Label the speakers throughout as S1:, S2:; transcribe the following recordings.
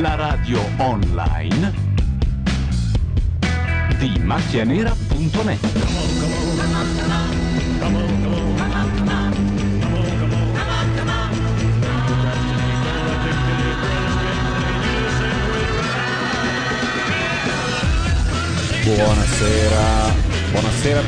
S1: radio online di macchianera.net
S2: Buonasera, buonasera.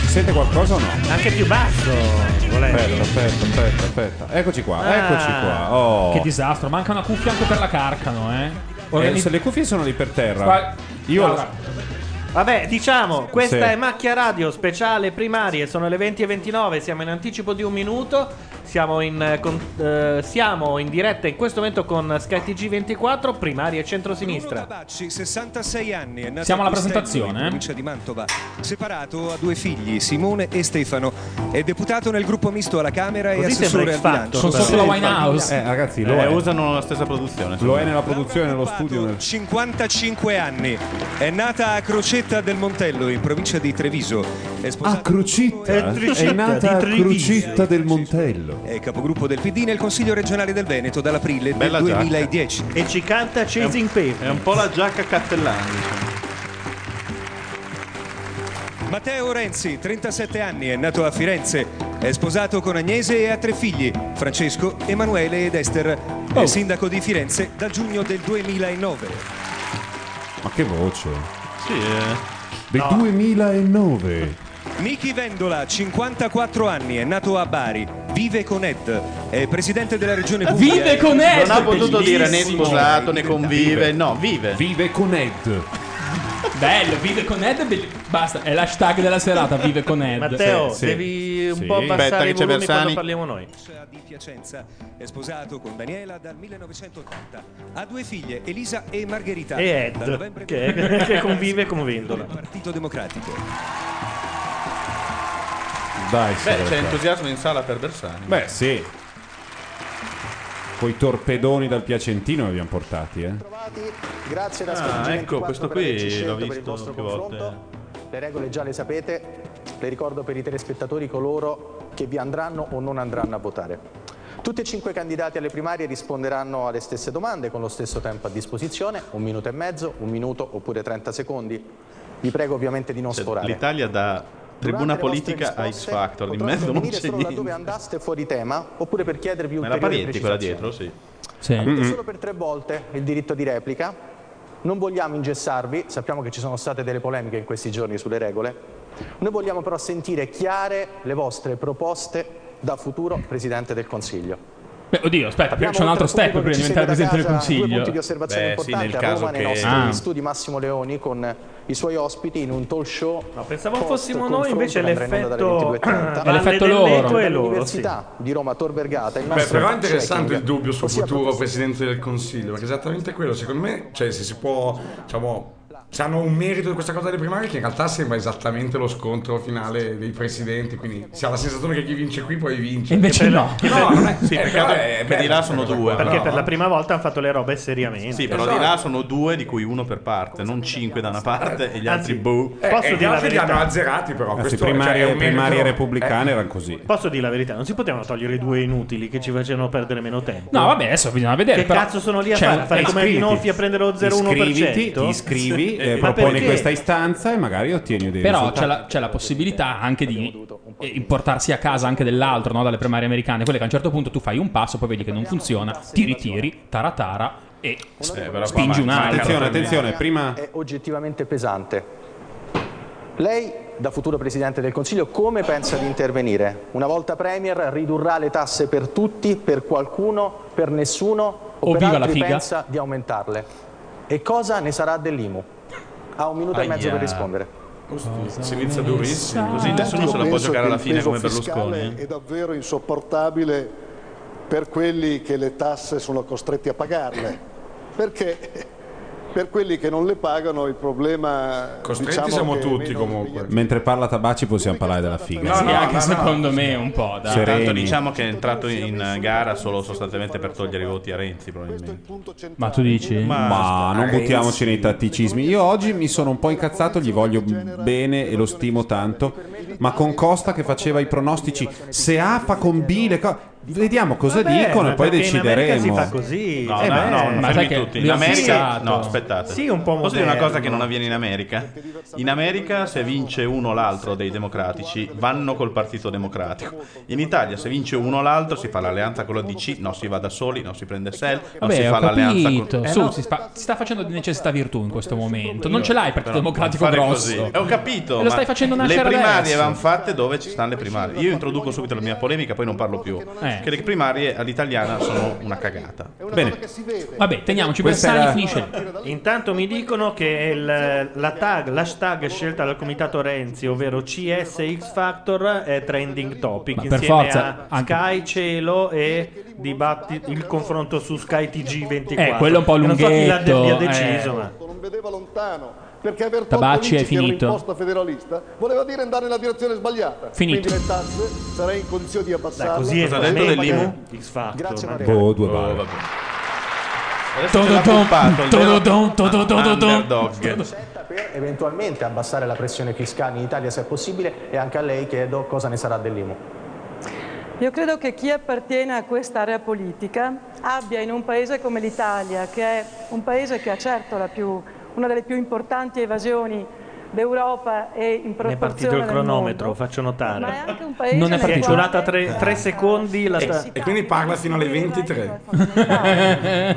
S2: Ci sente qualcosa o no?
S3: Anche più basso,
S2: Aspetta,
S3: volendo.
S2: aspetta, aspetta, aspetta. Eccoci qua,
S3: Ah.
S2: eccoci qua. Oh.
S4: Che disastro, manca una cuffia anche per la carcano, eh.
S2: Eh,
S4: Organizz-
S2: se le cuffie sono lì per terra.
S4: Qua-
S2: Io
S4: Allora,
S3: Vabbè, diciamo, questa
S2: Sì.
S3: è Macchia Radio speciale primarie, sono le 20 e 29, siamo in anticipo di un minuto, siamo in, eh, con- eh, siamo in diretta in questo momento con skytg 24 primarie
S5: Bruno
S3: centrosinistra.
S5: Tabacci, 66 anni, è nato
S4: Siamo
S5: a
S4: alla
S5: Castello,
S4: presentazione,
S5: in
S4: eh?
S5: provincia di Mantova. Separato ha due figli, Simone e Stefano. È deputato nel gruppo misto alla Camera
S3: Così
S5: e
S3: sembra
S5: assessore al
S3: X Factor,
S5: bilancio.
S4: sono
S3: però.
S4: sotto la Winehouse.
S2: Eh, ragazzi, lo
S6: Eh,
S2: è.
S6: usano la stessa produzione.
S2: Lo è
S6: secondo
S2: nella produzione, nello
S5: Laura
S2: studio.
S5: Papato,
S2: nel-
S5: 55 anni, è nata a Crocetta del Montello in provincia di Treviso. È sposata-
S2: Ah, Crocitta. È nata a Crocitta del Montello.
S5: È capogruppo del PD nel Consiglio regionale del Veneto dall'aprile
S6: Bella
S5: del
S6: giacca.
S5: 2010.
S3: E ci canta Chasing
S6: me.
S3: Paper.
S6: È un po' la giacca Cattellani. diciamo.
S5: Matteo Renzi, 37 anni, è nato a Firenze. È sposato con Agnese e ha tre figli, Francesco, Emanuele ed Esther.
S6: Oh.
S5: È sindaco di Firenze da giugno del 2009.
S2: Ma che voce.
S6: Sì, eh.
S2: Del 2009.
S5: Miki Vendola, 54 anni, è nato a Bari. Vive con Ed. È presidente della regione Puglia.
S4: Vive con Ed!
S6: Non ha potuto dire né
S5: Bellissimo.
S6: sposato né convive. No, vive.
S2: Vive con Ed.
S4: Bello, vive con Ed. è belli- Basta, è l'hashtag della serata, vive con Ed.
S3: Matteo,
S2: Sì, sì.
S3: devi un
S2: Sì.
S3: po'
S2: Aspetta
S3: abbassare
S6: che
S3: i
S6: c'è
S3: volumi quando
S6: Bersani.
S3: parliamo noi.
S5: di Piacenza. È sposato con Daniela dal 1980. Ha due figlie, Elisa e Margherita.
S3: E
S5: Da
S3: Ed,
S5: novembre
S3: che, che convive con Vendola.
S5: del Partito Democratico.
S2: Dai,
S6: Beh,
S2: Sara,
S6: c'è
S2: dai.
S6: entusiasmo in sala per Bersani.
S2: Beh, sì. Coi torpedoni dal Piacentino li abbiamo portati, eh.
S7: Trovati, grazie da
S6: Ah,
S7: Skytg24
S6: ecco, questo
S7: per
S6: qui
S7: averci
S6: l'ho
S7: scelto per
S6: visto
S7: il vostro
S6: più
S7: confronto. Le regole già le sapete, le ricordo per i telespettatori coloro che vi andranno o non andranno a votare. Tutti e cinque i candidati alle primarie risponderanno alle stesse domande con lo stesso tempo a disposizione, un minuto e mezzo, un minuto oppure 30 secondi. Vi prego ovviamente di non
S6: Cioè,
S7: sforare.
S6: L'Italia da tribuna
S7: Durante le vostre
S6: politica a X
S7: risposte
S6: Factor, di
S7: potrò
S6: mezzo non
S7: intervenire
S6: c'è
S7: solo laddove
S6: niente.
S7: andaste fuori tema oppure per chiedervi
S6: Ma la
S7: ulteriori
S6: parietti quella
S7: precisazioni.
S6: dietro, sì.
S4: Sì.
S7: Avete solo per tre volte il diritto di replica. Non vogliamo ingessarvi, sappiamo che ci sono state delle polemiche in questi giorni sulle regole. Noi vogliamo però sentire chiare le vostre proposte da futuro Presidente del Consiglio.
S4: Beh, oddio, aspetta, prima c'è un altro step prima di diventare presidente del
S7: Due punti
S4: consiglio.
S7: di osservazione
S6: Beh, sì,
S7: importanti
S6: nel
S7: a
S6: caso
S7: Roma nei
S6: che-
S7: nostri
S4: Ah.
S7: studi Massimo Leoni con i suoi ospiti in un talk show.
S3: No, pensavo
S7: post
S3: fossimo noi,
S7: confronto
S3: invece
S7: che andrà in onda dalle
S3: l'effetto-
S7: 22:30.
S4: È l'effetto
S3: Valle del
S4: loro.
S3: Neto e loro, sì.
S7: L'Università di Roma Tor Vergata, il
S8: Beh,
S7: nostro
S8: però è
S7: fact
S8: interessante il
S7: checking,
S8: dubbio sul
S7: ossia
S8: futuro
S7: proposte-
S8: presidente del consiglio, perché esattamente quello, secondo me, cioè se si può, diciamo, se hanno un merito di questa cosa delle primarie che in realtà sembra esattamente lo scontro finale dei presidenti, quindi si ha la sensazione che chi vince qui poi vince.
S4: E invece no.
S8: No, non è-
S6: Sì,
S8: eh,
S6: peccato
S8: però è
S6: che
S8: bella
S6: di là
S8: questa
S6: sono
S8: cosa
S6: due.
S8: qua,
S3: Perché
S6: però,
S3: per la
S6: eh.
S3: prima volta hanno fatto le robe seriamente.
S6: Sì, però di là sono due, di cui uno per parte, non cinque da una parte e gli altri
S3: Anzi,
S6: boh.
S8: Eh,
S3: Posso
S8: eh, gli
S3: dire la
S8: altri li
S3: verità?
S8: hanno azzerati però.
S2: Anzi,
S8: questo,
S2: primarie,
S8: cioè, è un merito-
S2: primarie
S8: Eh,
S2: repubblicane erano così.
S3: Posso dire la verità, non si potevano togliere i due inutili che ci facevano perdere meno tempo.
S4: No, vabbè, adesso bisogna vedere.
S3: Che
S4: però
S3: cazzo sono lì a
S4: c'è
S3: fare?
S4: un-
S3: Fare come
S2: Iscriviti.
S3: Rinolfi a prendere lo 0,1%?
S2: Iscriviti, ti iscrivi, eh,
S3: Ma
S2: proponi
S3: perché?
S2: questa istanza e magari ottieni dei
S4: Però c'è
S2: risultati.
S4: la, c'è la possibilità anche di eh, importarsi a casa anche dell'altro, no? dalle primarie americane, quelle che a un certo punto tu fai un passo, poi vedi che non funziona, ti ritiri, taratara e
S6: Eh, però qua
S4: spingi un
S6: manca-
S4: altro.
S2: Attenzione, attenzione, prima
S7: è oggettivamente pesante. Lei, da futuro Presidente del Consiglio, come pensa di intervenire? Una volta Premier ridurrà le tasse per tutti, per qualcuno, per nessuno o
S4: Oh,
S7: per
S4: viva la
S7: altri
S4: figa.
S7: pensa di aumentarle? E cosa ne sarà dell'IMU? Ha un minuto
S6: Aia.
S7: e mezzo per rispondere.
S6: Si inizia durissimo, così nessuno se la può giocare alla fine come Berlusconi. eh.
S9: È davvero insopportabile per quelli che le tasse sono costretti a pagarle, perché per quelli che non le pagano il problema...
S8: Costretti
S9: diciamo
S8: siamo
S9: che è
S8: tutti
S9: meno
S8: comunque.
S2: mentre parla Tabaci possiamo parlare della figa.
S4: Sì,
S8: No, no,
S4: anche
S8: no,
S4: secondo me un po', dai.
S2: Sereni.
S6: Tanto diciamo che è entrato in gara solo sostanzialmente per togliere i voti a Renzi,
S9: Questo è il
S6: probabilmente.
S9: punto centrale.
S4: Ma tu dici?
S6: Ma-
S2: Ma non
S8: Renzi.
S2: buttiamoci nei tatticismi. Io oggi mi sono un po' incazzato, gli voglio bene e lo stimo tanto. Ma con Costa che faceva i pronostici, se A fa con B le cose. Vediamo cosa
S3: Vabbè,
S2: dicono
S3: ma
S2: e poi
S3: perché in America
S2: decideremo.
S3: si fa così.
S6: No,
S3: Eh
S6: no,
S3: beh.
S6: no, non
S2: Ma
S6: fermi
S2: sai che
S6: tutti.
S2: lui
S6: In
S2: ha
S6: America,
S2: fissato.
S6: no, aspettate.
S3: Sì, un po' eh,
S6: Posso dire una
S3: moderno.
S6: cosa che non avviene in America? In America, se vince uno o l'altro dei democratici, vanno col Partito Democratico. In Italia, se vince uno o l'altro, si fa l'alleanza con la DC, non si va da soli, non si prende Sell, non
S4: Vabbè,
S6: si
S4: ho
S6: fa l'alleanza
S4: capito. Eh,
S6: con... Eh,
S4: Su, si, fa- si sta facendo di necessità virtù in questo momento. Non ce l'hai il Partito
S6: Però
S4: Democratico
S6: non fare
S4: grosso.
S6: così. Eh, Ho capito.
S4: E lo
S6: ma
S4: stai facendo nascere
S6: Le primarie
S4: adesso.
S6: vanno fatte dove ci stanno le primarie. Io introduco subito la mia polemica, poi non parlo più.
S4: Eh.
S6: Che le primarie all'italiana sono una cagata.
S2: Bene,
S4: Vabbè, teniamoci
S2: Questa
S4: Bersani
S2: era-
S4: finisce. lì.
S3: Intanto mi dicono che il- la tag, l'hashtag scelta dal comitato Renzi, ovvero CSX Factor, è trending topic
S4: Ma per
S3: insieme
S4: forza,
S3: a
S4: anche-
S3: Sky Cielo e dibatti- il confronto su Sky TG24.
S4: Eh, quello è un po'
S3: Che Non so
S4: lunghetto,
S3: chi l'abbia deciso,
S4: eh.
S3: ma
S9: Non vedeva lontano, perché aver tolto
S4: Tabacci,
S9: l'ICI,
S4: è
S9: che era
S4: finito.
S9: un'imposta federalista, voleva dire andare nella direzione sbagliata.
S4: Finito.
S9: Quindi le tasse sarei in condizione di abbassarle.
S3: così è
S6: Cosa ha detto
S3: veramente
S6: dell'IMU?
S3: X Factor.
S7: Grazie,
S3: ma-
S7: Maria.
S2: Boh, due
S6: Oh,
S2: barre.
S6: vabbè. Adesso ce l'ha
S4: Tododon,
S6: pompato, il
S4: tododon, tododon,
S6: vero
S4: tododon.
S6: underdog.
S7: per eventualmente abbassare la pressione fiscale in Italia se è possibile e anche a lei chiedo cosa ne sarà dell'IMU.
S10: Io credo che chi appartiene a quest'area politica abbia in un paese come l'Italia, che è un paese che ha certo la più- una delle più importanti evasioni d'Europa e in
S3: Ne è partito il
S10: proporzione del
S3: cronometro,
S10: mondo,
S3: faccio
S10: ma è
S3: notare.
S10: anche un paese
S4: Non è
S10: nel
S3: Che è
S4: partito.
S10: quale-
S3: durata 3 secondi la sta-
S8: E quindi parla fino alle 23.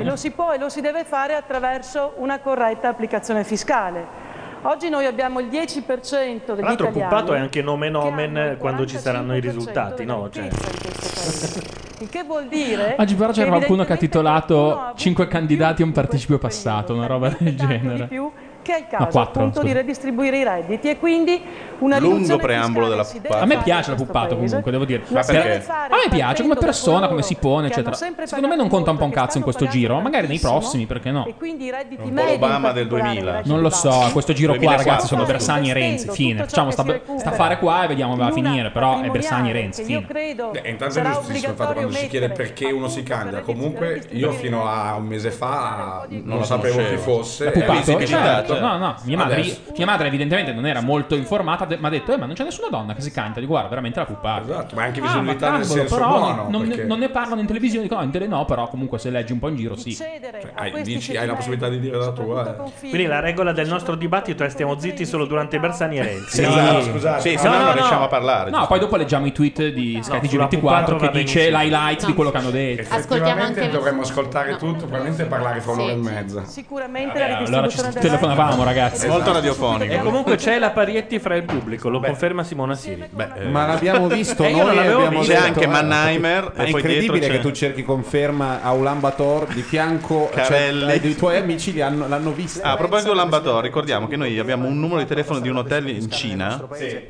S10: E lo si può e lo si deve fare attraverso una corretta applicazione fiscale. Oggi noi abbiamo il 10% degli
S3: Tra l'altro,
S10: italiani
S3: Puppato è anche nome
S10: che hanno
S3: nomen
S10: il
S3: quando ci saranno i
S10: 45%
S3: risultati,
S10: della
S3: no? Cioè,
S10: ricchezza di questo paese. Il che vuol dire
S4: Oggi però c'era
S10: che
S4: qualcuno che ha
S10: evidentemente qualcuno ha
S4: titolato
S10: avuto
S4: 5
S10: di più
S4: candidati e un
S10: in questo
S4: participio
S10: periodo,
S4: passato, una roba del
S10: tanto Di
S4: genere.
S10: più che è il
S4: No,
S10: caso
S4: quattro,
S10: appunto di
S4: scusa.
S10: redistribuire i redditi e quindi una
S6: Lungo
S10: riduzione
S6: preambolo
S10: fiscale
S6: della
S10: si deve
S6: puppata.
S4: A me
S10: fare
S4: piace la
S10: in questo
S4: puppata
S10: paese.
S4: comunque, devo dire.
S10: La si
S6: perché?
S10: deve fare
S4: A me piace come
S10: partendo da
S4: persona, come
S10: coloro
S4: si pone,
S10: che
S4: eccetera.
S10: hanno sempre
S4: Secondo me non
S10: pagato
S4: conta un po' un
S10: molto, che
S4: cazzo in questo
S10: stanno
S4: giro,
S10: pagando
S4: magari nei
S10: tantissimo.
S4: prossimi, perché
S10: E
S4: no?
S10: quindi i redditi
S6: Un po'
S10: medi in
S6: l'Obama del
S10: particolare,
S6: 2000.
S10: ragazzi,
S4: Non lo so, a questo giro qua
S6: 2004.
S4: ragazzi sono Bersani e Renzi, fine. Facciamo sta, sta affare qua e vediamo va a finire, però è Bersani e Renzi,
S10: Io
S4: fine.
S10: credo
S8: Beh, intanto è
S10: sarà
S8: giustissimo il fatto
S10: obbligatorio
S8: quando si chiede
S10: mettere,
S8: perché uno si
S10: appunto,
S8: cambia.
S10: per le- per
S8: Comunque
S10: le
S8: io
S10: distribuire
S8: fino a un mese fa non
S6: la
S8: sapevo chi
S6: conoscevo.
S8: fosse.
S6: pupa-
S8: Eh,
S6: Lì si
S4: Occupato,
S6: candidata,
S4: certo.
S6: eh.
S4: No, no, mia madre,
S8: Adesso.
S4: mia madre evidentemente non era molto informata, de- ma ha detto, eh, ma non c'è nessuna donna che si canta, di guarda, veramente la puppata.
S8: Esatto, ma anche
S4: Ah, ma
S8: visibilità nel
S4: cavolo,
S8: senso
S4: però
S8: buono.
S4: non,
S8: perché
S4: non ne parlano in televisione, dicono, "Ah, in tele no, però comunque se leggi un po' in giro
S10: di
S4: sì.
S10: cedere a
S8: Cioè, hai-
S10: questi
S8: dici- hai la
S10: segmenti,
S8: possibilità di dire la tua,
S10: soprattutto
S8: eh.
S10: con figli,
S3: Quindi la regola del nostro
S10: soprattutto
S3: dibattito è
S10: con
S3: stiamo
S10: persone
S3: zitti
S10: di
S3: solo durante
S10: difficoltà.
S3: Bersani e Renzi.
S6: Esatto, scusate. Sì, se
S3: No,
S6: no,
S3: no,
S6: non
S3: no.
S6: riusciamo a parlare.
S4: No, poi dopo leggiamo i tweet di Sky
S3: No, sulla
S4: TG24
S3: puntata
S4: che
S3: va
S4: dice
S3: benissimo.
S4: l'highlight di
S11: No.
S4: quello che hanno detto.
S11: Ascoltiamo
S8: effettivamente
S11: anche-
S8: dovremmo ascoltare
S11: No.
S8: tutto, probabilmente parlare fra un'ora e mezza.
S10: Sicuramente
S4: Vabbè,
S10: la
S4: allora ci
S10: ridistribuzione del
S4: telefonavamo,
S6: È
S4: ragazzi.
S6: molto
S3: E
S6: radiofonico.
S3: comunque c'è la parietti fra il pubblico, lo conferma Simona Siri.
S6: Beh, eh,
S2: Ma l'abbiamo visto
S3: Eh, io
S2: noi
S3: non
S2: e
S3: l'avevo
S2: abbiamo
S3: visto.
S6: c'è
S2: detto,
S6: anche
S2: guarda,
S6: Mannheimer
S2: È
S6: e poi dietro
S2: incredibile
S6: c'è...
S2: che tu cerchi conferma a un Lambator di fianco,
S6: Carelli.
S2: cioè, i tuoi amici li hanno- l'hanno vista.
S6: Ah, a proposito di Lambator, ricordiamo che noi abbiamo un numero di telefono di un hotel in Cina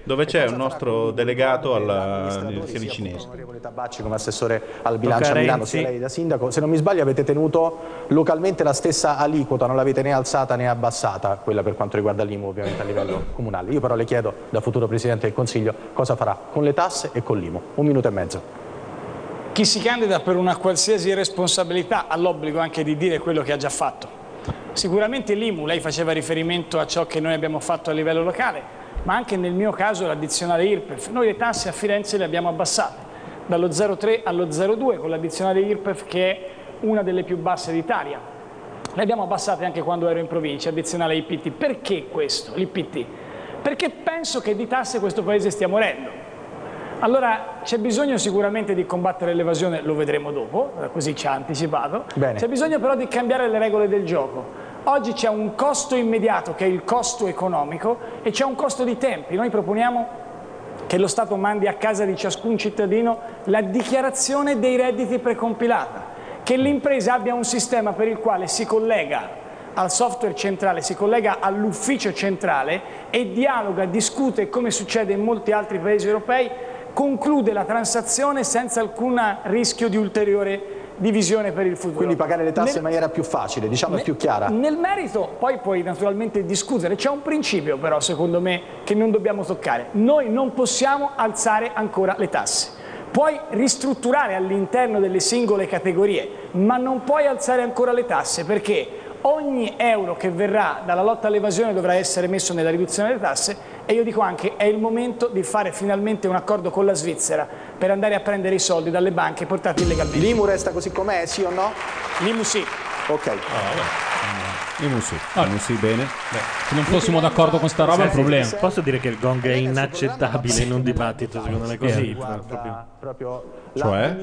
S6: dove c'è un nostro delegato eh, alla direzione cinese.
S7: Onorevole Tabacci come assessore al bilancio a
S3: Renzi.
S7: Milano, sia lei da sindaco. Se non mi sbaglio avete tenuto localmente la stessa aliquota, non l'avete né alzata né abbassata, quella per quanto riguarda l'IMU ovviamente a livello comunale. Io però le chiedo da futuro Presidente del Consiglio cosa farà con le tasse e con l'IMU. Un minuto e mezzo.
S12: Chi si candida per una qualsiasi responsabilità ha l'obbligo anche di dire quello che ha già fatto. Sicuramente l'IMU, lei faceva riferimento a ciò che noi abbiamo fatto a livello locale, ma anche nel mio caso l'addizionale IRPEF. Noi le tasse a Firenze le abbiamo abbassate, dallo 0,3 allo 0,2 con l'addizionale IRPEF che è una delle più basse d'Italia. Le abbiamo abbassate anche quando ero in provincia, addizionale IPT. Perché questo, l'IPT? Perché penso che di tasse questo paese stia morendo. Allora c'è bisogno sicuramente di combattere l'evasione, lo vedremo dopo, eh, così ci ha anticipato.
S7: Bene.
S12: C'è bisogno però di cambiare le regole del gioco. Oggi c'è un costo immediato che è il costo economico e c'è un costo di tempi. Noi proponiamo che lo Stato mandi a casa di ciascun cittadino la dichiarazione dei redditi precompilata, che l'impresa abbia un sistema per il quale si collega al software centrale, si collega all'ufficio centrale e dialoga, discute, come succede in molti altri paesi europei, conclude la transazione senza alcun rischio di ulteriore divisione per il futuro.
S7: Quindi pagare le tasse
S12: Nel-
S7: in maniera più facile, diciamo
S12: Ne-
S7: più chiara.
S12: Nel merito poi puoi naturalmente discutere, c'è un principio però secondo me che non dobbiamo toccare. Noi non possiamo alzare ancora le tasse. Puoi ristrutturare all'interno delle singole categorie, ma non puoi alzare ancora le tasse perché ogni euro che verrà dalla lotta all'evasione dovrà essere messo nella riduzione delle tasse e io dico anche è il momento di fare finalmente un accordo con la Svizzera per andare a prendere i soldi dalle banche e portarli illegalmente.
S7: L'IMU resta così com'è, sì o no?
S12: L'IMU sì.
S7: Ok.
S2: Emu sì, Emu sì, bene.
S4: Se non fossimo d'accordo con sta roba è un problema.
S3: Posso dire che il gong è inaccettabile in un dibattito, secondo me, così?
S7: Guarda, proprio
S2: Cioè?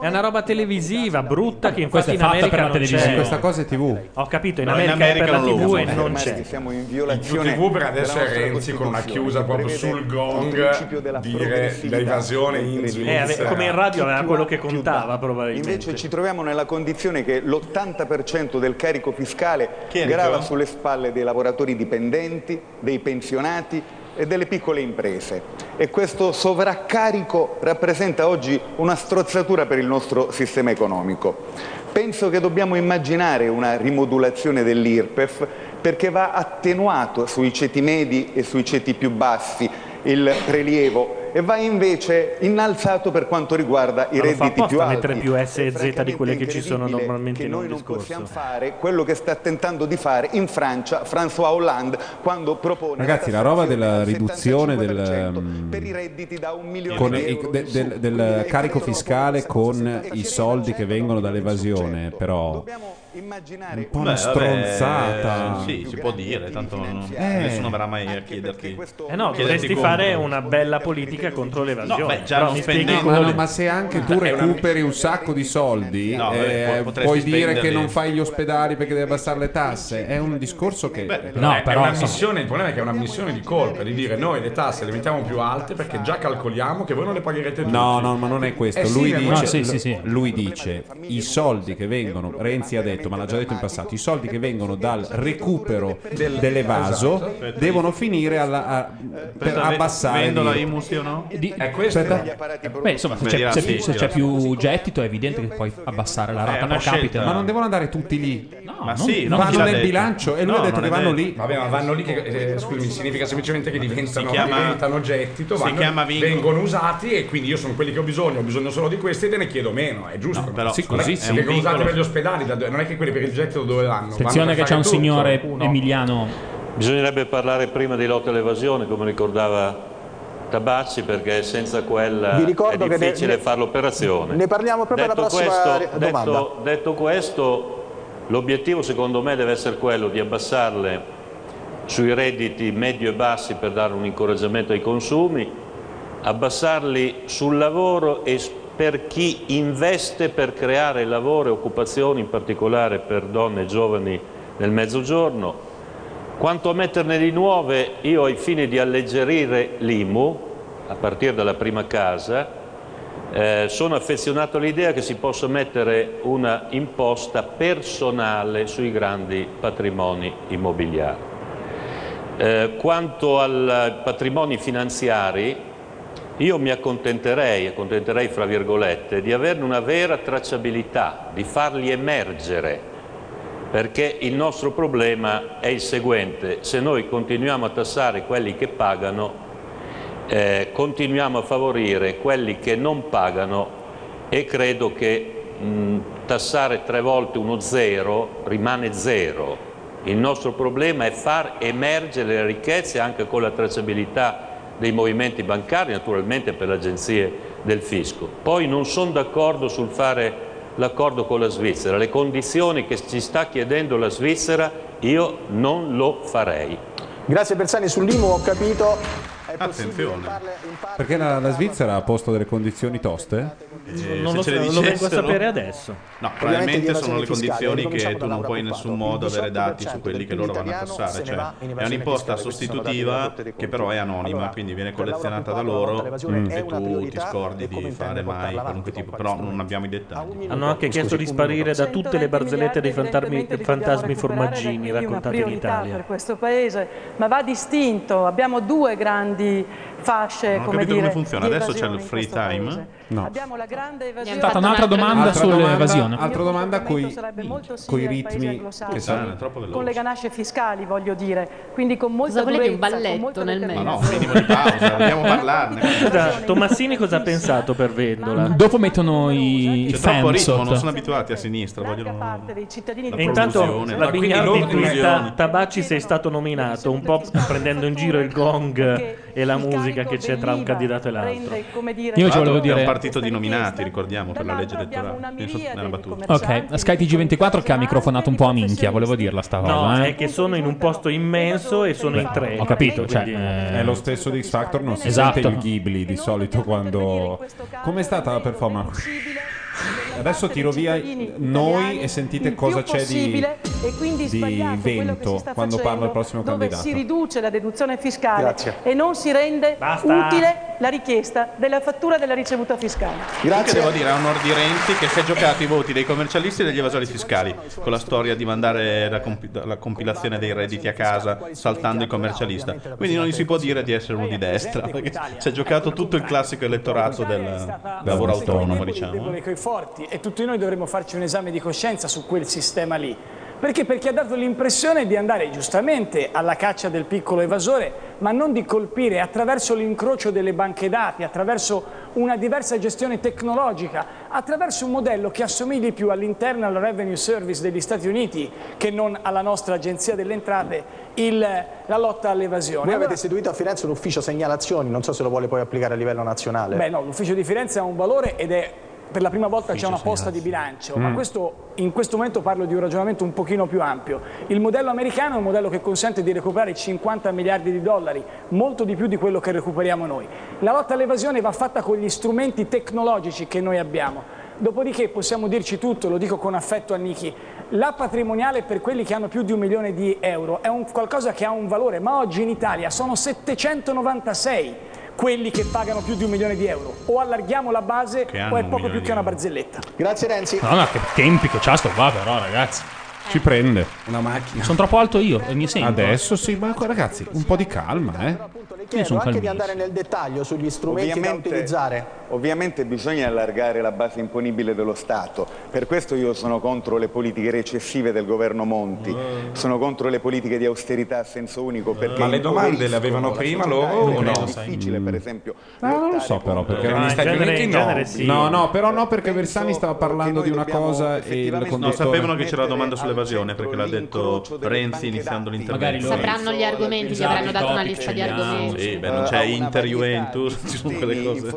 S3: È una roba televisiva, brutta, che infatti
S2: Questa è
S3: in
S2: fatta
S3: America
S2: per la
S3: non
S2: televisione.
S3: c'è.
S2: Questa cosa è TV.
S3: Ho capito, in
S2: No, in
S3: America, è per
S2: America
S3: la
S2: non lo
S3: TV e
S2: usano.
S3: non
S2: Eh,
S3: c'è.
S11: Siamo in
S8: Il TV per adesso è Renzi con una chiusa proprio sul gong dire
S11: progressività.
S8: l'invasione in
S11: Eh,
S8: Svizzera.
S3: ave- come in radio aveva quello che contava, probabilmente.
S11: Invece ci troviamo nella condizione che l'80% del carico fiscale
S3: Chierico?
S11: grava sulle spalle dei lavoratori dipendenti, dei pensionati e delle piccole imprese. E questo sovraccarico rappresenta oggi una strozzatura per il nostro sistema economico. Penso che dobbiamo immaginare una rimodulazione dell'IRPEF perché va attenuato sui ceti medi e sui ceti più bassi il prelievo e va invece innalzato per quanto riguarda
S3: Ma
S11: i
S3: lo fa
S11: redditi più
S3: apposta a
S11: alti
S3: mettere più S e Z di quelle che ci sono normalmente in un discorso.
S11: fare quello che sta tentando di fare in Francia François Hollande quando propone
S2: Ragazzi, la roba della riduzione del, mm, con i- de- del- del carico fiscale con i soldi che vengono
S6: certo.
S2: dall'evasione, però un po'
S6: Beh, vabbè,
S2: una
S6: eh,
S2: stronzata.
S6: Sì, si può dire, tanto non-
S2: Eh.
S6: nessuno verrà mai a chiederti.
S3: Eh no,
S6: chiederti
S3: dovresti
S6: conto.
S3: fare una bella politica contro l'evasione.
S6: No, beh, già
S3: Però
S6: non
S3: mi spieghi
S6: spendendo-
S3: come-
S2: Ma, no, ma se anche tu recuperi un sacco di soldi,
S6: No, vabbè,
S2: eh,
S6: po- potresti
S2: puoi dire
S6: spenderli.
S2: che non fai gli ospedali perché devi abbassare le tasse. È un discorso che.
S8: No, Eh, è una missione, il problema è che è una missione di colpa, di dire noi le tasse le mettiamo più alte perché già calcoliamo che voi non le pagherete tutti.
S2: No, no, ma non è questo.
S8: Certo. Eh sì,
S2: lui,
S8: ma-
S2: dice,
S8: No, sì, sì,
S2: lui dice i soldi che vengono, Renzi ha detto, ma l'ha già detto in passato, i soldi che vengono dal recupero
S6: Del-
S2: dell'evaso
S6: Esatto.
S2: devono finire alla- a- per
S6: Aspetta, ve-
S2: abbassare
S6: Vendono
S2: l'IRPEF.
S6: IMU sì o no?
S4: È
S2: questo?
S4: Beh, insomma, se c'è, se- se c'è più gettito è evidente che puoi abbassare
S13: Eh,
S4: la rata pro capite.
S2: Ma non devono andare tutti lì.
S6: Ah,
S4: Ma non- sì, no, chi
S2: vanno
S4: l'ha
S2: nel
S4: detto?
S2: bilancio e lui
S4: No,
S2: ha detto
S4: non
S2: che
S4: è
S2: vanno
S4: detto.
S2: lì.
S8: Vabbè, ma vanno lì, che, eh, scusami, significa semplicemente che diventano,
S6: Si chiama-
S8: diventano gettito,
S6: si
S8: vanno-
S6: chiama vincolo.
S8: vengono usati e quindi io sono quelli che ho bisogno, ho bisogno solo di questi e te ne chiedo meno, è giusto?
S6: No, però,
S8: Sì,
S6: scusa,
S8: così
S6: è
S8: sì,
S6: un
S8: vengono usati
S6: vincolo.
S8: per gli ospedali, da dove- non è che quelli per il gettito dove vanno.
S4: Attenzione che c'è un signore emiliano.
S14: Bisognerebbe parlare prima di lotta all'evasione, come ricordava Tabacci, perché senza quella
S7: Vi
S14: è
S7: ricordo che ne-
S14: difficile
S7: ne-
S14: fare l'operazione.
S7: Ne parliamo proprio alla
S14: Detto
S7: prossima
S14: questo,
S7: re- domanda.
S14: detto- detto questo, l'obiettivo secondo me deve essere quello di abbassarle sui redditi medio e bassi per dare un incoraggiamento ai consumi, abbassarli sul lavoro e s- per chi investe per creare lavoro e occupazione, in particolare per donne e giovani nel mezzogiorno. Quanto a metterne di nuove, io ai fini di alleggerire l'IMU, a partire dalla prima casa, eh, sono affezionato all'idea che si possa mettere una imposta personale sui grandi patrimoni immobiliari. Eh, quanto ai patrimoni finanziari, io mi accontenterei, accontenterei fra virgolette, di averne una vera tracciabilità, di farli emergere, perché il nostro problema è il seguente, se noi continuiamo a tassare quelli che pagano, eh, continuiamo a favorire quelli che non pagano e credo che mh, tassare tre volte uno zero rimane zero. Il nostro problema è far emergere le ricchezze anche con la tracciabilità dei movimenti bancari, naturalmente per le agenzie del fisco. Poi non sono d'accordo sul fare l'accordo con la Svizzera, le condizioni che ci sta chiedendo la Svizzera io non lo farei.
S7: Grazie Bersani sull'IMU, ho capito. È possibile
S6: Attenzione.
S7: farle-
S2: Perché la, la Svizzera ha posto delle condizioni toste?
S6: Eh,
S3: Non lo
S6: se ce le
S3: so, lo vengo a
S6: dicessero-
S3: sapere adesso.
S6: No,
S7: Ovviamente
S6: probabilmente
S7: di
S6: sono le
S7: evasione fiscale,
S6: condizioni che
S7: ricominciamo
S6: tu
S7: da
S6: non
S7: Laura
S6: puoi in nessun
S7: Coppato.
S6: modo avere dati
S7: 18%
S6: su quelli che
S7: del
S6: loro vanno a
S7: PIL italiano
S6: tassare.
S7: se ne va in
S6: Cioè, è
S7: evasione
S6: un'imposta
S7: fiscale, questi sono dati della
S6: sostitutiva
S7: Corte dei
S6: che però è anonima,
S7: Allora,
S6: quindi viene
S7: per Laura
S6: collezionata da
S7: Coppato,
S6: loro
S7: l'evasione è
S6: e
S7: una
S6: tu ti
S7: priorità
S6: scordi
S7: e come
S6: di fare
S7: intende
S6: mai
S7: portarla
S6: qualunque tipo. Però non abbiamo i dettagli.
S3: Hanno anche chiesto di sparire da tutte le barzellette dei fantasmi, fantasmi formaggini
S10: Quindi una
S3: raccontati in
S10: priorità
S3: Italia.
S10: per questo paese, ma va distinto. Abbiamo due grandi fasce,
S6: Non ho
S10: come
S6: capito
S10: dire,
S6: come funziona.
S10: di
S6: Adesso c'è
S10: evasione
S6: il
S10: in
S6: free
S10: questo
S6: time.
S2: No.
S10: Abbiamo la grande evasione.
S2: È stata un'altra domanda Altra sull'evasione. domanda- altra
S10: Il mio
S2: domanda
S10: comportamento
S2: coi-
S10: sarebbe molto simile
S2: coi
S10: al
S2: ritmi
S10: paese anglosassone,
S2: che saranno troppo veloci.
S10: Con le ganasce fiscali, voglio dire. Quindi con molta
S15: Cosa volevi, un
S10: durezza, con
S15: balletto
S10: molta
S15: nel
S10: determinazione.
S6: Ma no, un minimo di pausa, dobbiamo parlarne.
S3: Scusa, Tomassini Eh. Esatto. cosa ha pensato per vendola?
S4: Dopo mettono i, i
S6: C'è troppo ritmo, non
S4: fansot.
S6: sono abituati a sinistra, vogliono...
S10: dei cittadini
S3: E intanto
S6: Produzione.
S3: la
S6: Ma quindi
S3: Bignardi
S6: non-
S3: twitta Tabacci sei stato nominato un po' prendendo in giro il gong e la musica che c'è tra un candidato e l'altro.
S10: come dire,
S4: Io ci volevo
S6: È
S4: dire-
S6: un partito di nominati, ricordiamo, per la legge elettorale. Penso nella battuta.
S4: Ok, Sky TG24 che ha microfonato un po' a minchia, volevo dirla sta cosa.
S3: No,
S4: eh.
S3: è che sono in un posto immenso e sono in tre.
S4: ho capito, cioè,
S3: Quindi-
S4: eh,
S2: È lo stesso di X Factor, non si
S4: Esatto.
S2: sente il Ghibli di solito quando... Com'è stata la performance? Adesso tiro via noi e sentite cosa c'è di,
S10: possibile e quindi
S2: di
S10: sbagliato quello che si
S2: vento
S10: sta
S2: quando
S10: facendo,
S2: parla il prossimo
S10: dove si
S2: candidato.
S10: riduce la deduzione fiscale
S2: Grazie.
S10: e non si rende
S6: Basta.
S10: utile la richiesta della fattura della ricevuta fiscale.
S6: Grazie. devo dire a onor di Renzi che si è giocato i voti dei commercialisti e degli evasori fiscali con la storia di mandare la, compi- la compilazione dei redditi a casa saltando il commercialista. Quindi non gli si può dire di essere uno di destra perché si è giocato tutto il classico elettorato del lavoro autonomo, diciamo.
S12: debole coi forti e tutti noi dovremmo farci un esame di coscienza su quel sistema lì. Perché? Perché ha dato l'impressione di andare giustamente alla caccia del piccolo evasore, ma non di colpire attraverso l'incrocio delle banche dati, attraverso una diversa gestione tecnologica, attraverso un modello che assomigli più all'Internal Revenue Service degli Stati Uniti che non alla nostra Agenzia delle Entrate, il- la lotta all'evasione.
S7: Voi
S12: Allora-
S7: avete istituito a Firenze un ufficio segnalazioni, non so se lo vuole poi applicare a livello nazionale.
S12: Beh no, l'ufficio di Firenze ha un valore ed è per la prima volta c'è una posta di bilancio, ma
S7: Mm.
S12: questo, in questo momento parlo di un ragionamento un pochino più ampio. Il modello americano è un modello che consente di recuperare 50 miliardi di dollari, molto di più di quello che recuperiamo noi. La lotta all'evasione va fatta con gli strumenti tecnologici che noi abbiamo. Dopodiché possiamo dirci tutto, lo dico con affetto a Niki, la patrimoniale per quelli che hanno più di un milione di euro è un qualcosa che ha un valore, ma oggi in Italia sono 796 quelli che pagano più di un milione di euro. O allarghiamo la base
S4: Che hanno
S12: o è
S4: un
S12: poco
S4: milione
S12: più
S4: di
S12: che una barzelletta.
S7: Grazie Renzi.
S4: Madonna, che tempi che c'ha sto qua però, ragazzi. Ci prende.
S2: Una macchina.
S4: Sono troppo alto io e mi sento.
S2: Adesso sì, ma ragazzi, un po' di calma, eh.
S7: Chiedo
S4: sono
S7: anche di
S4: calmissimo.
S7: andare nel dettaglio sugli strumenti da utilizzare.
S11: ovviamente bisogna allargare la base imponibile dello Stato. Per questo io sono contro le politiche recessive del governo Monti, sono contro le politiche di austerità a senso unico. Perché
S8: Mm. Ma le domande le
S11: impoveriscono
S8: avevano
S11: la
S8: prima
S11: società
S8: loro
S11: e
S8: o
S11: rendono
S8: no?
S11: difficile, per esempio.
S2: Ah, non lo so però perché
S8: Eh,
S2: negli
S8: in
S2: Stati
S8: genere-
S2: Uniti
S8: in
S2: no.
S8: genere sì.
S2: No, no, però no perché Bersani stava parlando di una cosa e il conduttore
S6: Non sapevano che c'era la domanda sull'evasione perché l'ha detto Renzi iniziando l'intervento.
S15: Sapranno gli argomenti, gli avranno dato una lista di
S4: Esatto,
S15: argomenti.
S6: Sì, beh, non c'è Inter Juventus, ci sono quelle cose.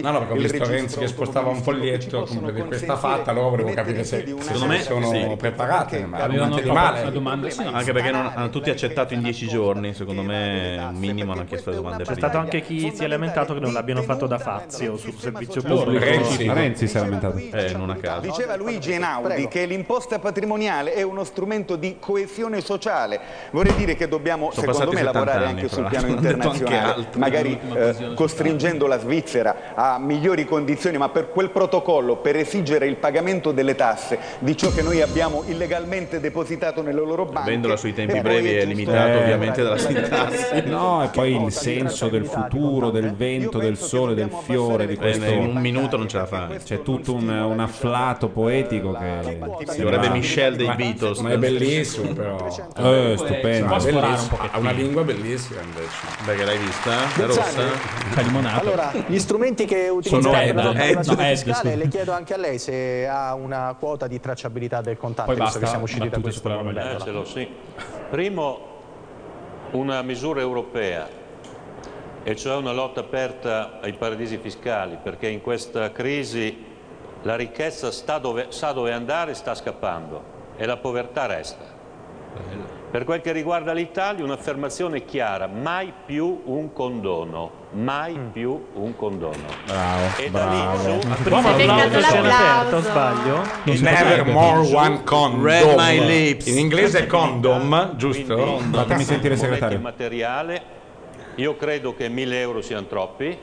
S8: No, no, perché ho
S6: Il
S8: visto
S6: registro
S8: Renzi che spostava un foglietto come di questa fatta, allora volevo capire se,
S6: Secondo
S8: se
S6: me
S8: sono
S6: sì.
S8: preparate, ma niente di
S6: Una
S8: male.
S6: domanda, sì, no. Anche perché non, hanno tutti accettato in dieci giorni, secondo me un minimo hanno chiesto le domande.
S3: C'è stato anche chi si è lamentato che non l'abbiano fatto da Fazio sul servizio
S6: Loro,
S3: pubblico.
S6: Renzi. Renzi
S2: si è lamentato.
S6: Eh, non a caso.
S11: Diceva Luigi Einaudi
S6: Prego.
S11: che l'imposta patrimoniale è uno strumento di coesione sociale. Vorrei dire che dobbiamo,
S6: Sono
S11: secondo
S6: passati
S11: me,
S6: 70
S11: lavorare
S6: anni,
S11: anche
S6: fra
S11: sul
S6: l'altro.
S11: piano
S6: Hanno detto anche
S11: internazionale,
S6: altro
S11: magari
S6: nell'ultima
S11: eh,
S6: occasione.
S11: costringendo la Svizzera a migliori condizioni, ma per quel protocollo, per esigere il pagamento delle tasse di ciò che noi abbiamo illegalmente depositato nelle loro banche.
S6: Vendola sui tempi
S11: E poi
S6: brevi
S11: è
S6: è
S11: giusto-
S6: limitato
S2: Eh.
S6: ovviamente dalla sintassi.
S2: No, e poi il senso del futuro, del vento, del sole, del fiore di
S6: Eh,
S2: questo
S6: in un minuto non ce la fa.
S2: c'è tutto un, un afflato poetico che
S6: Ci vorrebbe Michelle dei Beatles.
S8: Ma è bellissimo però.
S2: Eh, stupendo.
S8: Ma
S2: Può sforare un
S8: bellissimo.
S2: pochettino.
S8: Ha una lingua bellissima invece.
S6: Beh, che l'hai vista? È
S7: Bersani.
S6: rossa?
S7: Allora, gli strumenti che utilizzate per la
S6: Ed,
S7: lotta alla
S6: Ed,
S7: frode
S6: Ed,
S7: fiscale,
S6: scusa.
S7: le chiedo anche a lei se ha una quota di tracciabilità del contante,
S14: Poi
S7: visto
S14: basta,
S7: che siamo usciti da
S14: battute
S7: questo
S14: Eh, ce
S7: modello.
S14: l'ho, sì. Primo, una misura europea, e cioè una lotta aperta ai paradisi fiscali, perché in questa crisi la ricchezza sta dove- sa dove andare e sta scappando, e la povertà resta. Per quel che riguarda l'Italia, un'affermazione chiara, mai più un condono, mai più un condono. e da lì su, a
S3: Prima
S14: prima
S3: applauso,
S14: applauso.
S3: scena aperta, o sbaglio?
S8: Nevermore one condom.
S6: Read my lips.
S8: In inglese è condom, giusto?
S14: Fatemi sentire moneta immateriale, io credo che 1000 euro siano troppi,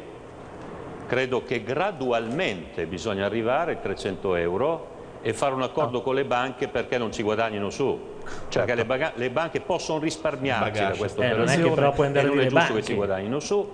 S14: credo che gradualmente bisogna arrivare ai 300 euro e fare un accordo
S4: Ah.
S14: con le banche perché non ci guadagnino su.
S4: Certo.
S14: Perché le, baga- le banche possono risparmiarci da
S3: Bagage.
S14: questa
S3: Eh, non è che
S14: operazione
S3: però puoi andare
S14: e
S3: a
S14: non è
S3: dire
S14: giusto che
S3: banche.
S14: ci guadagnino su.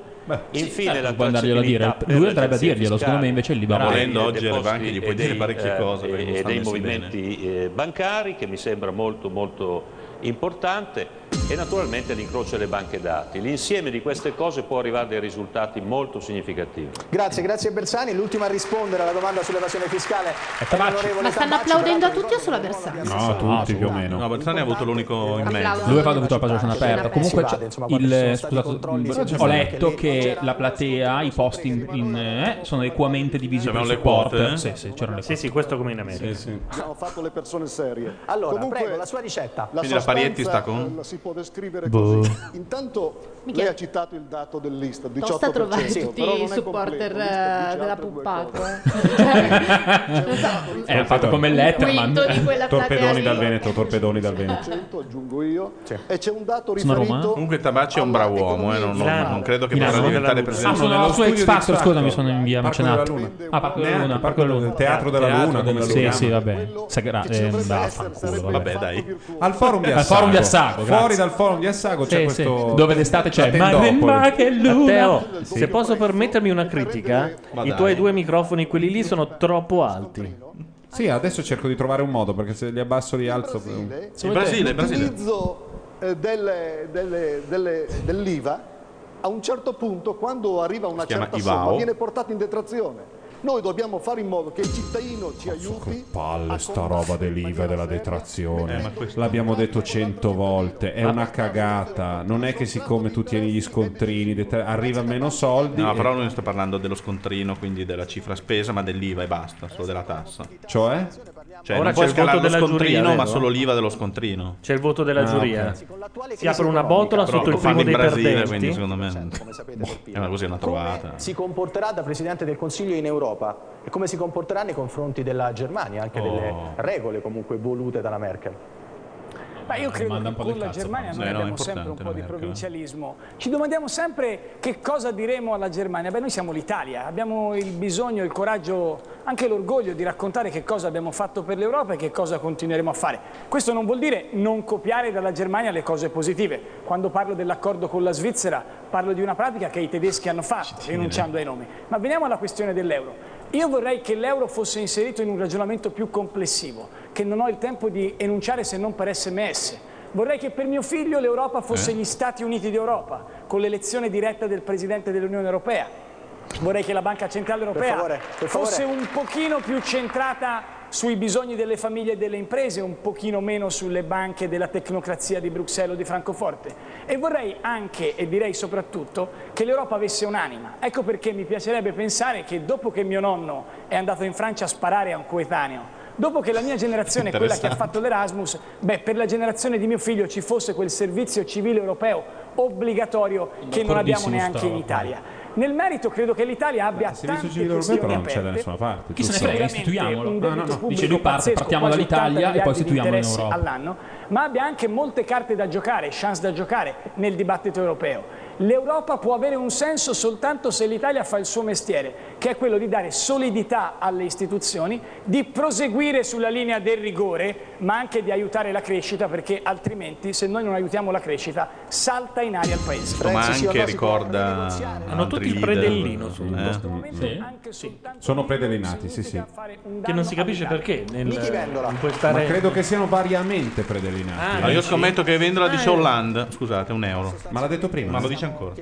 S14: Infine
S4: certo,
S14: la
S4: può andarglielo a dire.
S14: tracciabilità per
S4: Lui andrebbe a
S14: l'agenzia
S4: dirglielo, secondo
S14: fiscale.
S4: me invece li va
S14: Tra
S4: male.
S14: i
S6: Volendo oggi alle
S14: depositi
S6: banche gli
S14: e
S6: puoi dire
S14: dei,
S6: parecchie
S14: eh,
S6: cose, perché non
S14: E
S6: stanno
S14: dei
S6: messi
S14: movimenti eh, bancari che mi sembra molto molto importante. e naturalmente l'incrocio delle banche dati. L'insieme di queste cose può arrivare a dei risultati molto significativi.
S7: Grazie, grazie Bersani. L'ultimo a rispondere alla domanda sull'evasione fiscale è
S14: Tabacci.
S7: l'onorevole
S15: Ma stanno
S7: Tabacci.
S15: applaudendo a tutti o solo a Bersani?
S2: No, tutti più o meno.
S6: No, Bersani ha avuto l'unico in
S15: Applauso.
S6: mezzo.
S4: Lui aveva avuto la pagina aperta. Comunque,
S6: Si
S4: c'è
S6: vada, insomma,
S4: il,
S6: quando ci sono stati
S4: scusate,
S6: controlli,
S4: il-
S6: si
S4: ho
S6: vede
S4: letto che la platea, i posti in, in- eh, sono equamente divisi
S6: C'erano
S4: per
S6: le
S4: support.
S6: quote, eh?
S4: Sì, sì, c'erano le
S3: Sì, sì, questo come in America.
S9: Abbiamo fatto le persone serie.
S7: Allora,
S9: Comunque,
S7: prego, la sua ricetta.
S9: La
S6: Quindi la
S9: sostanza,
S6: Parietti sta con?
S9: eh, la si può descrivere
S6: Boh.
S9: così. Intanto lei ha citato il dato dell'Istat, 18%.
S15: Tosta trovare
S9: Sì,
S15: tutti
S9: però non
S15: i
S9: è
S15: supporter
S9: completo.
S15: eh, della Cioè, Puppacqua.
S4: Eh, ha fatto come Letterman.
S15: Quinto di quella
S2: torpedoni
S15: platea
S2: dal
S15: lì.
S2: Veneto, torpedoni dal Veneto.
S9: 18%, aggiungo io. E c'è un dato
S2: Sono
S9: riferito
S6: Comunque Tabacci è un bravo uomo, eh, non, non- non credo che
S4: In
S6: possa
S4: Aro.
S6: diventare
S4: Ah,
S6: presidente.
S4: sono
S6: dello
S4: al suo
S6: studio
S4: X
S6: di
S4: Factor,
S6: X Factor.
S4: scusami, sono in via
S6: Parco
S4: Mecenato.
S6: della Luna.
S4: Ah, Parco della
S6: Neanche
S4: Luna, Parco della Luna.
S2: Teatro della
S4: Teatro
S2: Luna, come lo
S4: Sì,
S2: chiamano.
S4: sì, vabbè. Sagra- eh, vaffanculo, vabbè.
S6: Vabbè, dai.
S2: Al forum di
S4: Al
S2: Assago.
S4: forum di Assago, grazie.
S2: Fuori dal forum di Assago c'è
S4: Sì, sì.
S2: questo
S4: Dove d'estate c'è
S2: la tendopoli.
S4: Ma che
S3: Matteo, se posso permettermi una critica,
S2: Ma
S3: i
S2: dai.
S3: tuoi due microfoni, quelli lì, sono troppo alti.
S2: Sì, adesso cerco di trovare un modo perché se li abbasso li alzo. Il
S9: L'utilizzo eh, delle- delle- delle- dell'IVA a un certo punto, quando arriva una
S6: Si chiama
S9: certa
S6: IVAO.
S9: somma, viene portato in detrazione. Noi dobbiamo fare in modo che il cittadino ci aiuti.
S2: Palle sta roba dell'IVA e della detrazione.
S6: Eh, ma questo-
S2: L'abbiamo detto cento volte, è una cagata. Non è che siccome tu tieni gli scontrini detra- arriva meno soldi.
S3: Eh.
S6: No,
S2: e-
S6: però non sto parlando dello scontrino, quindi della cifra spesa, ma dell'IVA e basta, solo della tassa.
S2: Cioè?
S6: Cioè,
S3: Ora
S6: non
S3: c'è
S6: puoi
S3: il voto
S6: scalare lo
S3: della giuria,
S6: scontrino, ma
S3: vero?
S6: solo l'IVA dello scontrino.
S3: C'è il voto della
S6: Ah,
S3: giuria.
S6: ok.
S3: Si apre una botola
S6: Però
S3: sotto
S6: lo
S3: il primo
S6: fanno in
S3: dei
S6: Brasile,
S3: perdenti.
S6: quindi secondo me boh, è una, così, è una trovata.
S7: Si comporterà da Presidente del Consiglio in Europa e come si comporterà nei confronti della Germania, anche delle regole comunque volute dalla Merkel.
S12: Ma io credo che con la Germania
S7: però.
S12: noi
S7: Eh, no, è
S12: abbiamo sempre un
S7: importante
S12: po'
S7: la
S12: di
S7: Merkel, eh.
S12: provincialismo. Ci domandiamo sempre che cosa diremo alla Germania. Beh, noi siamo l'Italia, abbiamo il bisogno, il coraggio, anche l'orgoglio di raccontare che cosa abbiamo fatto per l'Europa e che cosa continueremo a fare. Questo non vuol dire non copiare dalla Germania le cose positive. Quando parlo dell'accordo con la Svizzera, parlo di una pratica che i tedeschi hanno fatto, rinunciando ai nomi. Ma veniamo alla questione dell'euro. Io vorrei che l'euro fosse inserito in un ragionamento più complessivo, che non ho il tempo di enunciare se non per sms. Vorrei che per mio figlio l'Europa fosse
S6: Eh?
S12: gli Stati Uniti d'Europa, con l'elezione diretta del Presidente dell'Unione Europea. Vorrei che la Banca Centrale Europea
S7: favore, per favore.
S12: fosse un pochino più centrata sui bisogni delle famiglie e delle imprese, un pochino meno sulle banche della tecnocrazia di Bruxelles o di Francoforte. E vorrei anche, e direi soprattutto, che l'Europa avesse un'anima. Ecco perché mi piacerebbe pensare che dopo che mio nonno è andato in Francia a sparare a un coetaneo, Dopo che la mia generazione è quella che ha
S6: Interessante.
S12: fatto l'Erasmus, beh, per la generazione di mio figlio ci fosse quel servizio civile europeo obbligatorio che non abbiamo
S2: D'accordissimo,
S12: neanche
S2: stavo
S12: in
S2: qua.
S12: Italia. Nel merito credo che l'Italia abbia
S2: servizio
S12: tante
S2: civile europeo però
S12: questioni
S2: non c'è da
S12: aperte.
S2: nessuna parte.
S12: Chi se ne
S2: giusto?
S12: frega, istituiamolo.
S2: No, no, no.
S4: Dice lui parte, partiamo
S12: quasi 80
S4: dall'Italia e poi
S12: miliardi di
S4: istituiamo
S12: interessi
S4: l'Europa.
S12: all'anno, ma abbia anche molte carte da giocare, chance da giocare nel dibattito europeo. L'Europa può avere un senso soltanto se l'Italia fa il suo mestiere, che è quello di dare solidità alle istituzioni, di proseguire sulla linea del rigore, ma anche di aiutare la crescita, perché altrimenti se noi non aiutiamo la crescita salta in aria il Paese.
S6: Ma
S12: Renzi, signor
S6: anche
S12: Rossi,
S6: ricorda
S2: Ah,
S6: Hanno
S3: tutti il
S2: Eh.
S3: predellino su
S4: eh?
S3: questo.
S2: Sì. Sono predelinati, sì, sì.
S3: Che non si capisce perché. Nel, in questa
S2: Ma
S3: re-
S2: credo che siano variamente
S3: Ah,
S2: predelinati.
S6: No, Ah, io scommetto che Vendola dice
S2: Ah, eh.
S6: Hollande. Scusate, un euro.
S2: Ma l'ha detto prima?
S6: Ma lo dice ancora.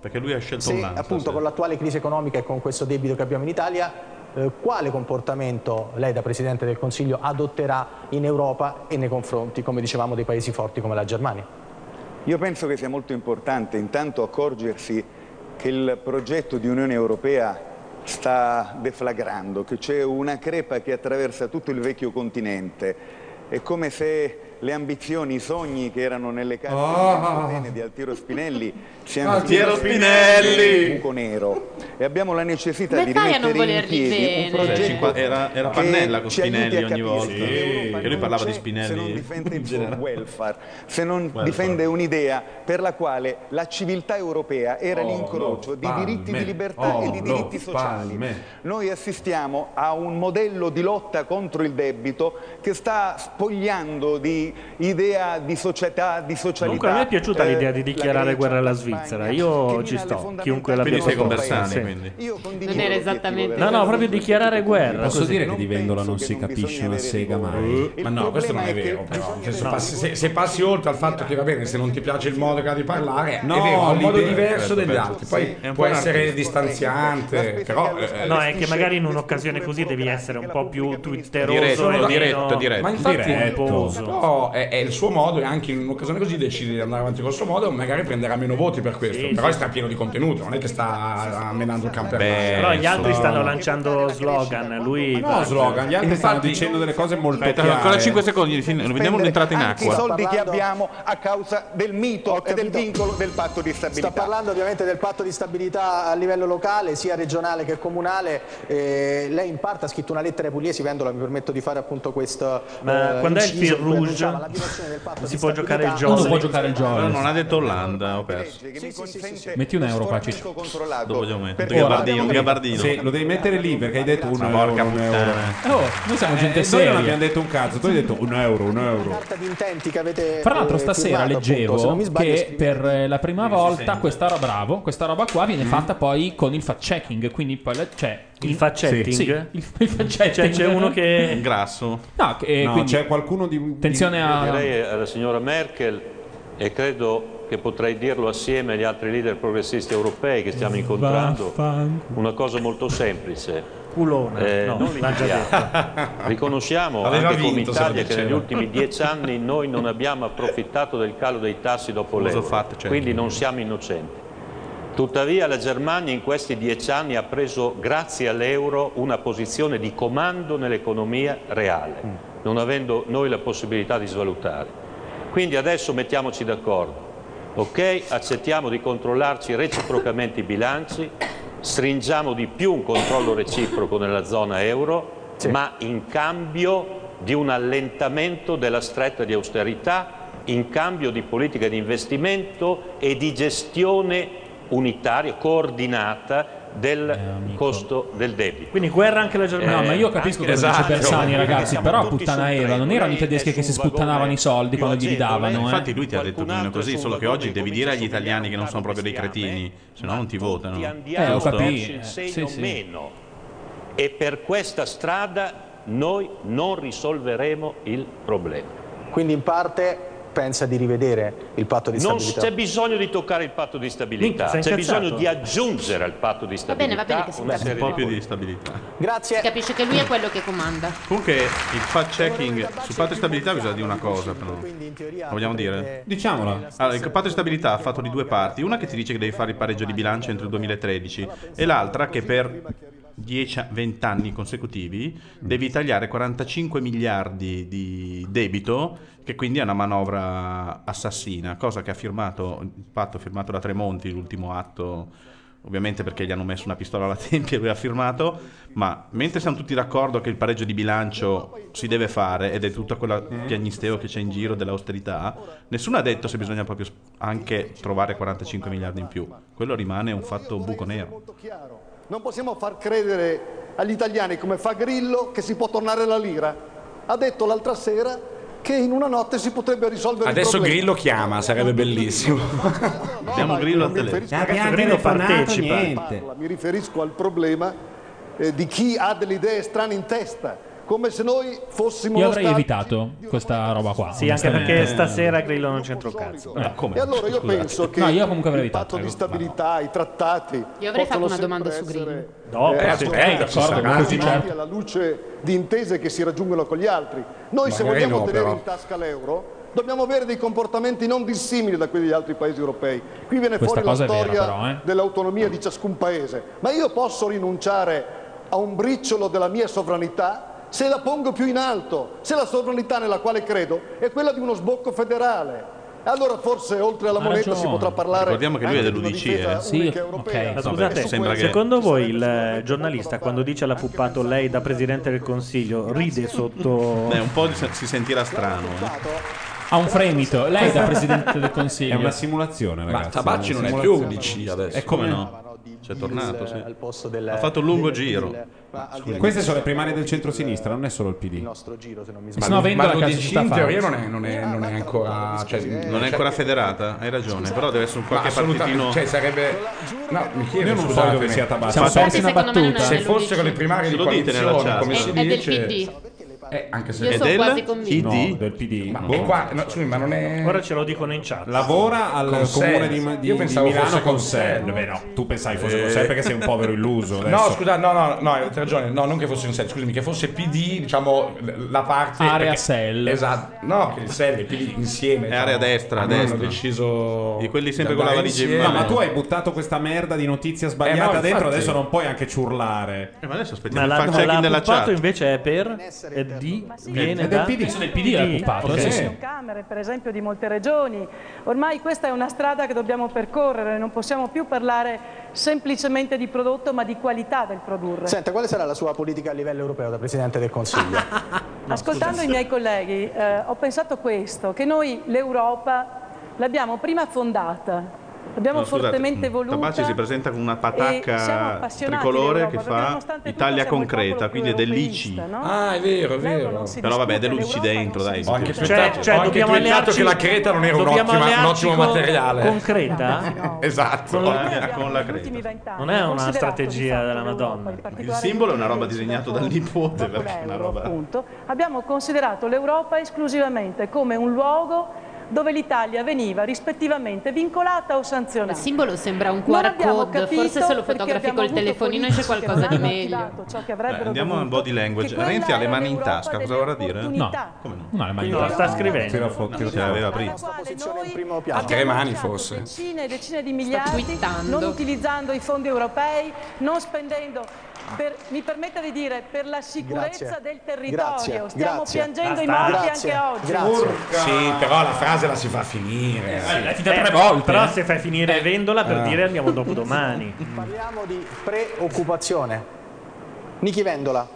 S6: Perché lui ha scelto
S7: Se
S6: Hollande.
S7: appunto con l'attuale crisi economica e con questo debito che abbiamo in Italia, eh, quale comportamento lei da Presidente del Consiglio adotterà in Europa e nei confronti, come dicevamo, dei paesi forti come la Germania?
S11: Io penso che sia molto importante intanto accorgersi che il progetto di Unione Europea sta deflagrando, che c'è una crepa che attraversa tutto il vecchio continente. È come se le ambizioni, i sogni che erano nelle carte
S2: Ah.
S11: di, Manfredini, di Altiero Spinelli siano
S6: Altiero
S11: un buco nero e abbiamo la necessità
S15: Come
S11: di
S15: fai a non
S11: rimettere in
S15: volerli
S11: piedi un
S15: bene?
S6: Cioè,
S11: progetto
S6: cinqua- era, era
S11: che
S6: Pannella con
S11: ci aiuti
S6: Spinelli
S11: a
S6: ogni
S11: capire
S6: volta.
S11: che l'Europa
S6: Che lui
S11: non
S6: parlava di
S11: c'è se non
S6: Spinelli.
S11: difende
S6: in
S11: il suo
S6: generale.
S11: welfare, se non
S6: Welfare.
S11: difende un'idea per la quale la civiltà europea era
S2: Oh,
S11: l'incrocio
S2: no,
S11: di
S2: palme.
S11: diritti di libertà
S2: Oh,
S11: e di
S2: no,
S11: diritti sociali.
S2: palme.
S11: Noi assistiamo a un modello di lotta contro il debito che sta spogliando di di idea di società, di socialità.
S3: Comunque a me è piaciuta
S11: Eh,
S3: l'idea di
S11: la
S3: dichiarare
S11: Grecia,
S3: guerra alla Svizzera. Io ci sto, chiunque l'abbia
S6: Quindi sei con
S3: proposto.
S6: Bersani,
S3: Sì.
S6: quindi.
S15: Non era esattamente
S3: No, no, proprio dichiarare guerra.
S2: Posso
S3: così.
S2: dire che di Vendola non si capisce una sega mai?
S8: Ma no, questo non è vero, però. Cioè, se, passi, se- se passi oltre al fatto che va bene, se non ti piace il modo che ha di parlare,
S2: No,
S8: è vero, ha un modo
S2: l'idea-
S8: diverso degli
S2: Aspetta,
S8: altri.
S2: sì.
S8: Poi
S2: È un
S8: può
S2: po' un
S8: essere
S2: artista.
S8: distanziante, però. eh,
S3: No, è che magari in un'occasione così devi essere un po' più twitteroso
S8: Diretto,
S3: e meno-
S8: diretto, diretto. Ma infatti,
S3: pomposo.
S8: però è, è il suo modo e anche in un'occasione così decide di andare avanti col suo modo magari prenderà meno voti per questo.
S3: Sì,
S8: però
S3: sì.
S8: sta pieno di contenuto, non è che sta menando il camperello.
S3: Però gli altri stanno lanciando
S6: Eh,
S3: slogan, lui...
S8: no, slogan, gli altri stanno dicendo
S2: delle cose molto
S6: Aspetta, ancora 5 secondi, fin- vediamo un'entrata in
S11: anche i
S6: acqua.
S11: soldi che abbiamo a causa del mito e del vincolo del patto di
S7: Sta
S11: stabilità.
S7: parlando ovviamente del patto di stabilità a livello locale, sia regionale che comunale. Eh, lei in parte ha scritto una lettera ai pugliesi, Vendola, mi permetto di fare appunto questo.
S3: Ma
S7: eh,
S3: quando è il
S7: inciso
S3: fil
S7: in cui
S3: rouge?
S7: annunciava la violazione del patto
S3: Si
S7: di
S3: può giocare il
S7: stabilità.
S3: jolly.
S6: No, non ha detto Olanda, ho perso.
S4: Metti un euro qua, Ciccio.
S6: Dove voglio
S2: Eh,
S6: mettere? Un gabardino, un gabardino.
S2: Sì, lo devi mettere lì perché hai detto un
S6: Ma
S2: euro,
S6: porca
S2: un
S6: puttana.
S2: euro.
S4: Oh, noi siamo gente
S2: Eh, Noi
S4: seria.
S2: non abbiamo detto un cazzo, tu hai detto un euro, un euro.
S7: Carta di intenti che avete.
S4: Fra l'altro
S7: eh,
S4: stasera
S7: firmato, appunto,
S4: leggevo
S7: se non mi sbaglio,
S4: che per eh, la prima volta questa roba bravo, questa roba qua
S7: Mm.
S4: viene fatta poi con il fact checking, quindi poi la- cioè
S3: Il fact-checking?
S4: Sì, il, il fact-checking.
S3: Cioè, c'è uno che-
S6: Grasso.
S4: No,
S14: eh,
S4: che- eh,
S2: No,
S4: quindi-
S2: c'è qualcuno di...
S4: Attenzione a-
S14: Io direi alla signora Merkel e credo che potrei dirlo assieme agli altri leader progressisti europei che stiamo incontrando una cosa molto semplice.
S3: Culone.
S14: Eh,
S3: No,
S14: non
S3: l'ha già detto.
S14: litighiamo. Riconosciamo
S3: Aveva
S14: anche come
S3: vinto, se lo
S14: Italia che
S3: diceva.
S14: negli ultimi dieci anni noi non abbiamo approfittato del calo dei tassi dopo
S6: Cosa
S14: l'euro,
S6: fate, cioè?
S14: quindi non siamo innocenti. Tuttavia la Germania in questi dieci anni ha preso, grazie all'euro, una posizione di comando nell'economia reale, non avendo noi la possibilità di svalutare. Quindi adesso mettiamoci d'accordo, ok? Accettiamo di controllarci reciprocamente i bilanci, stringiamo di più un controllo reciproco nella zona euro, ma in cambio di un allentamento della stretta di austerità, in cambio di politiche di investimento e di gestione unitaria, coordinata
S7: Eh,
S14: del costo del debito.
S3: Quindi guerra anche la Germania.
S4: No, ma io capisco cosa dice
S3: esatto.
S4: Bersani, ragazzi. Però puttana Eva, non erano i tedeschi che si sputtanavano i soldi quando glieli davano. eh.
S6: Infatti lui ti ha detto più o meno così, solo che oggi devi dire agli italiani che non sono proprio dei cretini, se no non ti votano.
S7: Eh,
S14: andiamo
S6: Giusto?
S14: verso il segno meno e per questa strada noi non risolveremo il problema.
S7: Quindi in parte pensa di rivedere il patto di
S14: Non
S7: stabilità.
S14: c'è bisogno di toccare il patto di
S7: Minchia,
S14: stabilità,
S7: sei
S14: c'è
S7: incazzato?
S14: bisogno di aggiungere al patto di
S15: Va bene,
S14: stabilità
S15: va bene che si
S14: una
S15: capisca.
S14: serie
S6: Un po' più
S14: cose.
S6: di stabilità.
S7: Grazie.
S15: Si capisce che lui è quello che comanda.
S6: Comunque il fact checking sul patto di stabilità bisogna dire una cosa però. La vogliamo dire?
S2: Diciamola.
S6: Allora, il patto di stabilità ha fatto di due parti, una che ti dice che devi fare il pareggio di bilancio entro il 2013 e l'altra che per 10-20 anni consecutivi devi tagliare 45 miliardi di debito che quindi è una manovra assassina, cosa che ha firmato il patto firmato da Tremonti, l'ultimo atto Ovviamente perché gli hanno messo una pistola alla tempia e lui ha firmato, ma mentre siamo tutti d'accordo che il pareggio di bilancio si deve fare ed è tutta quella piagnisteo che c'è in giro dell'austerità, nessuno ha detto se bisogna proprio sp- anche trovare 45 miliardi in più. Quello rimane un fatto buco nero.
S9: Non possiamo far credere agli italiani come fa Grillo che si può tornare la lira. Ha detto l'altra sera che in una notte si potrebbe risolvere il
S8: Adesso
S9: problema.
S8: Grillo chiama, sarebbe bellissimo.
S6: Abbiamo Grillo al telefono.
S9: Ragazzi,
S8: Grillo
S9: Grillo
S8: partecipa.
S9: parla, mi riferisco al problema eh, di chi ha delle idee strane in testa, come se noi fossimo
S4: Io avrei
S9: nostalgici.
S4: evitato questa roba qua.
S3: Sì, anche
S4: onestamente.
S3: perché stasera Grillo non c'entra un cazzo.
S4: Eh, come?
S9: E allora io
S4: Scusate.
S9: penso che
S4: No, io comunque avrei
S9: il patto
S4: evitato.
S9: di stabilità, i trattati.
S15: Io avrei fatto
S9: possono
S15: una domanda su
S9: sempre
S15: Green.
S4: No,
S9: eh,
S4: sì, eh, d'accordo,
S9: essere
S4: così
S9: ragionati
S4: certo.
S9: alla luce di intese che si raggiungono con gli altri. Noi se
S8: Magari
S9: vogliamo
S8: no,
S9: tenere
S8: però.
S9: in tasca l'euro dobbiamo avere dei comportamenti non dissimili da quelli degli altri paesi europei. Qui viene
S4: Questa
S9: fuori la
S4: cosa è vera,
S9: storia
S4: però, eh.
S9: dell'autonomia di ciascun paese, ma io posso rinunciare a un briciolo della mia sovranità se la pongo più in alto, se la sovranità nella quale credo è quella di uno sbocco federale. Allora forse oltre alla
S3: Ha
S9: moneta si
S3: ragione.
S9: potrà parlare
S6: Ricordiamo che lui è
S9: anche di una
S6: dell'UDC,
S9: difesa
S6: eh. Sì,
S9: unica europea.
S3: Ma
S6: Vabbè,
S3: scusate,
S6: sembra che-
S3: secondo voi il eh, giornalista quando dice alla pupato lei da presidente del consiglio ride sotto.
S6: Beh, un po' di- si sentirà strano. eh.
S4: Ha un fremito. Lei da presidente del consiglio.
S2: È una simulazione,
S4: Ma
S2: ragazzi.
S4: Tabacci non
S2: una
S4: è
S2: simulazione.
S4: più UDC
S6: E come no? C'è tornato, sì.
S7: Al posto del,
S6: Ha fatto un lungo
S7: del-
S6: giro.
S7: del Ma Ah, al di là di
S2: Queste
S7: questo,
S2: sono le primarie del centro-sinistra, non è solo il PD. Il
S7: nostro giro, se non mi
S2: Ma,
S6: vendono
S2: ma
S6: la
S2: lo
S6: casa
S2: dici
S6: città
S2: in teoria
S6: falsa.
S2: non è, non è-
S8: non è ancora. cioè,
S6: Ah, Non è ancora federata, hai ragione, però deve essere un qualche
S8: Ma assolutamente,
S6: partitino.
S8: cioè, sarebbe. No, mi chiedo,
S2: Io non so
S8: scusatemi.
S2: dove sia Tabata.
S8: Siamo
S2: Tabata,
S8: persi in
S2: secondo me, non è Eh,
S8: Se
S2: nell'UDC.
S8: fossero le primarie
S2: Ce
S8: di
S2: lo dite nella
S8: coalizione,
S2: chat?
S8: come
S2: È-
S8: si
S2: è del
S8: dice.
S15: PD.
S8: Eh, anche se
S15: Io sono quasi convinta.
S2: No, del PD.
S8: Ma
S2: Boh.
S8: e qua, no, scusami, ma non è.
S3: Ora ce lo dicono in chat.
S2: Lavora al
S8: Con
S2: comune
S8: Sell.
S2: di, di-
S8: Io
S2: di
S8: pensavo
S2: Milano
S8: fosse
S2: con
S8: con
S2: Sell.
S8: Sell.
S2: Beh, no, tu pensavi fosse
S8: Eh.
S2: con Sell perché sei un povero illuso. Adesso.
S8: No, scusa, no, no, no, avete ragione. No, non che fosse un sell, scusami, che fosse PD, diciamo, l- la parte.
S4: Area
S8: sell. Esatto. No, perché il sell e il PD insieme.
S6: È area destra,
S8: hanno
S6: destra.
S8: deciso.
S6: Di quelli sempre
S8: di
S6: con la
S8: andare
S6: valigia in
S8: insieme.
S2: No, ma tu hai buttato questa merda di notizia
S8: Eh, no,
S2: sbagliata dentro,
S8: infatti.
S2: adesso non puoi anche ciurlare.
S6: ma adesso
S3: Ma la,
S6: fact checking
S3: la
S6: della
S3: puppato
S6: chat.
S3: invece è per è di viene
S2: È del
S3: da
S2: PD. Sono del PD la puppato,
S3: ok.
S2: sì, sì.
S10: Le Camere, per esempio, di molte regioni. Ormai questa è una strada che dobbiamo percorrere, non possiamo più parlare semplicemente di prodotto, ma di qualità del produrre.
S7: Senta, quale sarà la sua politica a livello europeo da Presidente del Consiglio?
S10: Ascoltando i miei colleghi, eh, ho pensato questo, che noi l'Europa l'abbiamo prima fondata, l'abbiamo
S6: No, scusate,
S10: fortemente
S6: mm,
S10: voluta.
S6: Tabacci si presenta con una
S10: e siamo
S6: patacca
S10: appassionati
S6: tricolore
S10: dell'Europa,
S6: che
S10: perché
S6: fa
S10: nonostante tutto
S6: Italia
S10: siamo il
S6: concreta,
S10: popolo più
S6: quindi è dell'ICI.
S10: europeista, no?
S8: Ah, è vero, è
S10: L'euro non
S8: vero.
S10: si
S6: Però vabbè, dell'UCI dentro, dai.
S8: Ho anche
S6: scusa.
S8: twittato, ho anche twittato che la Creta non era un,
S6: dobbiamo
S8: ottima- un
S6: allearci
S8: ottimo
S6: con-
S8: materiale.
S6: con
S3: Creta?
S8: esatto.
S6: Con la, con la creta.
S3: Non è una strategia della Madonna.
S6: Il simbolo è una roba disegnata dal nipote, perché è una roba...
S10: appunto, Esatto. abbiamo considerato l'Europa esclusivamente come un luogo dove l'Italia veniva rispettivamente vincolata o sanzionata. Il simbolo sembra un
S15: QR code, forse se lo fotografi col telefonino e c'è qualcosa di meglio.
S10: Ciò che
S6: Dai,
S10: avrebbero
S6: andiamo
S10: dovuto
S6: al body language. Renzi ha le mani in tasca, cosa vorrà dire?
S4: No.
S6: come no?
S4: Non ha le mani in
S6: No,
S4: tasca.
S6: sta scrivendo.
S4: Tira fu-
S6: No,
S4: tira
S6: ce
S4: fuori.
S6: l'aveva prima.
S8: A tre mani forse.
S10: decine e decine di miliardi, non utilizzando i fondi europei, non spendendo. per- mi permetta di dire per la sicurezza
S7: Grazie.
S10: del territorio.
S7: Grazie.
S10: Stiamo
S7: Grazie.
S10: piangendo i
S7: Basta.
S10: morti
S7: Grazie.
S10: anche oggi.
S8: Sì, però la frase la si fa finire.
S3: Eh,
S8: sì.
S3: eh, Però se fai finire
S2: Eh.
S3: vendola per
S8: Ah.
S3: dire andiamo dopo domani.
S7: Parliamo di preoccupazione. Nichi Vendola,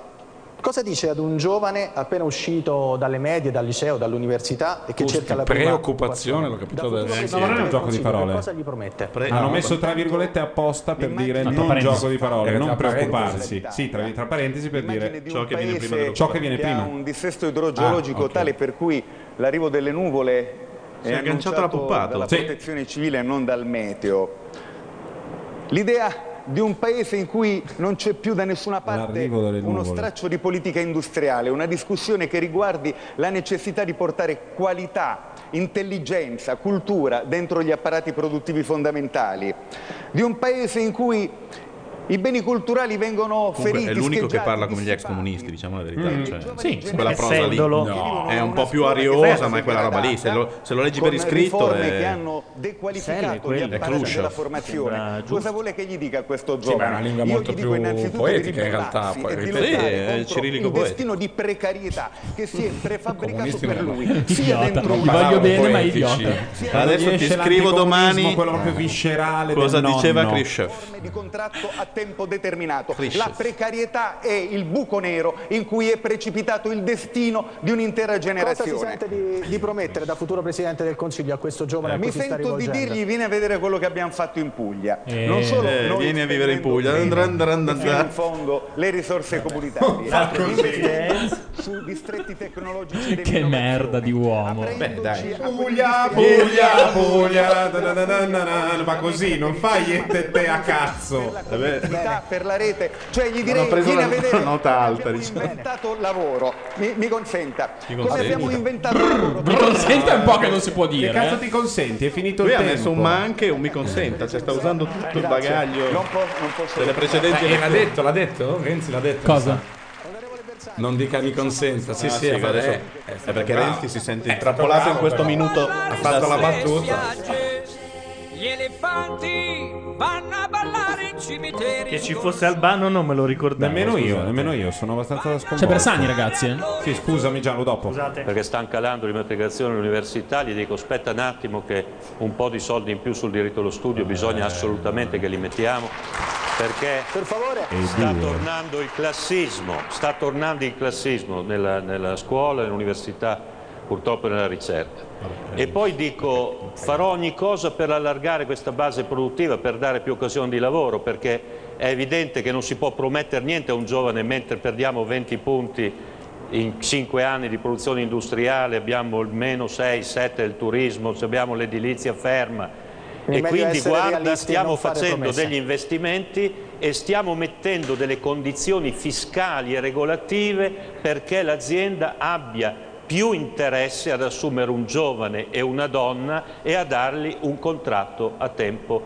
S7: cosa dice ad un giovane appena uscito dalle medie, dal liceo, dall'università e che cerca la prima
S8: preoccupazione, l'ho capito adesso.
S2: non è un gioco di parole.
S7: Cosa gli promette?
S2: Hanno messo tra virgolette apposta per dire
S7: No, tra
S2: non
S7: parentesi.
S2: gioco di parole,
S7: Era
S2: non
S7: tra parentesi.
S2: preoccuparsi. Sì, tra, tra parentesi per dire
S11: ciò che viene prima
S2: ciò che viene prima.
S11: ha un dissesto idrogeologico
S2: Ah, ok.
S11: tale per cui l'arrivo delle nuvole
S6: Si è agganciato alla
S11: annunciato
S6: Puppato.
S11: dalla
S6: Sì.
S11: protezione civile e non dal meteo. L'idea di un paese in cui non c'è più da nessuna parte
S2: L'arrivo delle
S11: uno
S2: nuvole.
S11: straccio di politica industriale, una discussione che riguardi la necessità di portare qualità, intelligenza, cultura dentro gli apparati produttivi fondamentali, di un paese in cui i beni culturali vengono
S6: Comunque
S11: feriti,
S6: è l'unico che
S11: scheggiati,
S6: parla come gli ex comunisti, diciamo la verità.
S11: Mm.
S6: Cioè,
S11: Sì,
S6: con quella
S11: sì.
S6: prosa lì
S11: Essendolo.
S6: No. è un po' più ariosa, ma è quella roba lì. Se lo, se lo leggi per
S11: con
S6: iscritto eh,
S11: riforme
S6: è...
S11: che hanno
S6: Selle,
S11: dequalificato gli
S6: quello. È
S11: apparati
S6: crucial.
S11: della formazione. Cosa vuole che gli dica questo
S8: Sì, ma è
S11: giovane?
S8: una lingua
S11: Io
S8: molto
S11: gli dico
S8: più
S11: innanzitutto
S8: poetica
S11: di
S8: in realtà,
S11: ribellarsi
S8: poi,
S11: e di
S8: ripeto.
S11: lottare
S6: Sì, è
S11: contro
S6: cirillico
S11: il
S6: poetico.
S11: destino di precarietà che si è prefabbricato
S6: Comunisti
S11: per
S6: non
S11: lui.
S6: erano.
S11: sia
S6: Idiota.
S11: dentro
S6: Ti
S11: una-
S6: voglio bene, ma
S2: Poetici.
S6: idiota.
S2: Quando
S6: Adesso
S2: gli
S6: ti
S2: esce
S6: scrivo
S2: l'anticomunismo,
S6: domani
S2: quello proprio viscerale
S6: cosa
S2: del
S6: diceva
S2: nonno.
S6: Khrushchev.
S11: di contratto a tempo determinato.
S6: Frisce.
S11: La precarietà è il buco nero in cui è precipitato il destino di un'intera
S7: Cosa si
S11: generazione.
S7: sente di, di promettere da futuro Presidente del Consiglio a questo giovane a cui
S11: Eh, Mi
S7: si sta
S11: sento di
S7: rivolgendo?
S11: dirgli vieni a vedere quello che abbiamo fatto in Puglia.
S7: Eh,
S11: non solo
S6: eh,
S11: noi
S6: vieni a vivere in Puglia.
S11: spendendo
S6: Dran, dran, dran,
S11: fino
S6: dran.
S11: in fondo le risorse comunitarie.
S6: Fa così.
S11: Investimenti su distretti tecnologici
S4: Che merda di uomo.
S6: Beh, dai.
S2: Puglia, Puglia, Puglia, da da da da da da, ma così non fai niente te a cazzo.
S11: Comunità, per la rete, cioè gli
S6: Hanno
S11: direi
S6: preso
S11: vieni
S6: una
S11: a vedere
S6: nota alta,
S11: abbiamo
S6: diciamo.
S11: inventato lavoro. Mi, mi consenta,
S6: Mi
S11: come
S6: consenta.
S11: abbiamo inventato lavoro?
S4: Mi consente un po' che non si può dire.
S6: Che cazzo
S4: eh.
S6: ti
S2: consenti? È finito
S6: Lui
S4: il
S6: ha
S4: tempo.
S6: messo un ma anche e un mi consenta, cioè sta usando tutto il
S11: Grazie.
S6: bagaglio
S11: Non po- non posso-
S6: delle precedenti
S8: Eh, l'ha
S6: elezioni.
S8: detto, l'ha detto, Renzi l'ha detto.
S4: Cosa?
S8: Non dica mi consenza, sì,
S6: Ah,
S8: sì,
S6: sì,
S8: è,
S6: adesso-
S8: è-
S6: è
S8: stato
S6: perché
S8: bravo.
S6: Renzi si sente
S8: È
S6: intrappolato
S8: stato
S6: in questo
S8: bravo, però.
S6: minuto
S8: Ha
S6: da
S8: fatto la
S6: sé.
S8: battuta.
S16: Gli elefanti vanno a ballare in cimiteri.
S3: Che ci fosse Albano non me lo ricordavo.
S2: Nemmeno io,
S3: scusate.
S2: nemmeno io, sono abbastanza sconvolto.
S14: C'è Bersani, ragazzi,
S4: eh?
S2: Sì, scusami Gianlu, dopo.
S14: Perché stanno calando l'immatricolazione all'università, gli dico aspetta un attimo che un po' di soldi in più sul diritto allo studio bisogna assolutamente che li mettiamo. Perché sta
S16: due.
S14: tornando il classismo, sta tornando il classismo nella, nella scuola, nell'università, purtroppo nella ricerca. E poi dico farò ogni cosa per allargare questa base produttiva, per dare più occasioni di lavoro, perché è evidente che non si può promettere niente a un giovane mentre perdiamo 20 punti in 5 anni di produzione industriale, abbiamo il meno 6, 7 del turismo, abbiamo l'edilizia ferma.
S7: Quindi
S14: E
S7: meglio
S14: quindi
S7: essere realisti
S14: guarda,
S7: e
S14: stiamo
S7: non fare
S14: facendo
S7: promesse.
S14: degli investimenti e stiamo mettendo delle condizioni fiscali e regolative perché l'azienda abbia più interesse ad assumere un giovane e una donna e a dargli un contratto a tempo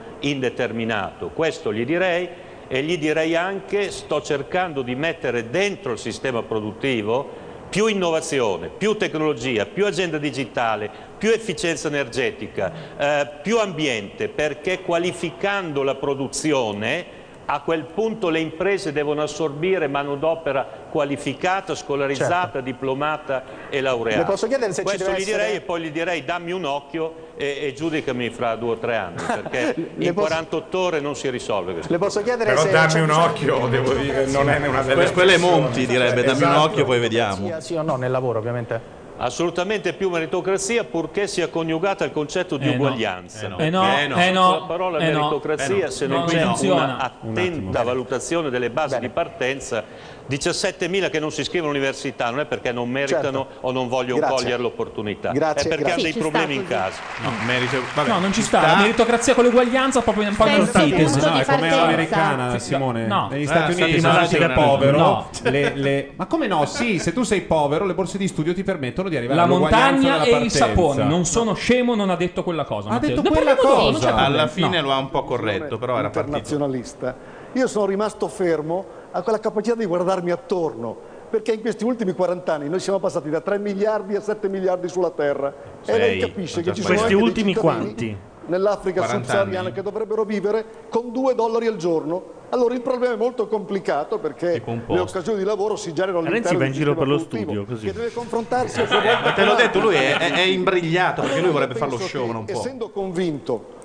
S14: indeterminato. Questo gli direi e gli direi anche sto cercando di mettere dentro il sistema produttivo più innovazione, più tecnologia, più agenda digitale, più efficienza energetica, eh, più ambiente, perché qualificando la produzione a quel punto le imprese devono assorbire manodopera qualificata, scolarizzata, diplomata e laureata.
S7: Certo. Le posso chiedere se ci
S14: Questo
S7: deve
S14: gli direi
S7: essere-
S14: e poi gli direi dammi un occhio e, e giudicami fra due o tre anni, perché
S7: Le
S14: in
S7: posso-
S14: 48 ore non si risolve questo.
S7: Le posso chiedere
S14: Però
S7: se
S14: dammi
S7: c'è
S14: un
S7: bisogno-
S14: occhio, devo dire, non è una delle
S6: Que- quello è
S14: espressioni.
S6: Monti direbbe dammi un
S14: Esatto.
S6: occhio poi vediamo
S7: Sì o no nel lavoro, ovviamente.
S14: Assolutamente più meritocrazia purché sia coniugata al concetto di
S4: Eh no.
S14: uguaglianza.
S4: Eh no. Eh no. Eh no.
S14: La parola
S4: Eh no.
S14: meritocrazia,
S4: Eh no.
S14: se
S4: Non
S14: non, c'è
S4: funziona.
S14: una attenta valutazione delle basi di partenza, 17.000 che non si iscrivono all'università non è perché non meritano
S7: Certo.
S14: o non vogliono
S6: Grazie.
S14: cogliere l'opportunità,
S6: Grazie,
S14: è perché
S6: grazie.
S14: hanno
S6: Sì,
S14: dei
S6: ci
S14: problemi
S6: sta
S14: in
S6: così.
S14: casa.
S6: No, merito, vabbè,
S4: No, non ci
S6: ci
S4: sta.
S6: sta.
S4: La meritocrazia con l'uguaglianza proprio in un po' in
S2: Penso
S4: antitesi.
S2: punto di
S4: No, è come
S2: partenza.
S4: Sì,
S2: americana,
S4: sì,
S2: Simone.
S4: No.
S2: Negli
S4: Eh,
S2: Stati
S4: sì,
S2: Uniti,
S4: ma
S2: se tu
S4: non
S2: sei
S4: ti-
S2: povero,
S4: no.
S2: le- le- ma come no? Sì, se tu sei povero, le borse di studio ti permettono di arrivare
S4: La
S2: all'uguaglianza
S4: montagna
S2: nella
S4: e i
S2: partenza.
S4: saponi. Non sono scemo, non ha detto quella cosa. Matteo.
S2: detto
S4: Ne
S2: quella
S4: parliamo dopo, non c'è problema.
S6: Alla
S4: No.
S6: fine lo ha un po' corretto, però era partito.
S9: nazionalista, io sono rimasto fermo a quella capacità di guardarmi attorno, perché in questi ultimi 40 anni noi siamo passati da 3 miliardi a 7 miliardi sulla Terra e lei
S3: Sei,
S9: capisce
S3: non
S9: che
S3: ti
S9: ci sono
S3: sbaglio. Questi
S9: anche dei
S3: ultimi
S9: cittadini
S3: quanti?
S9: nell'Africa
S3: 40
S9: subsahariana
S3: anni?
S9: che dovrebbero vivere con 2 dollari al giorno. Allora il problema è molto complicato perché le
S3: posto.
S9: occasioni di lavoro si generano
S3: Renzi
S9: all'interno
S3: va
S9: del
S3: in giro
S9: sistema
S3: per lo
S9: produttivo,
S3: studio così.
S9: che deve confrontarsi a sua volta
S6: Ma Eh, te l'ho
S9: con
S6: detto, lui è,
S9: altri.
S6: è- è imbrigliato perché lui vorrebbe fare
S9: Penso
S6: lo show,
S9: che,
S6: non può.
S9: Essendo convinto,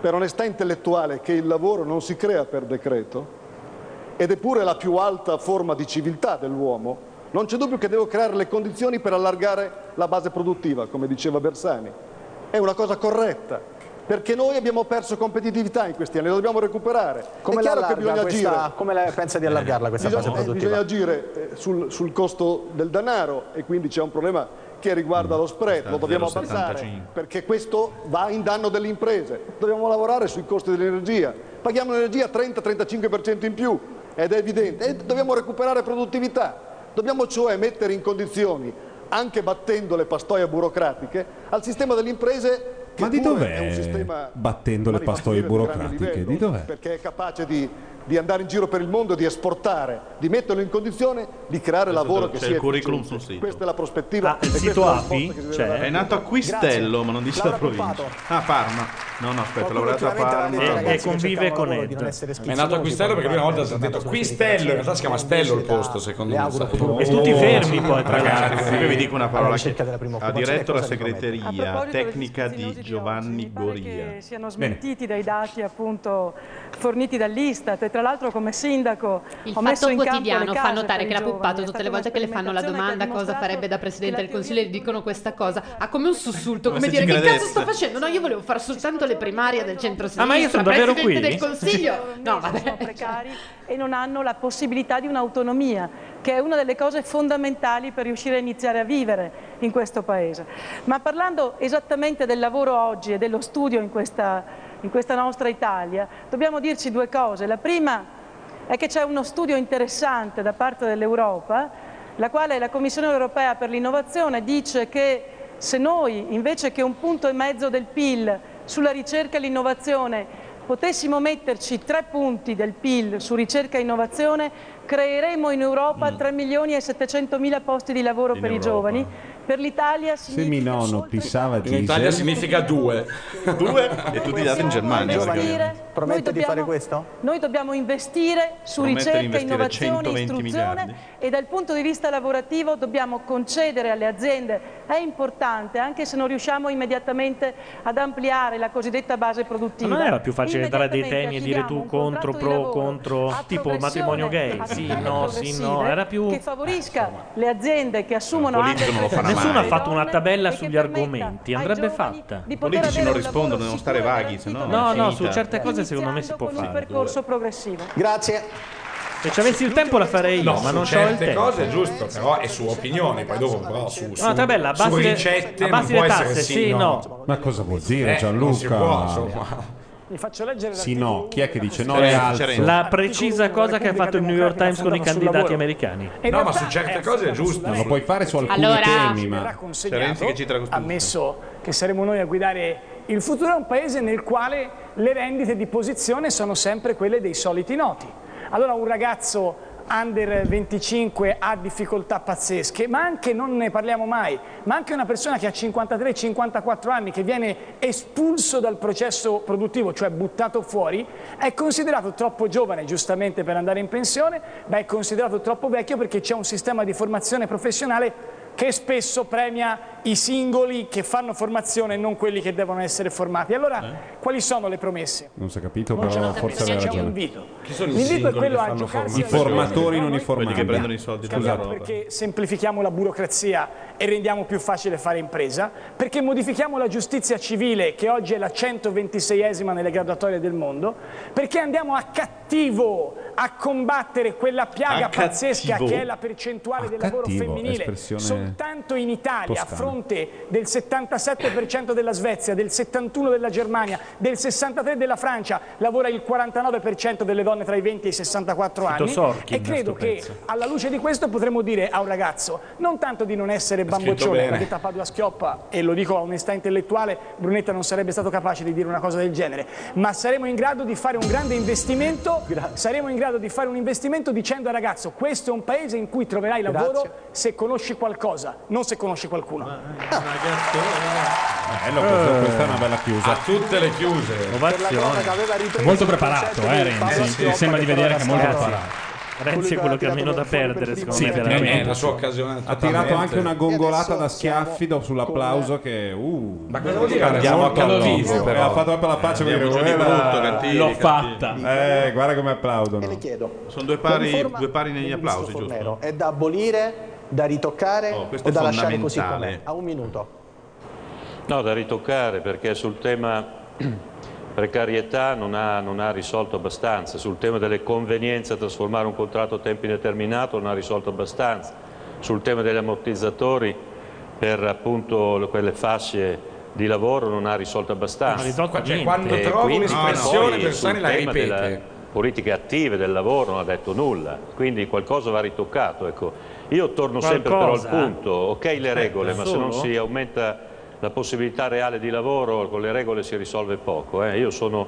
S9: per onestà intellettuale, che il lavoro non si crea per decreto, ed è pure la più alta forma di civiltà dell'uomo, non c'è dubbio che devo creare le condizioni per allargare la base produttiva, come diceva Bersani. È una cosa corretta, perché noi abbiamo perso competitività in questi anni, la dobbiamo recuperare.
S7: Come
S9: è chiaro
S7: la
S9: che bisogna
S7: questa,
S9: agire.
S7: Come la, pensa di allargarla questa
S9: Bisogna,
S7: fase
S9: eh,
S7: produttiva?
S9: bisogna agire eh, sul, sul costo del denaro e quindi c'è un problema che
S2: Mm,
S9: riguarda lo spread, lo dobbiamo abbassare
S6: 0,75.
S9: perché questo va in danno delle imprese. Dobbiamo lavorare sui costi dell'energia, paghiamo l'energia 30-35% in più ed è evidente e dobbiamo recuperare produttività. Dobbiamo cioè mettere in condizioni, anche battendo le pastoie burocratiche, al sistema delle imprese che
S2: Ma di
S9: pure
S2: dov'è?
S9: è un sistema
S2: Battendo le pastoie burocratiche, di dov'è?
S9: perché è capace di, di andare in giro per il mondo, di esportare, di metterlo in condizione di creare lavoro che
S6: C'è
S9: sia
S6: il curriculum
S9: efficiente.
S6: sul sito. Ah,
S9: Questa è la prospettiva. e
S6: il
S9: questa
S6: sito
S9: è la
S6: API?
S9: risposta che si deve
S6: C'è?
S9: dare.
S6: È nato a Quistello,
S9: Grazie.
S6: ma non dice la
S9: Laura
S6: provincia.
S9: Puppato.
S6: Ah, Parma. No, no, aspetta, ho lavorato a Parma.
S8: Ma È nato a Quistello perché lui una volta si è detto Quistello, in realtà si chiama Stello il posto, secondo me.
S6: E tutti fermi poi, tra
S8: Oh, Ragazzi,
S6: l'altro. Oh, Io vi dico una parola che ha
S8: occupazione,
S6: diretto la
S8: cosa vi promette?
S10: A
S6: segreteria
S10: proposito
S6: tecnica di Giovanni Goria.
S3: Eh,
S10: che Eh, siano
S6: Bene.
S10: smentiti dai dati appunto forniti dall'Istat e tra l'altro come sindaco
S15: Il
S10: ho messo
S15: fatto
S10: in campo le
S15: quotidiano
S10: case
S15: fa
S10: per
S15: notare
S10: i
S15: che la
S10: giovani.
S15: Puppato
S10: È
S15: tutte
S10: stata
S15: le volte che le fanno la
S10: un'esperimentazione
S15: domanda
S10: che ha
S15: cosa farebbe da Presidente del Consiglio e gli dicono questa cosa. Ha come un sussulto,
S6: Come
S15: come
S6: se
S15: dire
S6: ci
S15: che cazzo
S6: credesse."
S15: sto facendo? No, io volevo fare soltanto le primarie del centro-sinistra.
S3: Ah, ma io sono davvero qui?
S15: Presidente del Consiglio.
S10: sono
S15: No, vabbè.
S10: precari e non hanno la possibilità di un'autonomia, che è una delle cose fondamentali per riuscire a iniziare a vivere in questo paese. Ma parlando esattamente del lavoro oggi e dello studio in questa, in questa nostra Italia, dobbiamo dirci due cose. La prima è che c'è uno studio interessante da parte dell'Europa, la quale la Commissione europea per l'innovazione dice che se noi, invece che un punto e mezzo del PIL sulla ricerca e l'innovazione, potessimo metterci tre punti del PIL su ricerca e innovazione, creeremo in Europa 3 milioni e 700 mila posti di lavoro per i giovani. Per l'Italia
S2: Se mi nonno pissava
S8: In Italia
S2: diesel-
S8: significa due.
S3: Ah,
S6: Due? E tutti dati in Germania.
S10: investire, noi
S7: Promette di
S10: dobbiamo-
S7: fare questo?
S10: Noi dobbiamo investire su
S6: Promette di
S10: ricerca,
S6: investire
S10: innovazione,
S6: 120
S10: istruzione
S6: miliardi.
S10: e dal punto di vista lavorativo dobbiamo concedere alle aziende, è importante anche se non riusciamo immediatamente ad ampliare la cosiddetta base produttiva.
S3: Ma non era più facile dare dei temi e dire
S10: immediatamente
S3: tu contro, pro, contro, tipo il matrimonio gay.
S10: a
S3: Sì,
S10: tappe
S3: no, sì,
S10: progressive
S3: no, era più- Ah,
S10: che favorisca le aziende che assumono
S3: Politico
S10: anche
S3: non lo farà
S10: persone
S3: Nessuno ha
S10: donne
S3: fatto una tabella
S10: e che
S3: sugli
S10: permetta
S3: argomenti,
S10: ai
S3: andrebbe
S10: giovani
S3: fatta.
S10: di
S6: I politici non rispondono, devono stare vaghi, se no.
S3: No,
S6: è
S3: no,
S6: finita.
S3: su certe cose secondo me si può
S10: cioè con un
S3: fare.
S10: percorso progressivo.
S7: Grazie.
S3: Se ci avessi il tempo la farei io,
S8: No,
S3: ma
S8: su
S3: non ho il
S8: certe
S3: tempo.
S8: cose è giusto, però è sua opinione. Poi dopo, però, su, su,
S3: No, una tabella a
S8: su
S3: base,
S8: ricette
S3: a base
S8: non
S3: di
S8: può
S3: tasse,
S8: essere
S3: sì,
S8: sì,
S3: no.
S2: Ma cosa vuol dire
S8: Eh,
S2: Gianluca?
S8: non si può, insomma.
S12: Vi faccio leggere
S2: Sì, no. Chi è che dice no?
S8: C'è
S2: è
S8: Renzi,
S2: alto?
S8: c'è Renzi.
S3: La precisa cosa che ha fatto il New York Times con i
S12: fondata sul
S3: candidati
S12: lavoro.
S3: americani.
S12: In
S2: No, ma
S12: realtà
S2: su certe
S12: è
S2: cose è
S12: fondata
S2: giusto.
S12: sulla
S2: Lo puoi fare su alcuni
S12: Allora-
S2: temi,
S12: verrà
S2: ma
S12: consegnato,
S6: C'è Renzi che cita la Costituzione.
S12: ammesso che saremo noi a guidare il futuro è un paese nel quale le rendite di posizione sono sempre quelle dei soliti noti. Allora un ragazzo under 25 ha difficoltà pazzesche, ma anche non ne parliamo mai, ma anche una persona che ha 53-54 anni che viene espulso dal processo produttivo, cioè buttato fuori, è considerato troppo giovane giustamente per andare in pensione, ma è considerato troppo vecchio perché c'è un sistema di formazione professionale che spesso premia i singoli che fanno formazione e non quelli che devono essere formati. Allora, quali sono le promesse?
S2: non si è capito,
S12: Non ce
S2: però
S12: l'ho
S2: Eh? forse
S12: capito,
S2: aveva
S12: c'è un
S2: ragione.
S12: invito.
S8: Chi sono i
S12: L'invito è
S8: singoli
S12: quello
S8: che
S12: a
S8: fanno
S12: giocarsi
S2: I
S12: al gioco.
S2: formatori non i
S6: Quelli
S2: formati.
S6: che prendono i soldi dalla
S12: Scusate,
S6: roba.
S12: perché semplifichiamo la burocrazia e rendiamo più facile fare impresa, perché modifichiamo la giustizia civile che oggi è la 126esima nelle graduatorie del mondo, perché andiamo a cattivo a combattere quella piaga
S13: A
S12: pazzesca
S13: cattivo?
S12: che è la percentuale del lavoro
S2: cattivo,
S12: femminile.
S2: espressione
S12: Soltanto in Italia,
S2: toscana.
S12: a fronte del 77% della Svezia, del 71% della Germania, del 63% della Francia, lavora il 49% delle donne tra i 20 e i 64
S3: Cito
S12: anni.
S3: Sorkin,
S12: e credo
S3: sto
S12: che
S3: pezzo.
S12: alla luce di questo potremmo dire a un ragazzo non tanto di non essere
S8: scritto
S12: bamboccione,
S8: bene.
S12: perché Tapadua schioppa, e lo dico a onestà intellettuale, Brunetta non sarebbe stato capace di dire una cosa del genere, ma saremo in grado di fare un grande investimento, saremo in grado di fare un investimento dicendo al ragazzo questo è un paese in cui troverai lavoro se conosci qualcosa, non se conosci qualcuno.
S8: Eh,
S2: Bello, questa- questa è una bella chiusa.
S8: A tutte le chiuse.
S4: È molto preparato, eh, Renzi. Sembra di vedere che è molto
S3: Ragazzi,
S4: preparato.
S3: Renzi è quello che ha meno da perdere, secondo me. veramente.
S8: la sua occasione.
S2: Ha tirato anche una gongolata da schiaffi do- sull'applauso che... Uh, ma
S8: cosa vuol dire? Molto all'occhio, però.
S2: Ha fatto proprio la pace.
S6: Eh,
S2: per
S6: abbiamo
S2: dire,
S6: già di
S2: "Quella-
S6: brutto, cattivi,
S2: L'ho
S6: cattivi".
S2: fatta. Eh, guarda come applaudono.
S6: Sono due pari,
S7: Riforma
S6: due pari negli applausi, giusto? Oh,
S7: È da abolire, da ritoccare
S6: questo
S7: o
S6: è
S7: da lasciare così
S6: fondamentale.
S7: com'è. A un minuto.
S14: No, da ritoccare perché sul tema precarietà non ha, non ha risolto abbastanza, sul tema delle convenienze a trasformare un contratto a tempo indeterminato non ha risolto abbastanza, sul tema degli ammortizzatori per appunto le- quelle fasce di lavoro non ha risolto abbastanza.
S8: Non ha risolto Cioè, niente. quando
S14: E
S8: trovo
S14: quindi
S8: un'espressione,
S14: poi
S8: Bersani
S14: sul
S8: la
S14: tema
S8: ripete.
S14: della Politiche attive del lavoro non ha detto nulla, quindi qualcosa va ritoccato. Ecco. Io torno sempre però al
S3: Qualcosa?
S14: punto, ok le
S3: Aspetta,
S14: regole, ma se non
S3: solo?
S14: si aumenta la possibilità reale di lavoro, con le regole si risolve poco. eh. Io sono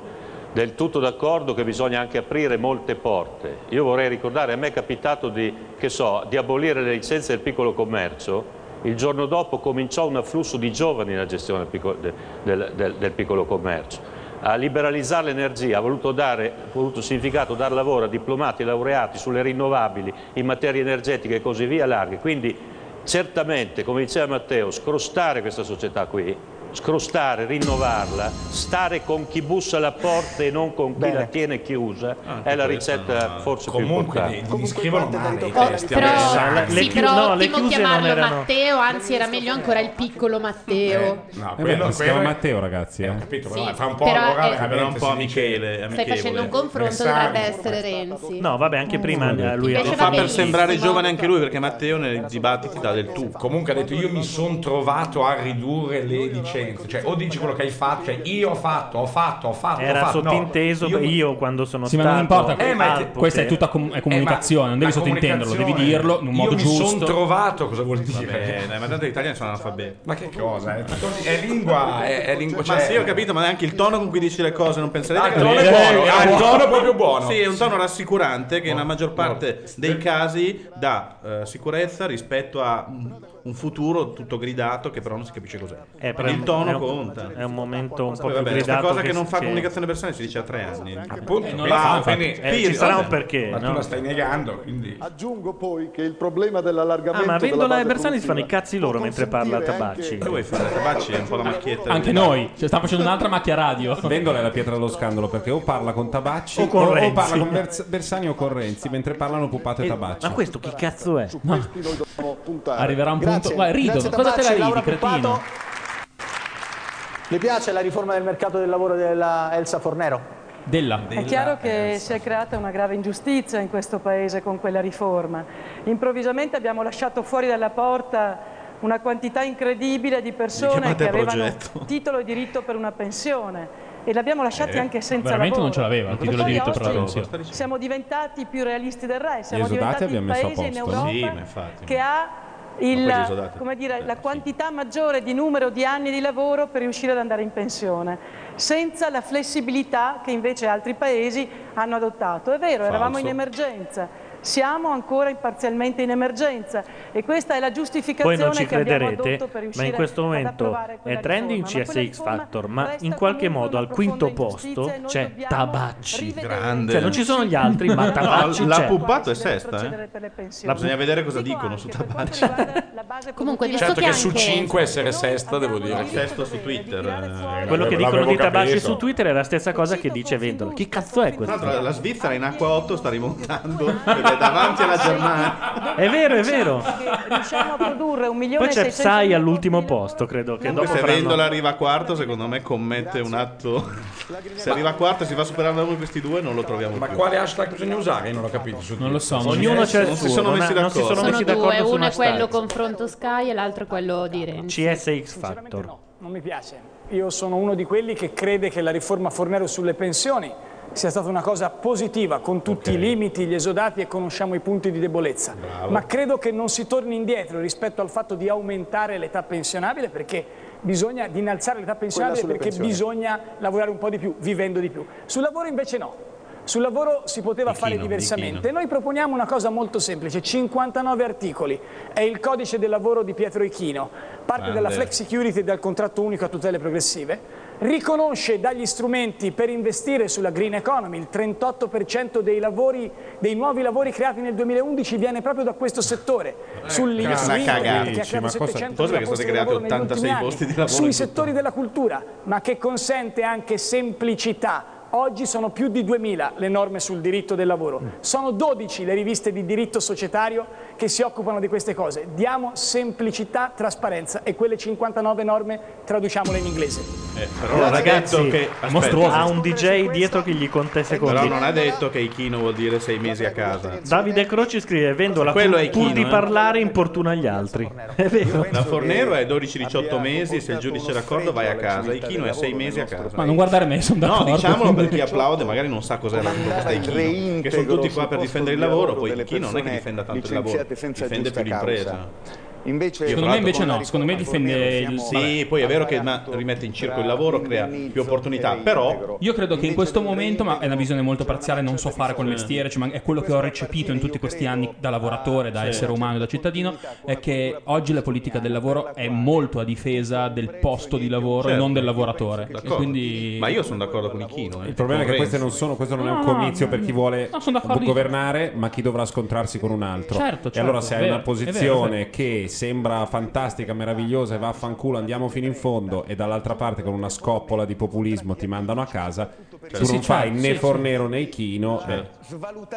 S14: del tutto d'accordo che bisogna anche aprire molte porte. Io vorrei ricordare, a me è capitato di, che so, di abolire le licenze del piccolo commercio, il giorno dopo cominciò un afflusso di giovani nella gestione del piccolo, de- del- del- del piccolo commercio. A liberalizzare l'energia ha voluto, dare, ha voluto significato dar lavoro a diplomati e laureati sulle rinnovabili, in materie energetiche e così via larghe. Quindi certamente, come diceva Matteo, scrostare questa società qui, scrostare, rinnovarla, stare con chi bussa alla porta e non con chi la tiene chiusa, è la ricetta forse più
S8: Comunque,
S14: importante.
S8: li- li scrivono male i testi.
S15: però-
S8: adesso.
S3: Le- le
S15: Sì,
S3: chi-
S15: però
S3: no, le
S15: ottimo
S3: chiuse non
S15: chiamarlo
S3: erano-
S15: Matteo, anzi era meglio ancora il piccolo Matteo.
S8: No,
S2: Eh,
S8: quello-
S2: beh, si chiama
S8: quello-
S2: Matteo, ragazzi. eh.
S8: Capito,
S15: Sì,
S8: però fa un po'
S15: però
S8: allora
S15: è-
S10: eh,
S8: veramente
S6: Era eh, un po'
S8: si
S6: Eh, amichevole,
S15: Stai facendo un confronto,
S8: Bersani.
S15: dovrebbe essere Renzi.
S3: No, vabbè, anche prima eh, lui ha
S15: Invece
S6: Lo
S15: va
S6: fa per
S15: benissimo.
S6: sembrare giovane anche lui, perché Matteo nei
S8: Esatto.
S6: dibattiti
S8: Ah,
S6: dà del tu.
S8: Comunque ha detto io mi sono trovato a ridurre le licenze, cioè o dici quello che hai fatto, cioè io ho fatto, ho fatto, ho fatto, ho
S3: Era
S8: fatto. No,
S3: sottinteso io, quando sono
S4: Sì, ma
S3: stato.
S4: non importa,
S8: Eh, ma
S4: ah, questa è tutta com- è comunicazione, non devi sottintenderlo, devi dirlo in un modo
S8: io mi
S4: giusto.
S8: sono trovato, cosa vuol dire?
S6: Vabbè, dai, ma tanto gli italiani sono analfabeti.
S8: Ma che cosa? È, è lingua, è, è lingua.
S6: ma
S8: cioè-
S6: sì, ho capito, ma neanche il tono con cui dici le cose non penserete
S8: Ah,
S6: che
S8: il tono è
S4: Eh,
S8: buono, ah, il tono è proprio buono.
S6: Sì, è un tono rassicurante che nella maggior parte dei casi dà eh, sicurezza rispetto a mm, un futuro tutto gridato che però non si capisce cos'è.
S3: Eh, però è
S6: il
S3: un-
S6: tono
S3: è un-
S6: conta.
S3: è un momento un po'
S6: Poi
S3: più
S6: vabbè, questa
S3: gridato
S6: cosa che,
S3: che
S6: non fa
S3: si-
S6: comunicazione versione si dice a tre anni.
S9: Appunto,
S6: Eh,
S9: non la
S6: va,
S9: fa,
S6: quindi-
S9: infatti. Eh,
S6: spirito,
S9: ci sarà
S6: vabbè.
S9: un perché,
S8: Ma tu
S9: no?
S8: la stai negando, quindi.
S9: Aggiungo poi che il problema dell'allargamento.
S3: Ah, ma Vendola
S9: della
S3: e
S9: base
S3: Bersani si fanno i cazzi loro mentre parla Tabacci.
S6: Che vuoi fare? Tabacci è un po' la macchietta.
S4: Anche noi, cioè, stiamo facendo un'altra macchia radio.
S2: Vendola è la pietra dello scandalo perché o parla con Tabacci
S4: O con Renzi.
S2: parla con Bers- Bersani o con Renzi mentre parlano Pupato e Tabacci.
S3: Eh, Ma questo chi cazzo è?
S9: noi dobbiamo puntare.
S2: Arriverà un punto- Guarda, ridono.
S9: Grazie
S2: Cosa te la
S9: Tabacci,
S2: ridi,
S9: Laura
S2: cretino?
S9: Puppato.
S7: Le piace la riforma del mercato del lavoro della Elsa Fornero?
S4: Della.
S10: È chiaro che si è creata una grave ingiustizia in questo Paese con quella riforma. Improvvisamente abbiamo lasciato fuori dalla porta una quantità incredibile di persone
S4: chiamate
S10: che avevano
S4: progetto.
S10: titolo e diritto per una pensione e li abbiamo lasciati
S4: Eh,
S10: anche senza
S4: veramente non
S10: lavoro.
S4: ce l'aveva il
S10: E
S4: titolo e
S10: poi
S4: diritto per la
S10: oggi
S4: pensione. Sta dicendo.
S10: Siamo diventati più realisti del re, siamo
S4: esodati
S10: diventati il
S4: abbiamo messo a
S10: paese in
S4: posto.
S10: Europa
S4: Sì, ma infatti.
S10: che ha
S4: Ma poi
S10: il,
S4: gli esodati.
S10: come dire, la quantità maggiore di numero di anni di lavoro per riuscire ad andare in pensione, senza la flessibilità che invece altri paesi hanno adottato. È vero, eravamo in
S3: Falso.
S10: emergenza, siamo ancora in- parzialmente in emergenza e questa è la giustificazione
S3: Voi non ci
S10: che abbiamo
S3: crederete,
S10: adotto per
S3: ma
S10: riuscire
S3: in questo
S10: ad
S3: momento
S10: approvare
S3: è
S10: quella
S3: trending
S10: riforma. Ma quella
S3: CSX Factor, ma
S10: resta
S3: in qualche modo al quinto posto c'è Tabacci.
S6: Grande.
S3: Cioè non ci sono gli altri, ma
S6: No,
S3: Tabacci
S6: La
S3: c'è.
S6: Puppato è sesta, eh?
S10: per le pensioni.
S6: La bisogna vedere cosa dicono su Tabacci.
S15: Comunque, visto
S8: Certo
S15: che
S8: che su
S15: anche-
S8: 5 essere sesta, devo dire.
S6: Sesto su Twitter. eh.
S3: Quello che
S8: L'avevo
S3: dicono di
S8: capito.
S3: Tabacci su Twitter è la stessa cosa che dice Vendola. Chi cazzo è
S6: Tra l'altro
S3: questo?
S6: la Svizzera in acqua 8 sta rimontando perché è davanti alla Germania.
S3: È vero, è vero.
S10: riusciamo a produrre un milione
S3: Diciamo Poi
S10: e
S3: c'è
S10: 600
S3: Psy all'ultimo posto, credo che dopo
S6: Comunque se
S3: faranno...
S6: Vendola arriva a quarto, secondo me commette un atto. Se arriva a quarto e si va superando uno di questi due, non lo troviamo
S8: Ma
S6: più.
S8: quale hashtag bisogna usare? Io non l'ho capito. Su non lo so.
S6: Ognuno c'ha il
S8: non
S6: suo,
S8: Si sono
S6: non
S8: messi
S6: ha- non si
S8: d'accordo.
S6: sono
S15: Sono due,
S6: d'accordo su
S15: uno
S6: una
S15: è quello
S6: stanza.
S15: confronto Sky e l'altro è quello di Renzi.
S3: CSX Factor.
S12: Non mi piace. Io sono uno di quelli che crede che la riforma Fornero sulle pensioni sia stata una cosa positiva, con tutti i limiti, gli esodati e conosciamo i punti di debolezza. Ma credo che non si torni indietro rispetto al fatto di aumentare l'età pensionabile perché bisogna di innalzare l'età pensionabile
S7: sulle
S12: perché
S7: pensioni.
S12: bisogna lavorare un po' di più, vivendo di più. Sul lavoro invece no. Sul lavoro si poteva fare diversamente. Noi proponiamo una cosa molto semplice, 59 articoli. È il codice del lavoro di Pietro Ichino. Parte dalla
S7: Grande.
S12: flex security e dal contratto unico a tutele progressive, riconosce e dà gli strumenti per investire sulla green economy, il 38% dei, lavori, dei nuovi lavori creati nel 2011 viene proprio da questo settore,
S6: Questa è una
S12: sull'ISVI
S6: cagata.
S12: che ha
S6: Dici, ma
S12: creato
S6: cosa-
S12: 700
S6: forse perché sono stati creati 86 posti di lavoro in
S12: sui
S6: tutto.
S12: settori della cultura, ma che consente anche semplicità. Oggi sono più di 2000 le norme sul diritto del lavoro,
S15: Mm.
S12: sono 12 le riviste di diritto societario che si occupano di queste cose. Diamo semplicità, trasparenza e quelle 59 norme traduciamole in inglese.
S6: Eh, però
S3: Allora,
S6: non ha
S3: ragazzi,
S6: detto che
S3: mostruoso.
S6: aspetta.
S3: ha un DJ dietro che gli conta i
S6: Però
S3: secondi.
S6: non ha detto che Ichino vuol dire sei mesi a casa.
S3: Davide Croci scrive: Vendola
S6: Quello
S3: pur,
S6: è
S3: pur
S6: Ichino,
S3: di
S6: eh.
S3: parlare importuna gli altri. È vero.
S6: Da Fornero è 12-18 mesi, se il giudice è d'accordo vai a casa, Ichino è 6 mesi a casa.
S4: Ma non guardare me, sono
S6: No,
S4: d'accordo.
S6: diciamolo per chi applaude, magari non sa cos'è la proposta di Ichino, che
S11: reintegro
S6: sono tutti qua
S11: sul
S6: per
S11: posto
S6: difendere il
S11: di
S6: lavoro,
S11: lavoro
S6: poi
S11: delle
S6: Ichino non è che difenda tanto il lavoro,
S11: licenziate senza
S6: difende più
S11: giusta
S6: l'impresa.
S11: causa. Invece,
S4: Secondo me invece no, secondo me difende il...
S6: Sì, poi è vero che ma, rimette in circo il lavoro, crea più opportunità, però...
S4: Io credo che in questo momento, ma è una visione molto parziale, non so fare quel mestiere, cioè, ma è quello che ho recepito in tutti questi anni da lavoratore, da
S6: Sì.
S4: essere umano, da cittadino, è Cioè, che oggi la Certo. politica del lavoro è molto a difesa del posto di lavoro e
S6: Certo.
S4: non del lavoratore. E
S6: D'accordo.
S4: quindi...
S6: Ma io sono d'accordo con Ichino. eh.
S2: Il problema è che
S6: Con
S2: queste
S6: Renzi.
S2: non sono, questo non è
S4: No,
S2: un
S4: no,
S2: comizio
S4: no.
S2: per chi vuole
S4: No, sono d'accordo.
S2: governare, ma chi dovrà scontrarsi con un altro.
S4: Certo, certo,
S2: e allora se
S4: è
S2: hai
S4: vero,
S2: una
S4: è vero,
S2: posizione che sembra fantastica, meravigliosa e vaffanculo, andiamo fino in fondo, e dall'altra parte con una scoppola di populismo ti mandano a casa,
S4: Certo.
S2: tu
S4: Sì,
S2: non
S4: sì,
S2: fai
S4: certo,
S2: né
S4: sì,
S2: Fornero né Chino.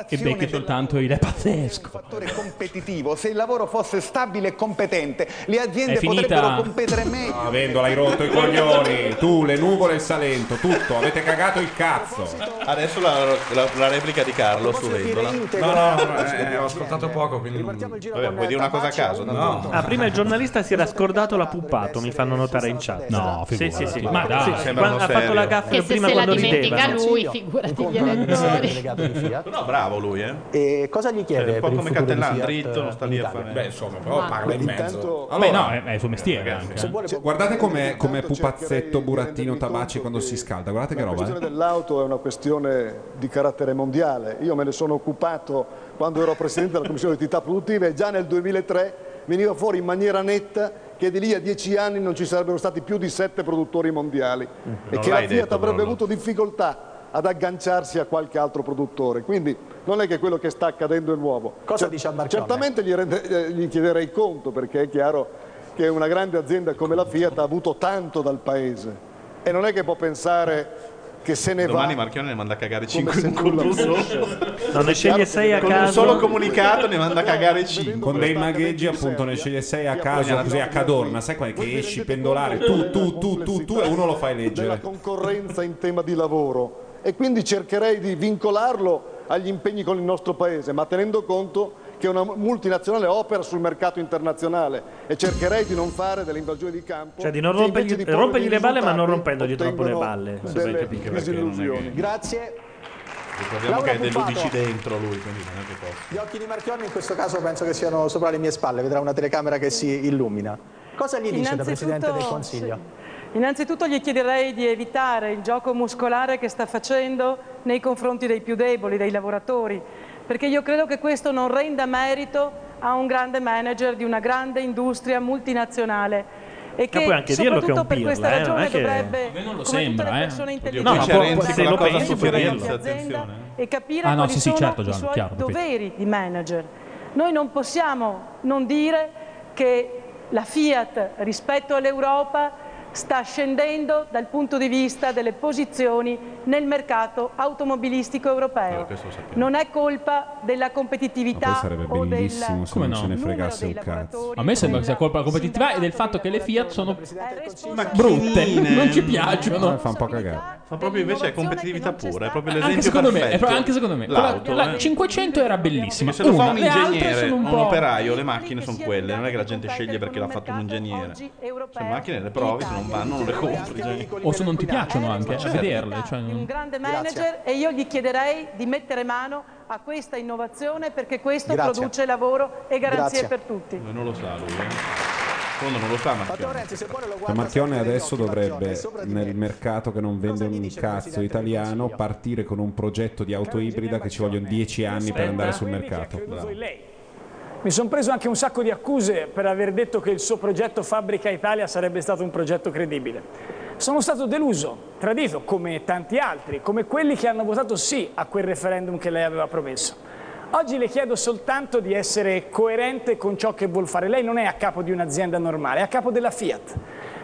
S4: E becchi soltanto il... è pazzesco.
S11: fattore competitivo, se il lavoro fosse stabile e competente, le
S2: È
S11: aziende
S2: finita.
S11: potrebbero competere meglio.
S2: No, Vendola, hai rotto i coglioni. Tu, le nuvole e il Salento, tutto. Avete cagato il cazzo.
S6: Adesso la, la- la replica di Carlo su Vendola.
S8: No, no, no, eh, ho ascoltato poco, quindi...
S6: Vabbè, vuoi dire una cosa a caso?
S8: No.
S3: Ah, prima il giornalista si era scordato la puppato, mi fanno notare in chat.
S4: No,
S3: sì, sì, sì.
S4: figurati. Ma dai.
S3: Sì, sì,
S4: Sembrano
S3: quando- ha
S4: serio.
S3: fatto la gaffa
S15: Che se
S3: prima
S15: se la
S3: quando
S15: dimentica
S3: rideva.
S15: lui, figurati gli elettori.
S6: Però bravo lui, eh.
S7: E cosa gli chiede?
S6: Cioè, un po'
S7: per il
S6: come
S7: futuro di
S6: Cattelan,
S7: Fiat
S6: dritto, non sta lì a fare.
S8: Beh, insomma, però
S7: Ma-
S8: parla in mezzo.
S7: Intanto-
S4: Beh, no, è, è il suo mestiere anche, eh.
S2: Cioè, guardate com'è, com'è pupazzetto burattino Tabaci quando si scalda. Guardate che
S9: La
S2: roba.
S9: questione
S2: eh.
S9: dell'auto è una questione di carattere mondiale. Io me ne sono occupato quando ero presidente della Commissione di attività produttive e già nel 2003 veniva fuori in maniera netta che di lì a dieci anni non ci sarebbero stati più di sette produttori mondiali e
S6: Mm, Non
S9: che la
S6: l'hai
S9: Fiat
S6: detto,
S9: avrebbe
S6: Bruno.
S9: avuto difficoltà ad agganciarsi a qualche altro produttore. Quindi non è che quello che sta accadendo è nuovo.
S7: Cosa dice Ambarcone?
S6: Cioè,
S9: Certamente gli, rende- eh, gli chiederei conto perché è chiaro che una grande azienda come la Fiat ha avuto tanto dal paese e non è che può pensare che se ne
S6: Domani
S9: va
S6: Marchione ne manda a cagare
S9: Come
S6: 5
S9: se
S6: con
S9: nulla
S6: un
S9: fosse.
S6: solo.
S9: No, ne sceglie sei a
S6: Con un
S9: caso.
S6: solo comunicato ne manda a cagare 5.
S2: Con dei magheggi appunto ne sceglie sei a caso così a cadorna, sai quel che esci pendolare tu tu tu tu tu e uno lo fai
S9: della
S2: leggere.
S9: concorrenza in tema di lavoro e quindi cercherei di vincolarlo agli impegni con il nostro paese, ma tenendo conto che una multinazionale opera sul mercato internazionale e cercherei di non fare delle invasioni di campo.
S3: Cioè, di non
S9: che
S3: rompergli,
S9: invece di porre
S3: rompergli
S9: dei
S3: le balle, ma non
S9: risultati
S3: rompendogli troppo le
S9: ottengono
S3: balle. Eh,
S9: delle disillusioni.
S7: Grazie.
S6: Ricordiamo
S7: Laura
S6: che è
S7: Pupato.
S6: dell'Udici dentro lui, quindi non è che posso.
S7: Gli occhi di Marchionne in questo caso penso che siano sopra le mie spalle, vedrà una telecamera che si illumina. Cosa gli dice da
S10: Innanzitutto-
S7: Presidente del Consiglio?
S10: Innanzitutto gli chiederei di evitare il gioco muscolare che sta facendo nei confronti dei più deboli, dei lavoratori, perché io credo che questo non renda merito a un grande manager di una grande industria multinazionale e che
S3: puoi anche dirlo che
S10: soprattutto
S3: è un
S10: per
S3: pirla,
S10: questa
S3: eh, non
S10: ragione
S3: è che-
S10: dovrebbe
S4: A me non lo
S10: come tutte le
S4: sembra, eh.
S10: persone
S4: Oddio,
S3: No,
S4: qui
S3: ma
S4: c'è
S3: può-
S4: Renzi
S3: se
S4: che
S3: lo
S4: la cosa
S3: pensi,
S4: su
S3: puoi
S4: Firenze,
S3: dirlo.
S4: attenzione.
S10: e capire
S4: Ah, no,
S10: quali
S4: sì, sì,
S10: sono
S4: certo,
S10: i
S4: Gianni,
S10: suoi
S4: chiaro, capito.
S10: doveri di manager. Noi non possiamo non dire che la Fiat rispetto all'Europa sta scendendo dal punto di vista delle posizioni nel mercato automobilistico europeo. Non è colpa della
S2: Poi
S10: competitività
S2: sarebbe
S10: o del
S2: bellissimo se
S4: Come
S2: non
S4: no?
S2: se ne fregasse un cazzo.
S4: A me sembra che sia colpa della competitività e del fatto che le Fiat sono brutte,
S2: Macchinine.
S4: non ci piacciono.
S2: Fa un po' cagare.
S6: Ma proprio invece è competitività pura, è proprio l'esempio
S4: Anche secondo me,
S6: perfetto.
S4: è proprio- anche secondo me. Quella-
S6: L'auto,
S4: La,
S6: eh.
S4: 500 era bellissima.
S6: Se lo
S4: una,
S6: fa un
S4: le altre
S6: ingegnere,
S4: sono
S6: un,
S4: un po'.
S6: operaio, le macchine sono quelle, non è che la gente sceglie perché l'ha fatto un ingegnere. Cioè, le macchine le provi, se non vanno non le compri. cioè.
S4: O se non ti piacciono anche,
S6: certo.
S4: a
S10: Ah,
S4: vederle. Cioè, non-
S10: grande manager e io gli chiederei di mettere mano a questa innovazione perché questo
S6: Grazie.
S10: produce lavoro e garanzie
S6: Grazie.
S10: per tutti.
S6: Non lo sa lui, eh. Secondo non lo sa Marchione.
S2: Cioè, Marchione adesso dovrebbe, nel mercato che non vende un cazzo italiano, partire con un progetto di auto ibrida che ci vogliono 10 anni per andare sul mercato.
S12: in lei. Mi sono preso anche un sacco di accuse per aver detto che il suo progetto Fabbrica Italia sarebbe stato un progetto credibile. Sono stato deluso, tradito, come tanti altri, come quelli che hanno votato sì a quel referendum che lei aveva promesso. Oggi le chiedo soltanto di essere coerente con ciò che vuol fare. Lei non è a capo di un'azienda normale, è a capo della Fiat.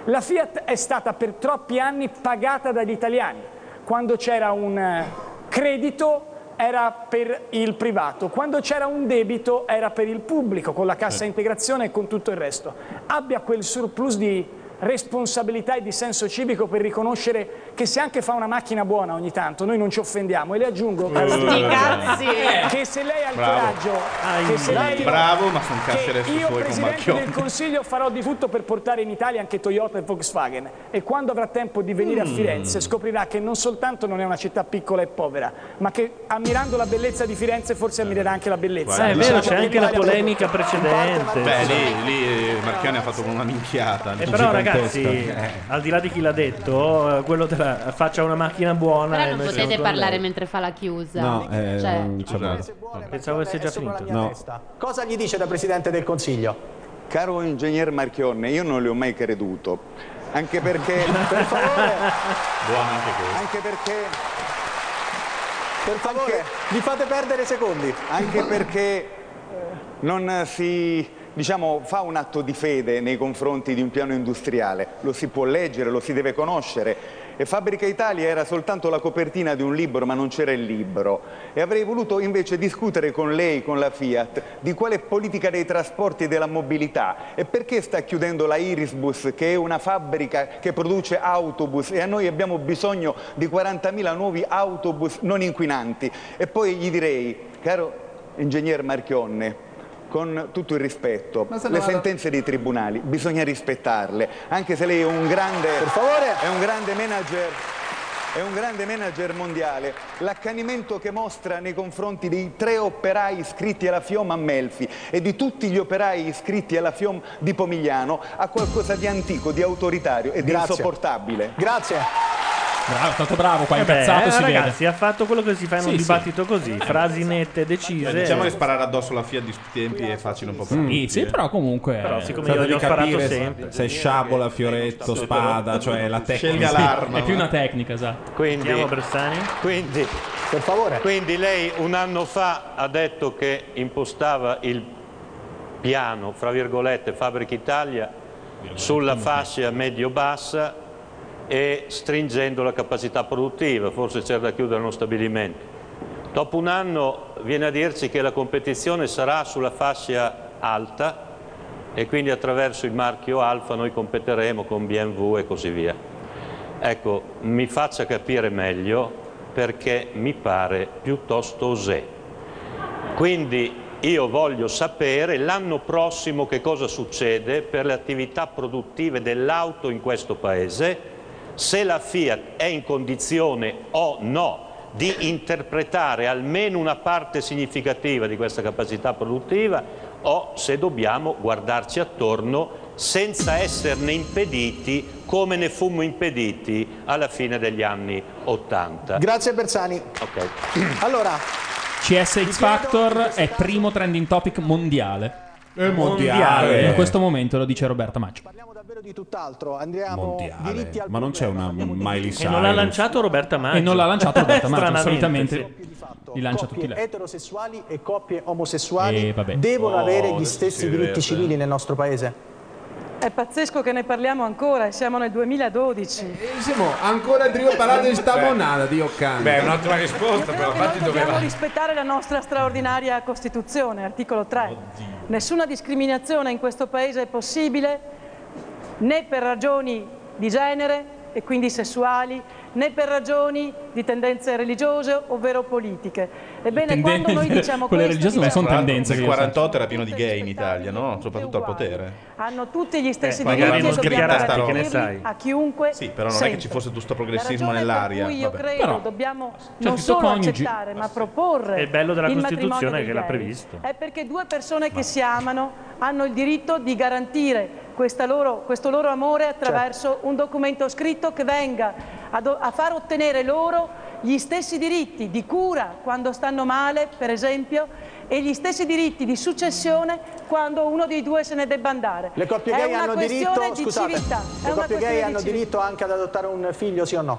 S12: La Fiat è stata per troppi anni pagata dagli italiani quando c'era un eh, credito era per il privato, quando c'era un debito era per il pubblico, con la cassa integrazione e con tutto il resto. Abbia quel surplus di responsabilità e di senso civico per riconoscere che se anche fa una macchina buona ogni tanto noi non ci offendiamo e le aggiungo tra l'altro,
S6: Sti cazzi!
S12: eh,
S2: Eh.
S12: che se lei ha il
S6: Bravo.
S12: coraggio che se lei
S6: Bravo, ma sono cazzi adesso
S12: io
S6: suoi con
S12: Presidente del
S6: Marchione.
S12: Consiglio farò di tutto per portare in Italia anche Toyota e Volkswagen e quando avrà tempo di venire a
S6: Mm.
S12: Firenze scoprirà che non soltanto non è una città piccola e povera, ma che ammirando la bellezza di Firenze forse ammirerà anche la bellezza.
S3: Eh, è vero, c'è
S12: Diciamo
S3: anche la
S12: dell'Italia-
S3: polemica precedente.
S6: Beh, lì, lì Marchione ha fatto una minchiata.
S4: Eh,
S3: E Eh, però
S6: gigantesca.
S3: ragazzi, eh, al di là di chi l'ha detto, eh, quello della faccia una macchina buona.
S15: Però
S3: e
S15: non
S3: noi siamo
S15: potete
S3: con
S15: parlare
S3: lei.
S15: mentre fa la chiusa.
S3: No, eh,
S15: Cioè,
S3: Pensavo avesse già
S7: sopra la
S3: finito.
S7: mia testa. Cosa gli dice da Presidente del Consiglio?
S11: Caro ingegner Marchionne, io non le ho mai creduto. Anche perché, per favore,
S6: Buona anche questa.
S11: anche perché
S7: Per favore, vi fate perdere secondi.
S11: Anche perché non eh, si diciamo, fa un atto di fede nei confronti di un piano industriale, lo si può leggere, lo si deve conoscere. E Fabbrica Italia era soltanto la copertina di un libro, ma non c'era il libro. E avrei voluto invece discutere con lei, con la Fiat, di quale politica dei trasporti e della mobilità e perché sta chiudendo la Irisbus, che è una fabbrica che produce autobus e a noi abbiamo bisogno di 40.000 nuovi autobus non inquinanti. E poi gli direi, caro Ingegner Marchionne, con tutto il rispetto,
S7: Ma se
S11: le
S7: ne vada-
S11: sentenze dei tribunali bisogna rispettarle, anche se lei è un grande, è un grande manager. È un grande manager mondiale. L'accanimento che mostra nei confronti dei tre operai iscritti alla FIOM a Melfi e di tutti gli operai iscritti alla FIOM di Pomigliano ha qualcosa di antico, di autoritario e di
S7: Grazie.
S11: insopportabile.
S7: Grazie.
S4: Bravo, è stato bravo qua, incazzato
S3: Vabbè, eh,
S4: si vede.
S3: ragazzi, ha fatto quello che si fa in un
S6: Sì, sì.
S3: dibattito così, frasi nette, decise.
S6: Beh, diciamo che sparare addosso alla Fiat di tutti i tempi è facile un po' per
S4: Mm.
S6: tutti,
S4: Sì,
S6: eh.
S4: però comunque-
S3: Però siccome
S2: Tanto
S3: io
S2: di
S3: gli ho sparato
S2: capire se-
S3: sempre.
S2: Se sciabola, fioretto, spada, cioè la tecnica.
S4: Scelga l'arma. È più una tecnica, esatto.
S14: Quindi,
S4: Chiamo
S14: Quindi, per favore. Quindi lei un anno fa ha detto che impostava il piano, fra virgolette, Fabbrica Italia sulla fascia medio-bassa e stringendo la capacità produttiva, forse c'era da chiudere uno stabilimento. Dopo un anno viene a dirci che la competizione sarà sulla fascia alta e quindi attraverso il marchio Alfa noi competeremo con BMW e così via. Ecco, mi faccia capire meglio perché mi pare piuttosto osè. Quindi io voglio sapere l'anno prossimo che cosa succede per le attività produttive dell'auto in questo paese, se la Fiat è in condizione o no di interpretare almeno una parte significativa di questa capacità produttiva o se dobbiamo guardarci attorno senza esserne impediti come ne fummo impediti alla fine degli anni 80.
S7: Grazie Bersani.
S14: Ok.
S7: Allora,
S4: CS X Factor è primo trending topic mondiale.
S7: È mondiale.
S4: In questo momento lo dice Roberta Maggio.
S7: di tutt'altro, andiamo diritti al
S2: Ma non c'è una Miley Cyrus.
S3: E non l'ha lanciato Roberta Maggio.
S4: E non l'ha lanciato Roberta Maggio,
S3: Stranamente.
S4: solitamente li lancia tutti
S7: coppie
S4: lei.
S7: eterosessuali e coppie omosessuali
S4: Eh, vabbè.
S7: devono
S4: Oh,
S7: avere gli
S4: adesso
S7: stessi
S4: si
S7: diritti
S4: diverte.
S7: civili nel nostro paese.
S10: È pazzesco che ne parliamo ancora, e siamo nel 2012.
S13: Ancora Drio parlato di sta monada di Occani.
S8: Beh, è un'ottima risposta, però infatti
S10: Dobbiamo
S8: doveva.
S10: rispettare la nostra straordinaria Costituzione, articolo 3. Nessuna discriminazione in questo Paese è possibile né per ragioni di genere e quindi sessuali, né per ragioni di tendenze religiose, ovvero politiche. Ebbene, quando noi diciamo
S4: quelle
S10: questo,
S4: religiose non sono
S6: Tra l'altro,
S4: tendenze, che
S6: Il
S4: io
S6: 48 era pieno di gay in Italia, no? Soprattutto al potere.
S10: hanno tutti gli stessi
S6: Eh, magari
S10: diritti e
S6: non
S10: dobbiamo
S6: scritta sta roba.
S10: garantirli
S6: Che ne sai?
S10: a chiunque
S6: Sì, però non è che
S10: sempre.
S6: ci fosse tutto sto progressismo
S10: La ragione
S6: nell'aria.
S10: Per cui io
S6: Vabbè.
S10: credo
S6: Però-
S10: dobbiamo
S6: Cioè,
S10: non
S6: ci
S10: solo
S6: sono coniugi.
S10: accettare, ma proporre.
S3: È il bello della
S10: il matrimonio
S3: Costituzione
S10: dei
S3: che l'ha
S10: gay.
S3: previsto.
S10: È perché due persone che si amano hanno il diritto di garantire questa loro- questo loro amore
S7: Certo.
S10: attraverso un documento scritto che venga a, do- a far ottenere loro gli stessi diritti di cura quando stanno male, per esempio, e gli stessi diritti di successione quando uno dei due se ne debba andare.
S7: Le coppie
S10: è
S7: gay
S10: una
S7: hanno
S10: questione
S7: diritto,
S10: di
S7: scusate,
S10: civiltà. è
S7: le
S10: una
S7: coppie
S10: questione
S7: gay
S10: di
S7: hanno
S10: civiltà.
S7: diritto anche ad adottare un figlio, sì o no?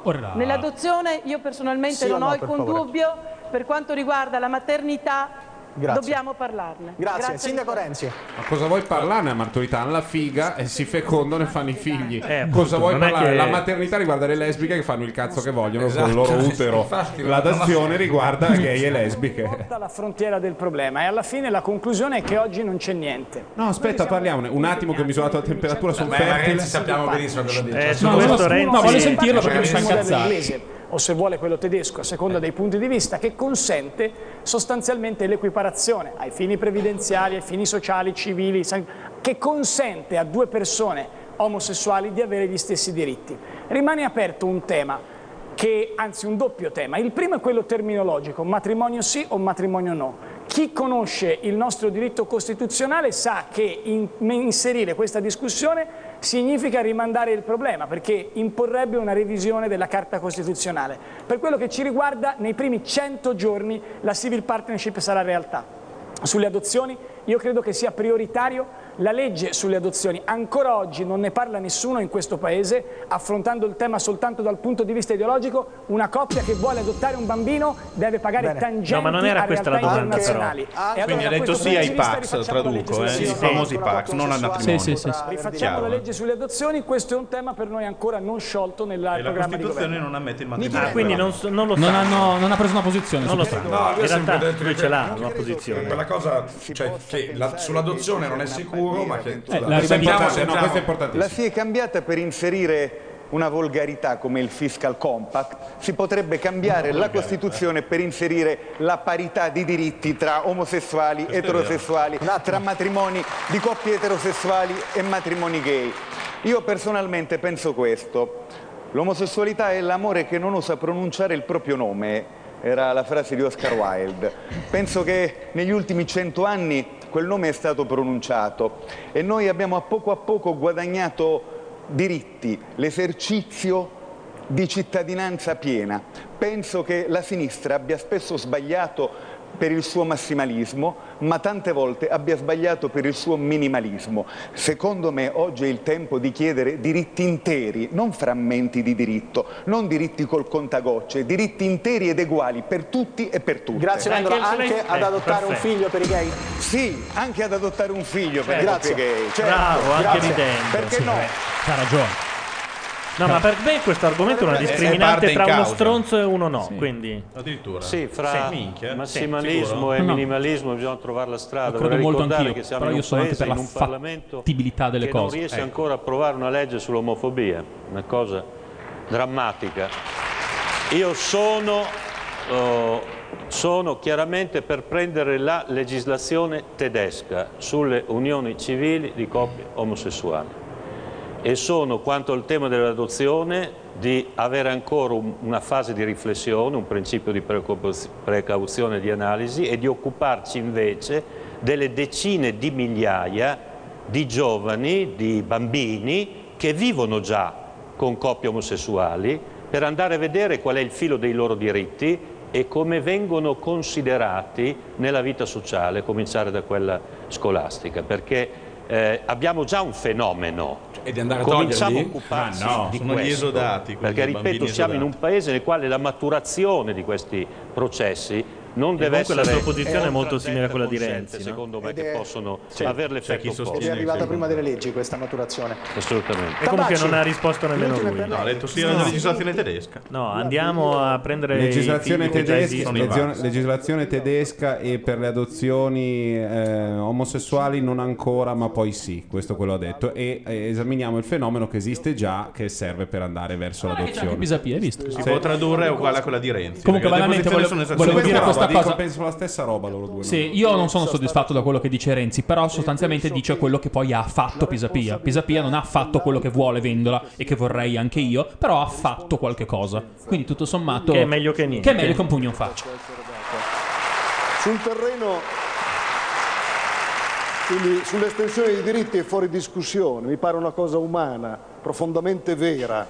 S10: Nell'adozione io personalmente
S7: Sì o
S10: non
S7: no,
S10: ho
S7: per
S10: alcun
S7: favore?
S10: dubbio, per quanto riguarda la maternità
S2: Grazie.
S10: dobbiamo parlarne.
S7: Grazie. Sindaco Renzi.
S2: Ma cosa vuoi parlarne a maturità? La figa e si fecondano e fanno i figli.
S13: Eh, appunto,
S2: cosa vuoi
S13: non è
S2: parlare?
S13: che-
S2: La maternità riguarda le lesbiche che fanno il cazzo che vogliono
S13: Esatto.
S2: con il loro utero.
S13: Infatti,
S2: La dazione
S13: ma-
S2: riguarda gay e lesbiche.
S12: la frontiera del problema e alla fine la conclusione è che oggi non c'è niente.
S2: No, aspetta, parliamone. Un attimo che ho misurato la temperatura sul
S12: Beh, ma
S2: fertile.
S12: Renzi sappiamo benissimo cosa
S2: dice.
S13: Eh,
S12: inglese o se vuole quello tedesco, a seconda dei punti di vista, che consente sostanzialmente l'equiparazione ai fini previdenziali, ai fini sociali, civili, san- che consente a due persone omosessuali di avere gli stessi diritti. Rimane aperto un tema che anzi un doppio tema. Il primo è quello terminologico, matrimonio sì o matrimonio no. Chi conosce il nostro diritto costituzionale sa che in- inserire questa discussione significa rimandare il problema perché imporrebbe una revisione della Carta Costituzionale. Per quello che ci riguarda, nei primi 100 giorni la civil partnership sarà realtà sulle adozioni, io credo che sia prioritario la legge sulle adozioni. Ancora oggi non ne parla nessuno in questo Paese, affrontando il tema soltanto dal punto di vista ideologico, una coppia che vuole adottare un bambino deve pagare
S3: Bene.
S12: tangenti
S3: No, ma non era
S12: a
S3: questa la
S12: realtà
S3: domanda, però.
S12: internazionali. E allora,
S6: Quindi ha
S12: da
S6: detto sì
S12: questo
S6: ai
S12: punto di vista,
S6: Pax,
S12: rifacciamo la
S6: traduco,
S12: legge
S6: eh, i
S12: sulle adozioni.
S6: famosi Pax, non al matrimonio.
S4: Sì, sì, sì, sì.
S12: Rifacciamo la
S6: Chiaro.
S12: legge sulle adozioni, questo è un tema per noi ancora non sciolto nel
S6: E la
S12: programma di
S6: Costituzione
S12: governo.
S6: non ammette il
S12: Niente.
S6: matrimonio.
S12: Ah, quindi
S6: però.
S12: non so- non lo
S4: Non, hanno- non ha preso una posizione.
S8: Non
S4: su
S8: lo
S4: questo.
S8: sa. No, io ho sempre detto che- Quella cosa, cioè, che la- sull'adozione non è sicuro, ma
S3: Eh,
S8: che...
S2: Eh, la
S8: Sentiamo,
S2: rivediamo-
S8: sentiamo.
S2: no, questo è importante.
S11: La si è cambiata per inserire una volgarità come il fiscal compact, si potrebbe cambiare la Costituzione per inserire la parità di diritti tra omosessuali,
S7: Questo è
S11: eterosessuali, tra matrimoni di coppie eterosessuali e matrimoni gay. Io personalmente penso questo, l'omosessualità è l'amore che non osa pronunciare il proprio nome, era la frase di Oscar Wilde. Penso che negli ultimi cento anni quel nome è stato pronunciato e noi abbiamo a poco a poco guadagnato diritti, l'esercizio di cittadinanza piena. Penso che la sinistra abbia spesso sbagliato per il suo massimalismo, ma tante volte abbia sbagliato per il suo minimalismo. Secondo me oggi è il tempo di chiedere diritti interi, non frammenti di diritto, non diritti col contagocce, diritti interi ed uguali per tutti e per tutti.
S7: Grazie, Mandorla. Anche ad adottare un figlio per i gay?
S11: Sì, anche ad adottare un figlio per
S7: Grazie.
S11: i gay. Certo,
S3: Bravo, anche
S11: grazie.
S3: lì dentro.
S11: Perché
S3: sì,
S11: no?
S3: beh, C'ha ragione. No, ma per me questo argomento è una
S6: È- è
S3: discriminante
S6: parte in
S3: tra uno
S6: causa.
S3: stronzo e uno no. Quindi.
S6: Addirittura.
S14: Sì, fra
S6: Sì. Minchia.
S14: massimalismo
S6: Sì,
S14: e
S6: sicuro?
S14: minimalismo bisogna trovare la strada.
S4: Lo credo
S14: Vorrei
S4: molto
S14: ricordare
S4: anch'io,
S14: che siamo
S4: però
S14: in
S4: io
S14: un
S4: sono anche
S14: paese,
S4: per
S14: in
S4: la
S14: un Parlamento
S4: fattibilità delle
S14: che non
S4: cose.
S14: riesce
S4: Ecco.
S14: ancora a approvare una legge sull'omofobia, una cosa drammatica. Io sono, eh, sono chiaramente per prendere la legislazione tedesca sulle unioni civili di coppie omosessuali e sono quanto al tema dell'adozione di avere ancora un- una fase di riflessione, un principio di precauz- precauzione e di analisi e di occuparci invece delle decine di migliaia di giovani, di bambini che vivono già con coppie omosessuali per andare a vedere qual è il filo dei loro diritti e come vengono considerati nella vita sociale, a cominciare da quella scolastica, perché eh, abbiamo già un fenomeno
S8: E di andare a
S14: cominciamo a Ah,
S8: toglierli?
S14: occuparsi
S8: Ma no,
S14: di
S8: sono gli
S14: questo,
S8: esodati, quindi
S14: perché
S8: i
S14: ripeto
S8: bambini
S14: siamo in
S8: esodati.
S14: un paese nel quale la maturazione di questi processi non deve
S3: comunque
S14: essere
S3: la sua posizione è
S14: oltre
S3: molto simile a quella di
S14: gente,
S3: Renzi, no?
S14: secondo me
S3: Ed
S14: che
S3: è-
S14: possono
S3: Sì,
S14: avere
S3: c'è chi
S14: l'effetto opposto.
S7: Ed è arrivata prima delle leggi questa maturazione.
S14: assolutamente
S3: E comunque
S7: Tabacci.
S3: non ha risposto nemmeno
S7: L'ultima
S3: lui.
S7: per
S6: No, ha
S3: lei.
S6: detto sì alla
S3: No.
S6: legislazione tedesca.
S3: No, andiamo a prendere. i
S13: Legislazione
S3: figli che già
S13: tedesca,
S3: esistono.
S13: legion- legislazione tedesca e per le adozioni eh, omosessuali non ancora, ma poi sì, questo quello ha detto. E eh, esaminiamo il fenomeno che esiste già, che serve per andare verso l'adozione.
S4: Pisapia, hai visto?
S6: Si
S13: Sì.
S6: può tradurre è uguale a quella di Renzi.
S13: Comunque,
S6: perché le
S13: banalmente,
S6: posizioni
S13: volevo-
S6: sono esattamente
S4: volevo dire
S6: uguali.
S4: questa
S13: Dico,
S4: cosa.
S13: Penso la stessa roba loro due.
S4: Sì, io non sono soddisfatto da quello che dice Renzi, però sostanzialmente dice quello che poi ha fatto Pisapia. Pisapia non ha fatto quello che vuole Vendola e che vorrei anche io, però ha fatto qualche cosa. Quindi tutto sommato...
S3: Che è meglio che niente.
S4: Che è meglio che un pugno in faccia.
S9: Sul terreno, quindi sull'estensione dei diritti è fuori discussione, mi pare una cosa umana, profondamente vera.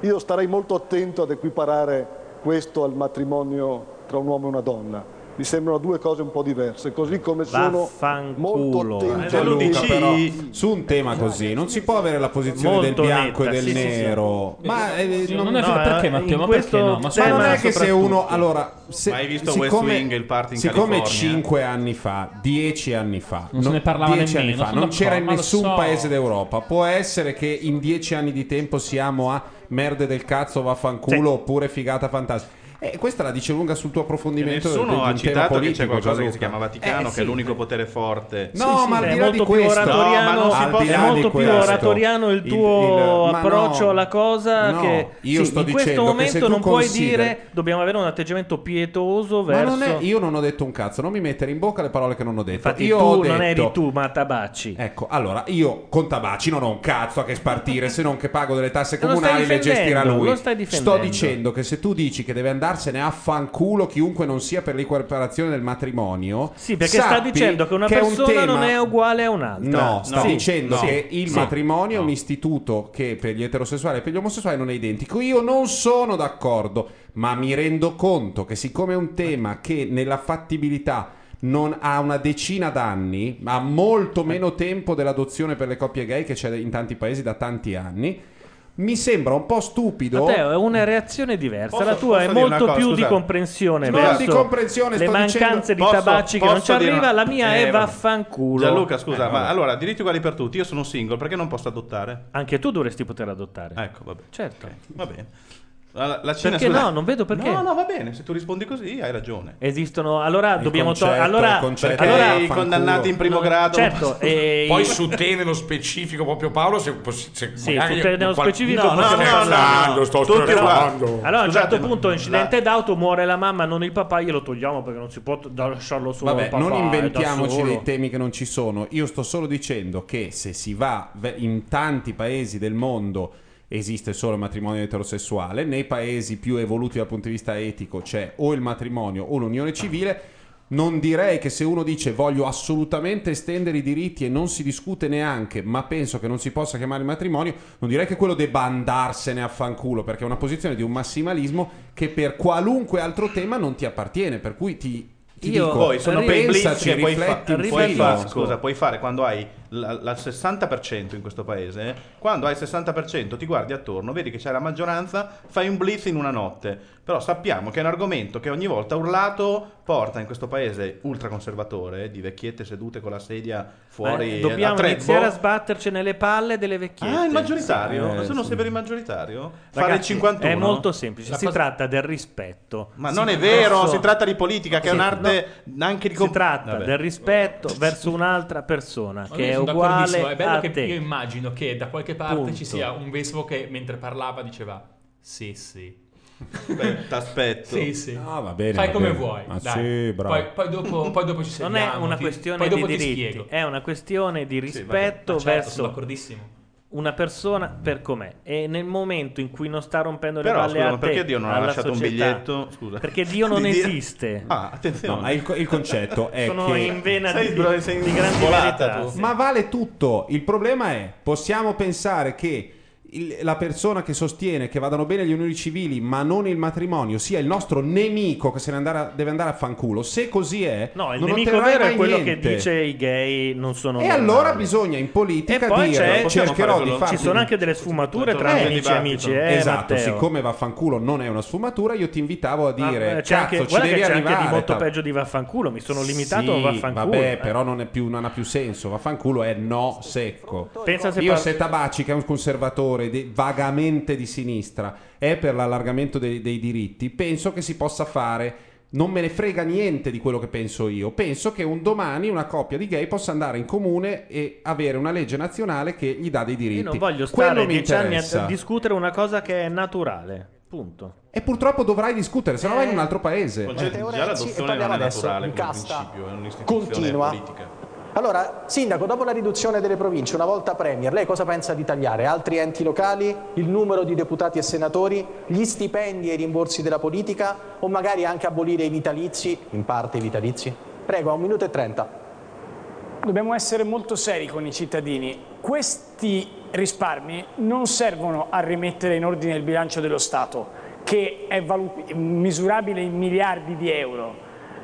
S9: Io starei molto attento ad equiparare questo al matrimonio tra un uomo e una donna. Mi sembrano due cose un po' diverse, così come sono molto attento
S13: Eh,
S9: al
S13: Luca,
S9: diritto.
S13: però, su un tema così non si può avere la posizione
S2: Molto
S13: del bianco
S2: netta,
S13: e del
S2: sì, sì, sì.
S13: nero. Ma eh,
S2: Non è vero, perché, Matteo? Ma perché no? Ma
S13: non è
S2: scusa,
S13: che se
S2: soprattutto.
S13: uno allora se,
S6: Ma hai visto West
S13: siccome,
S6: Wing, il party in
S13: siccome
S6: California?
S13: 5 anni fa, 10 anni fa,
S4: Non se ne parlava
S13: 10
S4: nemmeno,
S13: anni fa,
S4: sono
S13: non c'era in
S4: d'accordo, ma lo
S13: nessun
S4: so.
S13: paese d'Europa. Può essere che in 10 anni di tempo siamo a merde del cazzo vaffanculo oppure figata fantastica. E questa la dice lunga sul tuo approfondimento del-
S6: Nessuno ha
S13: del tema
S6: citato che c'è
S13: politico,
S6: qualcosa che
S13: Gianluca.
S6: si chiama Vaticano,
S13: Eh,
S6: che
S13: sì.
S6: è l'unico potere forte.
S13: No, ma al di là di
S3: molto più
S13: questo, No,
S3: oratoriano,
S13: ma non si
S3: al
S13: può-
S3: di là
S13: è
S3: di
S13: molto più
S3: questo.
S13: oratoriano il
S3: Il-
S13: tuo
S3: il- ma
S13: approccio
S3: no.
S13: alla cosa.
S3: No,
S13: che
S3: sì, in questo momento non puoi
S13: dire
S3: dire dobbiamo avere un atteggiamento pietoso
S13: Ma
S3: verso
S13: non è- io non ho detto un cazzo, non mi mettere in bocca le parole che non ho detto.
S3: Infatti
S13: io
S3: tu
S13: ho
S3: non
S13: detto-
S3: eri tu, ma Tabacci.
S13: Ecco, allora io con Tabaci non ho un cazzo a che spartire se non che pago delle tasse
S3: E lo stai
S13: comunali e le gestirà
S3: difendendo,
S13: lui.
S3: lo stai difendendo.
S13: Sto dicendo che se tu dici che deve andarsene a fanculo chiunque non sia per l'equiparazione del matrimonio,
S3: Sì, perché sta
S13: sappi
S3: dicendo che una
S13: è un
S3: persona non
S13: tema-
S3: è uguale a un'altra.
S13: No, sta
S3: Sì,
S13: dicendo
S3: sì,
S13: che il
S3: sì.
S13: matrimonio è un istituto che per gli eterosessuali e per gli omosessuali non è identico. Io non sono d'accordo, ma mi rendo conto che siccome è un tema che nella fattibilità non ha una decina d'anni, ma ha
S3: Eh.
S13: molto meno tempo dell'adozione per le coppie gay che c'è in tanti paesi da tanti anni, mi sembra un po' stupido.
S3: Matteo, è una reazione diversa.
S13: Posso-
S3: La tua è
S13: posso dire una
S3: molto
S13: cosa,
S3: più di
S13: scusate.
S3: comprensione
S13: Non
S3: verso
S13: di comprensione,
S3: le
S13: sto
S3: mancanze
S13: dicendo-
S3: di
S13: Posso-
S3: tabacci che non ci
S6: Posso dire-
S3: arriva. La mia
S6: Eh,
S3: è
S6: vabbè.
S3: vaffanculo.
S6: Gianluca, scusa,
S3: Eh,
S6: ma
S3: vabbè.
S6: allora diritti uguali per tutti. Io sono single, perché non posso adottare?
S3: Anche tu dovresti poter adottare.
S6: Ecco, vabbè.
S3: Certo.
S6: Va bene. La, la Cina,
S3: Perché
S6: scusa-
S3: no? Non vedo perché.
S6: No, no, va bene. Se tu rispondi così, hai ragione.
S3: Esistono, allora
S6: Il
S3: dobbiamo to-
S6: concetto,
S3: allora,
S6: il concetto
S3: allora-
S6: è i condannati in primo
S3: No,
S6: grado.
S3: Certo, e-
S8: Poi
S3: i-
S8: su te nello specifico proprio Paolo se, poss- se
S3: Sì,
S8: magari-
S3: su te nello
S8: qual-
S3: specifico
S8: no, no,
S3: possiamo
S8: no,
S3: parlare.
S8: no, no, sto
S3: Tutti
S8: scherzando.
S3: uguali. Allora, a un
S8: Scusate,
S3: certo
S8: ma-
S3: punto, incidente d'auto, muore la mamma, non il papà, glielo togliamo perché non si può t- da- lasciarlo solo al
S13: Vabbè,
S3: papà,
S13: non
S3: è da
S13: inventiamoci
S3: solo.
S13: dei temi che non ci sono. Io sto solo dicendo che se si va ve- in tanti paesi del mondo esiste solo il matrimonio eterosessuale, nei paesi più evoluti dal punto di vista etico c'è o il matrimonio o l'unione civile. Non direi che se uno dice voglio assolutamente estendere i diritti e non si discute neanche, ma penso che non si possa chiamare il matrimonio, non direi che quello debba andarsene a fanculo, perché è una posizione di un massimalismo che per qualunque altro tema non ti appartiene, per cui ti, ti
S6: Io
S13: dico,
S6: poi sono per i blitz
S13: pensaci,
S6: che puoi, fa-
S13: rifletti un
S6: puoi
S13: pochino.
S6: fa- scusa, puoi fare quando hai la- la- il 60% in questo paese. Quando hai il 60% ti guardi attorno, vedi che c'è la maggioranza, fai un blitz in una notte. Però sappiamo che è un argomento che ogni volta urlato porta in questo paese ultraconservatore, di vecchiette sedute con la sedia fuori
S3: Eh,
S6: a
S3: dobbiamo
S6: Trepbo.
S3: iniziare a sbatterci nelle palle delle vecchiette.
S6: Ah, il maggioritario?
S3: Eh,
S6: sono
S3: sì.
S6: sempre il maggioritario? Fare il
S3: Ragazzi,
S6: 51?
S3: È molto semplice,
S6: La
S3: si
S6: cosa-
S3: tratta del rispetto.
S6: Ma
S3: Sì,
S6: non è vero,
S3: verso-
S6: si tratta di politica, che è
S3: Sì,
S6: un'arte anche di...
S3: Si tratta
S6: Vabbè.
S3: del rispetto verso un'altra persona
S6: Ma
S3: che
S6: io
S3: è
S6: sono
S3: uguale
S6: d'accordissimo,
S3: a
S17: è bello che
S3: te.
S17: io immagino che da qualche parte
S3: Punto.
S17: ci sia un vescovo che mentre parlava diceva sì sì
S6: T'aspetto.
S17: sì sì
S13: Ah, va bene,
S17: fai
S13: va
S17: come
S13: bene.
S17: vuoi
S4: Ah,
S13: Ma
S17: dai.
S13: sì, bravo.
S17: Poi, poi dopo, poi dopo ci sediamo
S3: Non è una
S17: ti-
S3: questione
S17: poi dopo
S3: di
S17: ti
S3: diritti,
S17: spiego
S3: è una questione di rispetto
S17: ma certo,
S3: verso
S17: sono d'accordissimo.
S3: una persona per com'è. E nel momento in cui non sta rompendo le
S6: Però,
S3: palle
S6: scusa,
S3: a
S6: ma
S3: te,
S6: perché Dio non ha
S3: alla
S6: lasciato un
S3: società,
S6: biglietto? Scusa.
S3: Perché Dio non
S6: Di Dio-
S3: esiste.
S6: Ah, attenzione.
S13: No, ma il, co- il concetto è
S3: Sono
S13: che
S3: in vena
S6: Sei
S3: di,
S6: bro- sei
S3: di grandi
S6: volata
S3: verità.
S13: Ma vale tutto. Il problema è, possiamo pensare che il- la persona che sostiene che vadano bene gli unioni civili, ma non il matrimonio, sia il nostro nemico che se ne andare a- deve andare a fanculo. Se così è,
S3: No, il
S13: non
S3: nemico
S13: otterrai
S3: vero è
S13: mai
S3: quello
S13: niente.
S3: che dice i gay non sono
S13: E
S3: normali.
S13: allora bisogna in politica
S3: E poi
S13: dire
S3: c'è, certo,
S13: cercherò di
S3: ci
S13: farmi
S3: sono anche delle sfumature tra
S13: Eh,
S3: amici e amici, eh,
S13: esatto,
S3: Matteo.
S13: siccome vaffanculo non è una sfumatura, io ti invitavo a
S3: Ma,
S13: dire
S3: eh, c'è
S13: cazzo,
S3: anche,
S13: ci
S3: guarda
S13: devi
S3: che c'è
S13: arrivare.
S3: anche di molto
S13: tal-
S3: peggio di vaffanculo, mi sono limitato a
S13: Sì,
S3: vaffanculo.
S13: Vabbè,
S3: eh.
S13: però non, è più- non ha più senso. Vaffanculo è no secco.
S3: Pensa se
S13: Io,
S3: par-
S13: se Tabacci, che è un conservatore di- vagamente di sinistra, è per l'allargamento dei, dei diritti, penso che si possa fare. Non me ne frega niente di quello che penso io. Penso che un domani una coppia di gay possa andare in comune e avere una legge nazionale che gli dà dei diritti.
S3: Io non voglio
S13: Quello
S3: stare
S13: mi
S3: dieci anni a-
S13: interessa.
S3: a discutere una cosa che è naturale. Punto.
S13: E purtroppo dovrai discutere, se no
S11: Eh.
S13: vai in un altro paese.
S6: Cioè,
S4: Eh,
S6: Già l'adozione non è naturale come principio, è un'istituzione
S7: continua.
S6: politica.
S7: Allora, Sindaco, dopo la riduzione delle province, una volta Premier, lei cosa pensa di tagliare? Altri enti locali, il numero di deputati e senatori, gli stipendi e i rimborsi della politica o magari anche abolire i vitalizi, in parte i vitalizi? Prego, a un minuto e trenta.
S12: Dobbiamo essere molto seri con i cittadini. Questi risparmi non servono a rimettere in ordine il bilancio dello Stato, che è valu- misurabile in miliardi di euro,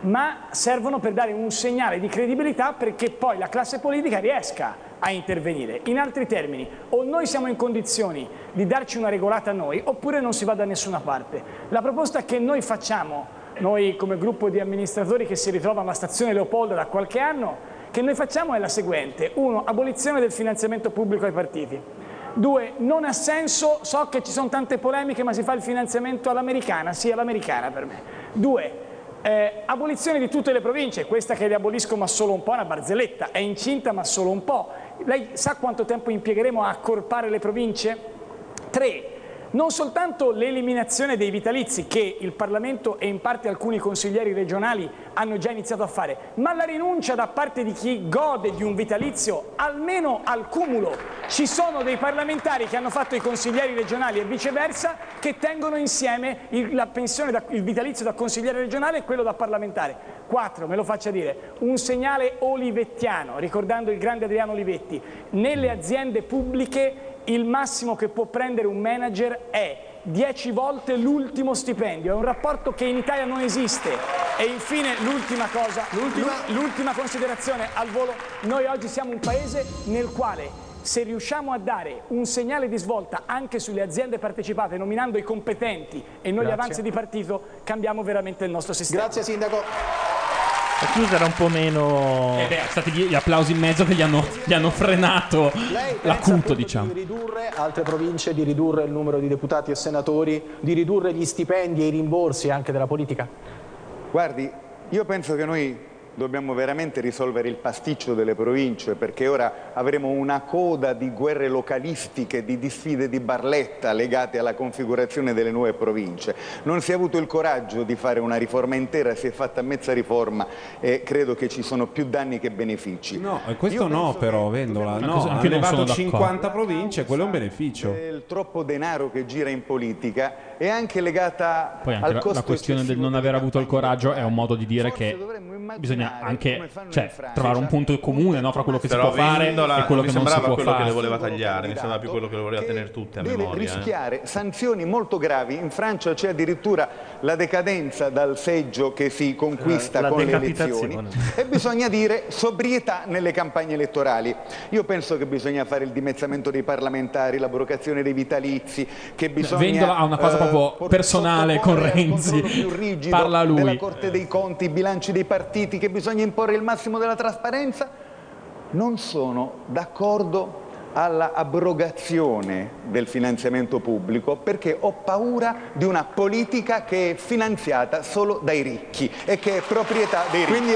S12: ma servono per dare un segnale di credibilità perché poi la classe politica riesca a intervenire. In altri termini, o noi siamo in condizioni di darci una regolata noi, oppure non si va da nessuna parte. La proposta che noi facciamo noi come gruppo di amministratori che si ritrova alla stazione Leopoldo da qualche anno, che noi facciamo è la seguente. Uno, abolizione del finanziamento pubblico ai partiti. Due, non ha senso, so che ci sono tante polemiche, ma si fa il finanziamento all'americana, sì, all'americana per me. Due, eh, abolizione di tutte le province, questa che le abolisco ma solo un po' è una barzelletta, è incinta ma solo un po'. Lei sa quanto tempo impiegheremo a accorpare le province? Tre, non soltanto l'eliminazione dei vitalizi che il Parlamento e in parte alcuni consiglieri regionali hanno già iniziato a fare, ma la rinuncia da parte di chi gode di un vitalizio almeno al cumulo. Ci sono dei parlamentari che hanno fatto i consiglieri regionali e viceversa che tengono insieme il, la pensione da- il vitalizio da consigliere regionale e quello da parlamentare. Quattro, me lo faccia dire, un segnale olivettiano, ricordando il grande Adriano Olivetti, nelle aziende pubbliche il massimo che può prendere un manager è 10 volte l'ultimo stipendio, è un rapporto che in Italia non esiste. E infine l'ultima cosa, l'ultima, l'ultima considerazione al volo, noi oggi siamo un paese nel quale se riusciamo a dare un segnale di svolta anche sulle aziende partecipate, nominando i competenti e non gli
S7: Grazie.
S12: avanzi di partito, cambiamo veramente il nostro sistema.
S7: Grazie Sindaco.
S3: La chiusa era un po' meno.
S4: Eh beh, sono stati gli gli applausi in mezzo che gli hanno, gli hanno frenato l'acuto, diciamo.
S7: ridurre, altre province di ridurre il numero di deputati e senatori, di ridurre gli stipendi e i rimborsi anche della politica?
S11: Guardi, io penso che noi dobbiamo veramente risolvere il pasticcio delle province perché ora avremo una coda di guerre localistiche, di diffide di barletta legate alla configurazione delle nuove province. Non si è avuto il coraggio di fare una riforma intera, si è fatta mezza riforma e credo che ci sono più danni che benefici.
S2: No,
S13: Eh, Questo no, però, Vendola.
S11: Ma
S13: No,
S11: cosa-
S13: ha
S11: Ah, anche io non
S13: elevato
S11: sono d'accordo. Eh,
S13: 50 province, quello è un beneficio.
S11: del troppo denaro che gira in politica è anche legata
S4: Poi anche
S11: al
S4: la,
S11: costo
S4: la questione del non aver avuto il coraggio è un modo di dire che bisogna anche cioè, trovare un punto comune no, fra quello che
S6: Però
S4: si può fare
S6: Vendola
S4: e quello
S6: mi
S4: che non si
S6: sembrava
S4: può
S6: quello
S4: fare.
S6: che le voleva tagliare, mi sembrava più quello che le voleva tenere tutte a
S11: deve
S6: memoria. eh.
S11: rischiare sanzioni molto gravi. In Francia c'è addirittura la decadenza dal seggio che si conquista
S3: La- la
S11: con le
S3: decapitazione.
S11: elezioni e bisogna dire sobrietà nelle campagne elettorali. Io penso che bisogna fare il dimezzamento dei parlamentari, l'abrogazione dei vitalizi, che bisogna
S4: Vendola ha una cosa
S11: eh,
S4: proprio personale con
S11: più
S4: Renzi.
S11: rigido
S4: Parla lui.
S11: della Corte dei Conti, i bilanci dei partiti, che bisogna imporre il massimo della trasparenza, non sono d'accordo alla abrogazione del finanziamento pubblico perché ho paura di una politica che è finanziata solo dai ricchi e che è proprietà dei ricchi.
S7: Quindi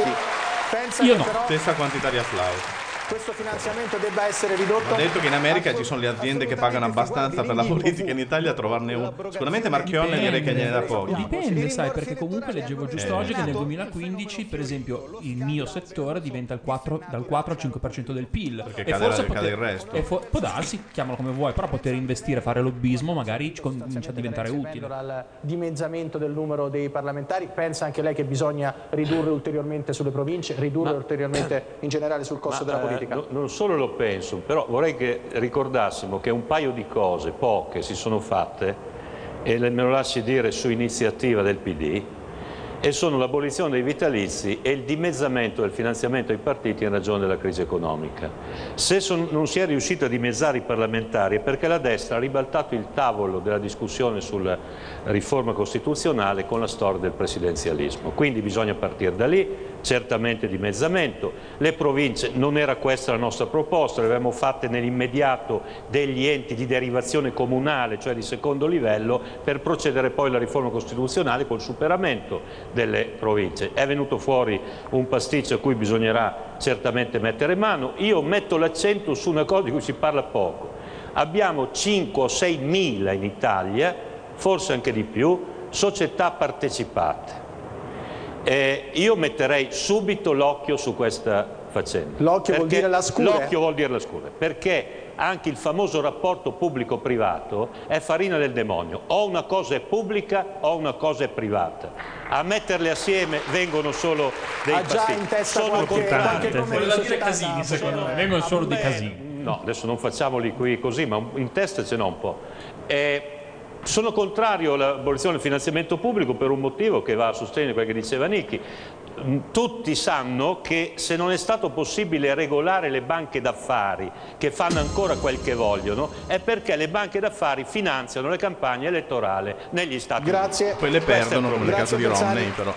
S7: pensa che però
S6: Stessa quantità di applausi.
S7: questo finanziamento debba essere ridotto
S6: Ha detto che in America ci sono le aziende che pagano abbastanza per la politica, in Italia trovarne uno. Sicuramente Marchionne direi che gliene da pochi.
S4: Dipende, sai, perché comunque leggevo
S7: certo
S4: giusto
S6: Eh.
S4: oggi che nel 2015, per esempio, il mio settore diventa il 4 dal 4 al 5% del PIL. Perché
S6: cade la- cade il resto.
S4: può darsi, chiamalo come vuoi, però poter investire, fare lobbismo, magari ci comincia a diventare utile.
S7: Vendola al dimezzamento del numero dei parlamentari, pensa anche lei che bisogna ridurre ulteriormente sulle province, ridurre ulteriormente in generale sul costo
S14: Ma,
S7: della
S14: eh,
S7: politica?
S14: no- non solo lo penso, però vorrei che ricordassimo che un paio di cose, poche, si sono fatte, e le- me lo lasci dire su iniziativa del PD, e sono l'abolizione dei vitalizi e il dimezzamento del finanziamento ai partiti in ragione della crisi economica. Se son- non si è riuscito a dimezzare i parlamentari è perché la destra ha ribaltato il tavolo della discussione sulla riforma costituzionale con la storia del presidenzialismo. Quindi bisogna partire da lì, certamente dimezzamento. Le province, non era questa la nostra proposta, le avevamo fatte nell'immediato degli enti di derivazione comunale, cioè di secondo livello, per procedere poi alla riforma costituzionale col superamento delle province. È venuto fuori un pasticcio a cui bisognerà certamente mettere mano. Io metto l'accento su una cosa di cui si parla poco. Abbiamo 5 o 6 mila in Italia, forse anche di più, società partecipate. Eh, io metterei subito l'occhio su questa faccenda.
S7: L'occhio vuol
S14: Perché-
S7: dire la scure?
S14: L'occhio vuol dire la scure, perché anche il famoso rapporto pubblico-privato è farina del demonio. O una cosa è pubblica o una cosa è privata. A metterle assieme vengono solo dei
S7: Ha già
S14: pasticci.
S7: in testa
S14: Sono
S7: qualche-
S14: contrastanti.
S7: qualche nome di Voleva dire società Casini, da- secondo me. Vengono solo dei Casini.
S14: No, adesso non facciamoli qui così, ma in testa ce n'ho un po'. Eh, sono contrario all'abolizione del finanziamento pubblico per un motivo che va a sostegno di quello che diceva Nicchi. Mm, Tutti sanno che se non è stato possibile regolare le banche d'affari che fanno ancora quel che vogliono è perché le banche d'affari finanziano le campagne elettorali negli Stati
S7: Grazie.
S14: Uniti.
S6: Quelle perdono come le case
S14: Grazie,
S6: di
S14: Bersani.
S6: Romney però.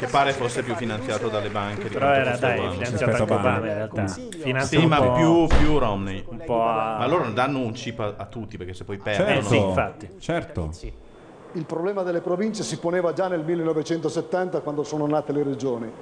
S6: Che pare fosse più finanziato dalle banche. di
S3: Però
S6: quanto
S3: era,
S6: fosse
S3: dai,
S6: Obama.
S3: finanziato anche Obama in realtà. Finanziato
S6: Sì, ma
S3: un po'-
S6: più, più Romney.
S3: un po' a- Eh,
S6: Ma loro danno un chip a, a tutti perché se poi
S15: Ah,
S6: perdono...
S2: Certo, Certo.
S9: Il problema delle province si poneva già nel 1970 quando sono nate le regioni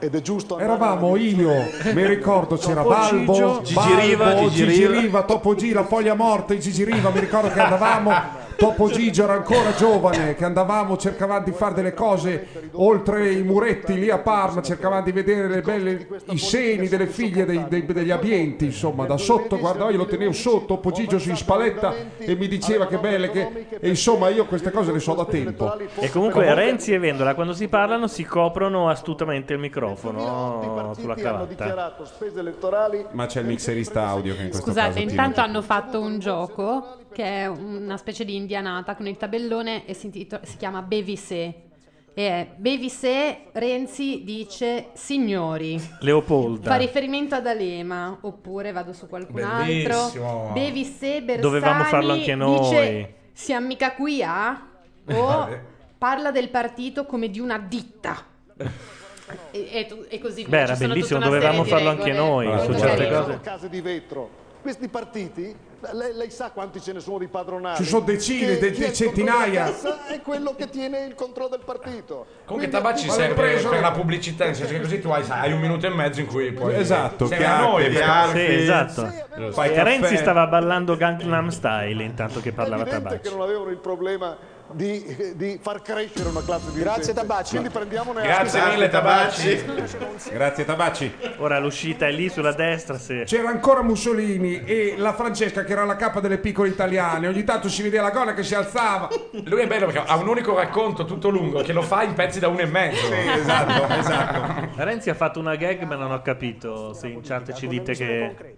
S9: ed è giusto andare
S13: Eravamo
S9: avanti.
S13: io, mi ricordo c'era
S9: Topo
S13: Balbo,
S9: Gigio.
S13: Balbo,
S9: Gigi Riva,
S13: Gigi
S9: Gigi
S13: Riva,
S9: Riva,
S13: Topo Gira, Foglia Morta, Gigi Riva, mi ricordo che andavamo, Topo Gigio era ancora giovane, che andavamo, cercavamo di fare delle cose oltre i muretti lì a Parma, cercavamo di vedere le belle, i seni delle figlie dei- dei- degli ambienti, insomma, da sotto, guardavo, io lo tenevo sotto, Topo Gigio si spaletta e mi diceva che belle, che... e insomma io queste cose le so da tempo.
S3: E comunque Renzi e Vendola quando si parlano si coprono astutamente il microfono sulla
S9: Tutti hanno
S3: cravatta.
S9: dichiarato spese elettorali
S13: Ma c'è il mixerista audio che in questo
S15: Scusate,
S13: caso... ti-
S15: intanto hanno fatto un gioco che è una specie di indianata con il tabellone e si, intito- si chiama Bevi se. E è Bevi se Renzi dice signori. Fa
S3: Leopolda.
S15: riferimento ad Alema, oppure vado su qualcun
S3: Bellissimo.
S15: altro. Bevi se Bersani
S3: Dovevamo farlo anche noi.
S15: Dice siamo mica qui a o
S9: "Oh,
S3: Vabbè.
S15: parla del partito come di una ditta. E, e tu- e così via.
S3: Beh,
S15: Ci
S3: era
S15: sono
S3: bellissimo,
S15: tutta una
S3: dovevamo
S15: serie di
S3: farlo
S15: regole. Esatto.
S3: anche noi
S9: Guarda,
S3: su certe
S9: sono
S3: cose.
S9: case di vetro. questi partiti, lei, lei sa quanti ce ne sono di padronali.
S13: Ci sono decine,
S9: Che
S13: de-
S9: chi ha il
S13: de- centinaia.
S9: controllo della cassa È quello che tiene il controllo del partito.
S8: Comunque
S9: Quindi-
S8: Tabacci
S9: Ma
S8: serve
S9: preso-
S8: per la pubblicità, nel senso che così tu hai, sai, hai un minuto e mezzo in cui poi...
S13: Esatto,
S8: Serve a noi,
S3: Sì,
S8: per-
S3: esatto.
S8: Giusto.
S3: E Renzi stava ballando Gangnam Style intanto che parlava
S9: evidente
S3: Tabacci.
S9: che non avevano il problema di, di far crescere una classe di
S7: Grazie, Tabacci.
S9: Quindi prendiamone
S3: Grazie
S9: atto.
S3: mille, Tabacci.
S13: Grazie Tabacci.
S3: Ora l'uscita è lì sulla destra. Se...
S13: C'era ancora Mussolini e la Francesca che era la capa delle piccole italiane. Ogni tanto si vedeva la gonna che si alzava.
S8: Lui è bello perché ha un unico racconto tutto lungo che lo fa in pezzi da uno e mezzo.
S13: esatto, esatto.
S3: Renzi ha fatto una gag, ma non ho capito se in chat ci dite che.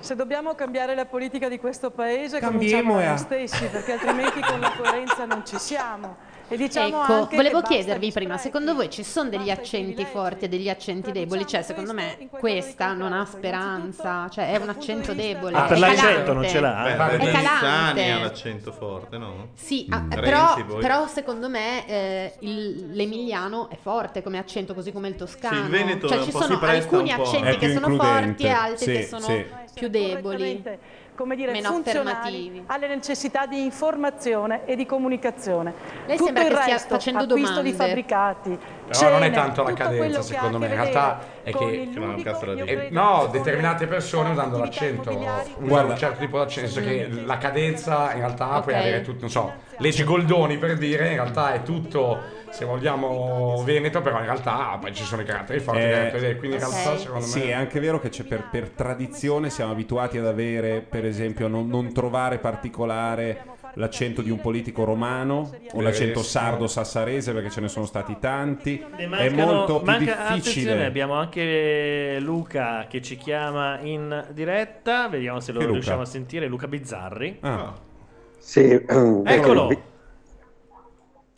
S10: Se dobbiamo cambiare la politica di questo paese,
S3: Cambiamo,
S10: cominciamo da
S3: eh.
S10: noi stessi, perché altrimenti con la coerenza non ci siamo. E diciamo
S15: ecco,
S10: anche
S15: volevo
S10: che basta
S15: chiedervi prima, secondo voi ci sono degli accenti forti e degli
S10: diciamo
S15: accenti deboli? Cioè, secondo me questa non ha speranza, cioè è un accento debole.
S6: Ah, per
S15: è
S6: l'accento
S15: calante.
S6: non ce l'ha?
S15: È
S6: Beh,
S15: calante.
S6: Bersani ha l'accento forte, no?
S15: Sì,
S6: Mm.
S15: ah, eh,
S6: Renzi,
S15: però,
S6: poi.
S15: però secondo me eh, il- l'emiliano è forte come accento, così come il toscano.
S6: Sì, il Veneto
S15: cioè,
S6: è un
S15: ci
S6: po'
S15: sono
S6: si presta
S15: alcuni
S6: un po'.
S15: accenti
S6: È
S15: che
S6: più
S15: sono
S6: includente,
S15: forti e altri che
S6: sì,
S15: sono
S6: sì.
S15: più deboli.
S10: correttamente, come dire,
S15: meno
S10: funzionali
S15: affermativi.
S10: alle necessità di informazione e di comunicazione.
S15: Lei
S10: Tutto
S15: sembra
S10: il
S15: che stia
S10: resto,
S15: facendo
S10: acquisto
S15: domande.
S10: di fabbricati,
S8: Però non è
S10: cene,
S8: tanto la
S10: tutto quello
S8: cadenza,
S10: che
S8: secondo
S10: ha
S8: me.
S10: a
S8: In
S10: che
S8: realtà
S10: vedere
S8: è
S10: con
S8: che.
S10: il l'unico- io
S8: Eh,
S10: credo
S8: no,
S10: che
S8: determinate persone usando l'accento usano
S13: Guarda.
S8: un certo tipo d'accento che la cadenza in realtà puoi
S13: Ok.
S8: avere tutto, non so, leggi Goldoni per dire, in realtà è tutto se vogliamo Veneto, però in realtà poi ci sono i caratteri forti,
S13: cioè,
S8: eh, quindi in realtà secondo
S13: Sì, è
S8: me
S13: anche vero che c'è per, per tradizione siamo abituati ad avere, per esempio, a non, non trovare particolare l'accento di un politico romano o l'accento sardo sassarese perché ce ne sono stati tanti.
S3: Ne
S13: è
S3: mancano-
S13: molto più
S3: manca- attenzione,
S13: difficile.
S3: abbiamo anche Luca che ci chiama in diretta. Vediamo se lo
S13: Che Luca?
S3: riusciamo a sentire. Luca Bizzarri.
S13: Ah.
S18: Sì,
S3: Eccolo.
S18: Vi-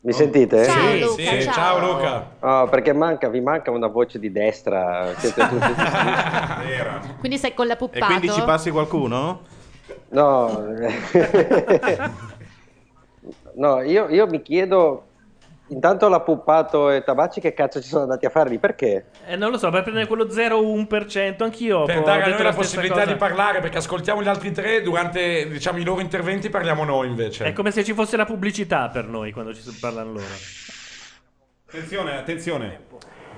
S18: Mi sentite?
S3: Ciao, Sì, Luca, sì, ciao. ciao, Luca.
S18: Ah, perché manca, vi manca una voce di destra. Siete tutti-
S15: Quindi sei collapuppato.
S6: E quindi ci passi qualcuno?
S18: No, no io, io mi chiedo, intanto la Puppato e Tabacci che cazzo ci sono andati a fare lì? Perché?
S3: Eh, non lo so, per prendere quello 0,1%, anch'io.
S8: per
S3: ho
S8: dare a
S3: detto
S8: noi la
S3: stessa
S8: possibilità
S3: cosa.
S8: di parlare, perché ascoltiamo gli altri tre, durante diciamo, i loro interventi parliamo noi invece.
S3: È come se ci fosse la pubblicità per noi quando ci parlano loro.
S13: Attenzione, attenzione.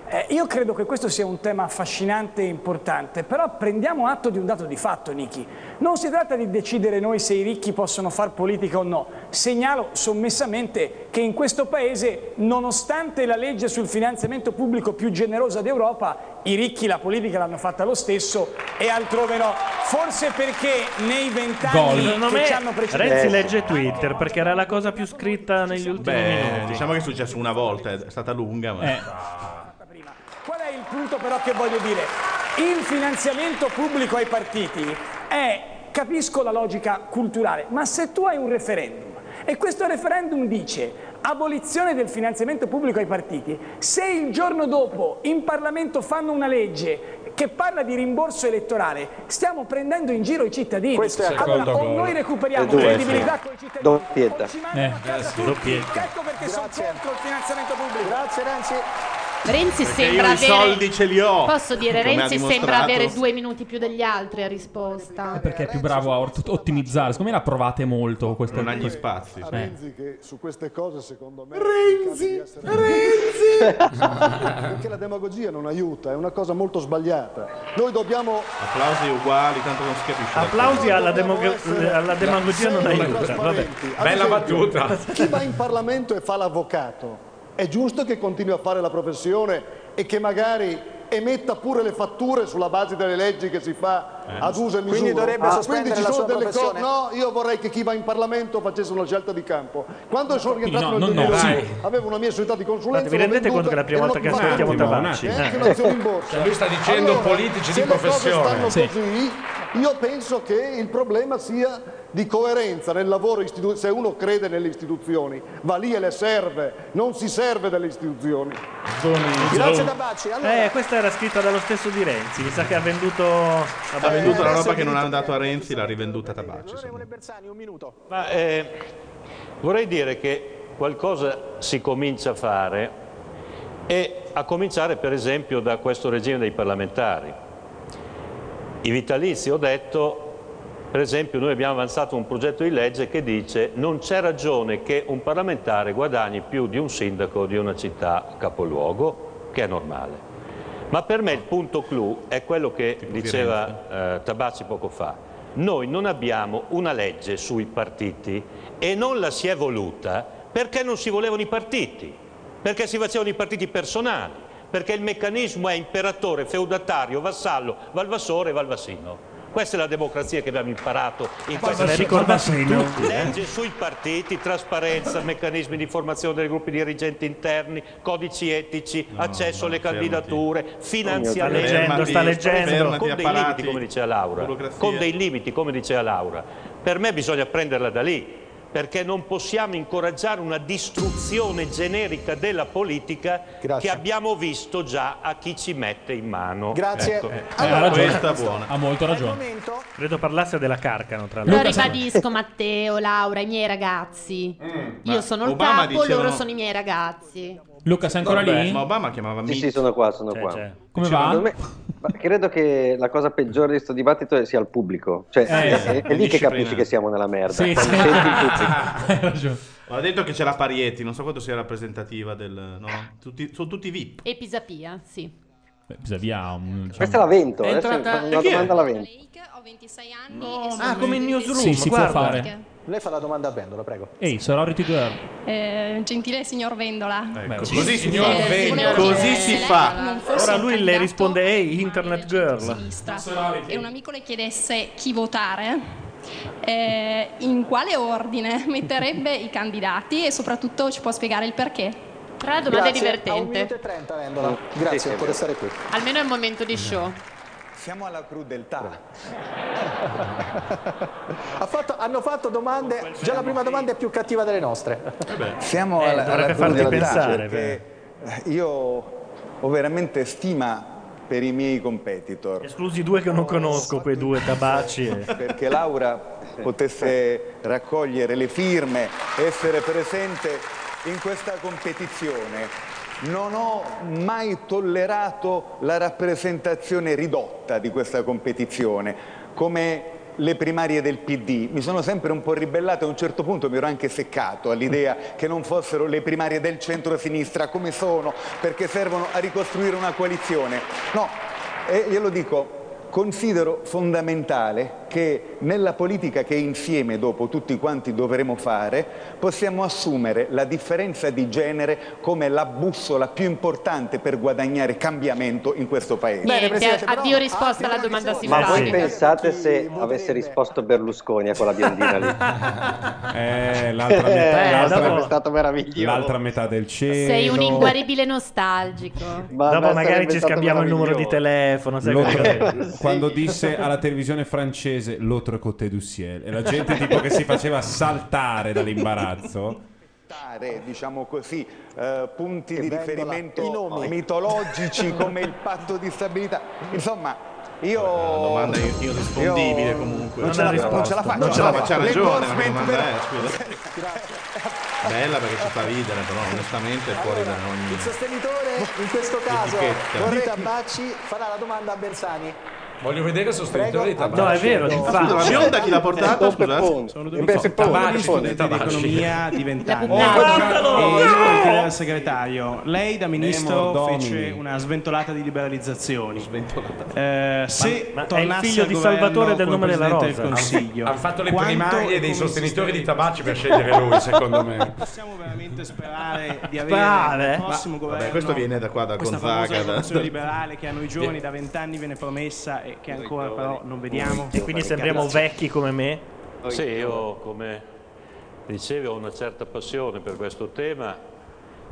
S12: Eh, io credo che questo sia un tema affascinante e importante, però prendiamo atto di un dato di fatto, Niki. Non si tratta di decidere noi se i ricchi possono far politica o no. Segnalo sommessamente che in questo Paese, nonostante la legge sul finanziamento pubblico più generosa d'Europa, i ricchi la politica l'hanno fatta lo stesso e altrove no. Forse perché nei vent'anni
S3: Secondo
S12: che
S3: me
S12: ci hanno preceduto... Eh.
S3: Renzi legge Twitter perché era la cosa più scritta negli ultimi
S6: Beh,
S3: minuti.
S6: diciamo che è successo una volta, è stata lunga, ma...
S3: Eh.
S12: Qual è il punto però che voglio dire? Il finanziamento pubblico ai partiti è, capisco la logica culturale, ma se tu hai un referendum e questo referendum dice abolizione del finanziamento pubblico ai partiti, se il giorno dopo in Parlamento fanno una legge che parla di rimborso elettorale, stiamo prendendo in giro i cittadini.
S18: Questo è
S12: allora,
S18: accordo
S12: o
S18: con-
S12: noi recuperiamo
S18: Eh, giusto.
S12: credibilità con i cittadini.
S18: Doppietta.
S6: Eh, Doppietta.
S12: Ecco perché sono contro il finanziamento pubblico.
S18: Grazie Renzi.
S15: Renzi
S6: Perché
S15: sembra
S6: io i
S15: avere...
S6: soldi ce li ho.
S15: Posso dire,
S6: come ha
S15: Renzi sembra
S6: dimostrato.
S15: avere due minuti più degli altri a risposta.
S4: Eh, Perché è più bravo a ort- ottimizzare. Secondo me la provate molto. Questa
S6: Non ha gli spazi.
S9: A
S4: Eh.
S9: Renzi che su queste cose secondo me
S13: Renzi
S9: Renzi perché la demagogia non aiuta è una cosa molto sbagliata noi dobbiamo
S6: Applausi uguali, tanto non si capisce.
S3: Applausi alla, demogra- alla demagogia non
S9: Sempre
S3: aiuta. Vabbè.
S9: trasparenti. Ad esempio, Chi va in Parlamento e fa l'avvocato, è giusto che continui a fare la professione e che magari emetta pure le fatture sulla base delle leggi che si fa
S8: Eh.
S9: ad uso e misura. Ah,
S7: Quindi dovrebbe sospendere
S9: Quindi ci
S7: la sua
S9: sono delle cose-
S7: professione?
S9: No, io vorrei che chi va in Parlamento facesse una scelta di campo. Quando sono
S3: No,
S9: rientrato nel
S3: no, no,
S9: 2001
S3: sì.
S9: avevo una mia società di consulenza.
S3: Guardate, vi
S9: l'ho
S3: rendete conto
S9: venduta
S3: che è la prima
S9: e
S3: volta
S9: l'ho
S3: che
S9: pagata.
S3: ascoltiamo Tabacci?
S9: Eh, anche
S3: Eh.
S9: un'azione in borsa.
S8: Cioè, lui sta dicendo
S9: Allora,
S8: politici di
S9: se le cose
S8: professione.
S9: stanno
S8: Sì.
S9: così, io penso che il problema sia di coerenza nel lavoro istituzionale. Se uno crede nelle istituzioni, va lì e le serve, non si serve delle istituzioni.
S3: Zoni. Eh, questa era scritta dallo stesso di Renzi. Mi sa che ha venduto.
S6: Ha venduto la roba che non ha dato a Renzi, l'ha rivenduta a Tabacci.
S14: Ma eh, vorrei dire che qualcosa si comincia a fare e a cominciare per esempio da questo regime dei parlamentari. I vitalizi, ho detto, Per esempio noi abbiamo avanzato un progetto di legge che dice non c'è ragione che un parlamentare guadagni più di un sindaco di una città capoluogo, che è normale. Ma per me il punto clou è quello che diceva eh, Tabacci poco fa. Noi non abbiamo una legge sui partiti e non la si è voluta perché non si volevano i partiti, perché si facevano i partiti personali, perché il meccanismo è imperatore, feudatario, vassallo, valvassore e valvassino. Questa è la democrazia che abbiamo imparato in questa
S19: Valvassino, Valvassino.
S14: Tutti, Legge sui partiti, trasparenza, meccanismi di formazione dei gruppi dirigenti interni, codici etici, accesso alle candidature, finanziamento.
S3: Leggendo, sta leggendo.
S14: Con dei
S3: Fermati,
S14: limiti, come diceva Laura.
S3: burocrazia.
S14: Con dei limiti, come diceva Laura. Per me bisogna prenderla da lì. Perché non possiamo incoraggiare una distruzione generica della politica
S7: Grazie.
S14: che abbiamo visto già a chi ci mette in mano.
S7: Grazie.
S14: Ecco.
S3: Allora,
S14: questa è buona.
S3: Ha molto ragione. Credo parlasse della Carcano, tra
S15: Lo
S3: l'altro.
S15: ribadisco, Matteo, Laura, i miei ragazzi.
S6: ma
S3: Mm.
S15: Io sono il
S6: Obama
S15: capo,
S6: dicevano-
S15: loro sono i miei ragazzi.
S4: Luca, sei ancora
S6: Vabbè,
S4: lì?
S6: Ma Obama Ah, chiamava
S18: Sì,
S6: Mitch.
S18: sì, sono qua, sono
S13: Cioè,
S18: qua. Cioè,
S4: Come
S18: Secondo
S4: va?
S18: me- ma credo che la cosa peggiore di questo dibattito sia il pubblico. Cioè,
S6: Eh,
S18: è, è lì che
S6: disciplina.
S18: capisci che siamo nella merda.
S6: Sì,
S18: Quando
S6: sì.
S18: senti il pubblico.
S6: Ho detto che c'è la Parietti, non so quanto sia rappresentativa del... No? Tutti, sono tutti VIP.
S15: E Pisapia, sì.
S4: Bisogna un...
S18: Questa è la Vento,
S6: È
S18: adesso
S6: entrata-
S18: fa una
S6: E chi è?
S18: domanda alla Vento.
S20: Ho 26 anni
S15: No,
S20: e sono
S15: ah, come
S20: un'interessata.
S15: in
S4: newsroom, Sì, si può guarda. fare.
S7: Lei fa la domanda a Vendola, prego.
S4: Ehi, sorority girl.
S20: Eh, gentile signor Vendola.
S4: Beh,
S3: Ecco,
S4: sì.
S3: Così, si fa.
S20: Eh, volevo
S3: Così
S20: dire,
S3: si
S20: se lei
S3: fa.
S20: non fosse
S3: Ora
S20: un
S3: lui le
S20: candidato
S3: risponde: Ehi, Internet Girl.
S20: sinistra, e un amico le chiedesse chi votare, eh, in quale ordine metterebbe i candidati e soprattutto ci può spiegare il perché.
S15: Però la
S20: Grazie,
S15: domanda è divertente.
S7: Vendola, grazie per essere qui.
S15: Almeno è un momento di show.
S7: Siamo alla crudeltà. Ha fatto- hanno fatto domande, già la prima domanda è più cattiva delle nostre.
S11: Siamo
S7: Eh,
S11: alla,
S7: dovrebbe
S11: alla
S7: farti
S11: crudeltà,
S7: pensare,
S11: perché eh, io ho veramente stima per i miei competitor.
S3: Esclusi due che non conosco, quei due tabacci. e-
S11: perché Laura potesse raccogliere le firme, essere presente in questa competizione. Non ho mai tollerato la rappresentazione ridotta di questa competizione, come le primarie del PD. Mi sono sempre un po' ribellato e a un certo punto mi ero anche seccato all'idea che non fossero le primarie del centro-sinistra come sono, perché servono a ricostruire una coalizione. No, e glielo dico, Considero fondamentale che nella politica che insieme dopo tutti quanti dovremo fare possiamo assumere la differenza di genere come la bussola più importante per guadagnare cambiamento in questo paese.
S15: Niente, addio risposta alla domanda
S18: Ma voi
S15: simpatica.
S18: pensate se avesse risposto Berlusconi a quella biondina lì?
S13: Eh, l'altra
S18: Eh,
S13: metà, l'altra,
S18: sarebbe stato meraviglioso.
S13: l'altra metà del cielo.
S15: Sei un inguaribile nostalgico.
S3: Dopo magari ci scambiamo il numero di telefono. Sai
S13: L'autre-
S3: come-
S13: quando disse alla televisione francese l'autre côté du ciel e la gente tipo che si faceva saltare dall'imbarazzo
S11: Dare, diciamo così, eh, punti
S13: Che
S11: di
S13: vendola,
S11: riferimento
S13: i nomi.
S11: mitologici come il patto di stabilità. Insomma, io...
S6: Una domanda ir- irrispondibile
S11: io-
S6: comunque.
S11: Non ce la,
S6: risposta.
S11: non ce la faccio.
S6: Non ce la faccio, ha
S11: Le
S6: ragione. Ma che
S11: endorsement
S6: domanda
S11: per-
S6: è, scusa. Bella perché ci fa ridere, però onestamente è fuori da ogni...
S7: Il sostenitore in questo caso
S6: Etichetta.
S7: vorrei Tabacci farà la domanda a Bersani.
S8: Voglio vedere il sostenitore di
S7: Prego.
S8: Tabacci.
S7: No, è vero, ci fa.
S8: Scusa, ma Bionda chi l'ha portata?
S7: Sono
S8: Scusate.
S7: Peppone.
S8: Sono
S7: E
S8: due
S7: beh,
S8: so,
S7: Peppone,
S8: Tabacci,
S7: Peppone.
S8: studente di
S7: Tabacci.
S8: economia di vent'anni.
S7: La puttana.
S21: Oh,
S8: E-
S21: guardalo! E il segretario, lei da ministro
S8: Demon
S21: fece
S8: Domini.
S21: una sventolata di liberalizzazioni. Eh, se
S8: Ma- ma è il
S21: tornasse
S8: figlio
S21: al
S8: di
S21: governo
S8: Salvatore del
S21: come
S8: nome della
S21: Presidente del
S8: Rosa.
S21: Consiglio,
S8: Hanno fatto le
S21: quanto
S8: primarie dei
S21: come sistema-
S8: sostenitori di Tabacci per scegliere lui, secondo me.
S21: Possiamo veramente sperare di
S8: Pare.
S21: avere il prossimo
S8: Ma-
S21: governo.
S8: vabbè, questo viene da qua, da
S21: questa
S6: Gonzaga,
S21: famosa
S6: da-
S21: rivoluzione liberale che a noi giovani da vent'anni viene promessa e che ancora però non vediamo.
S3: E quindi sembriamo vecchi come me.
S14: Sì, io come dicevi ho una certa passione per questo tema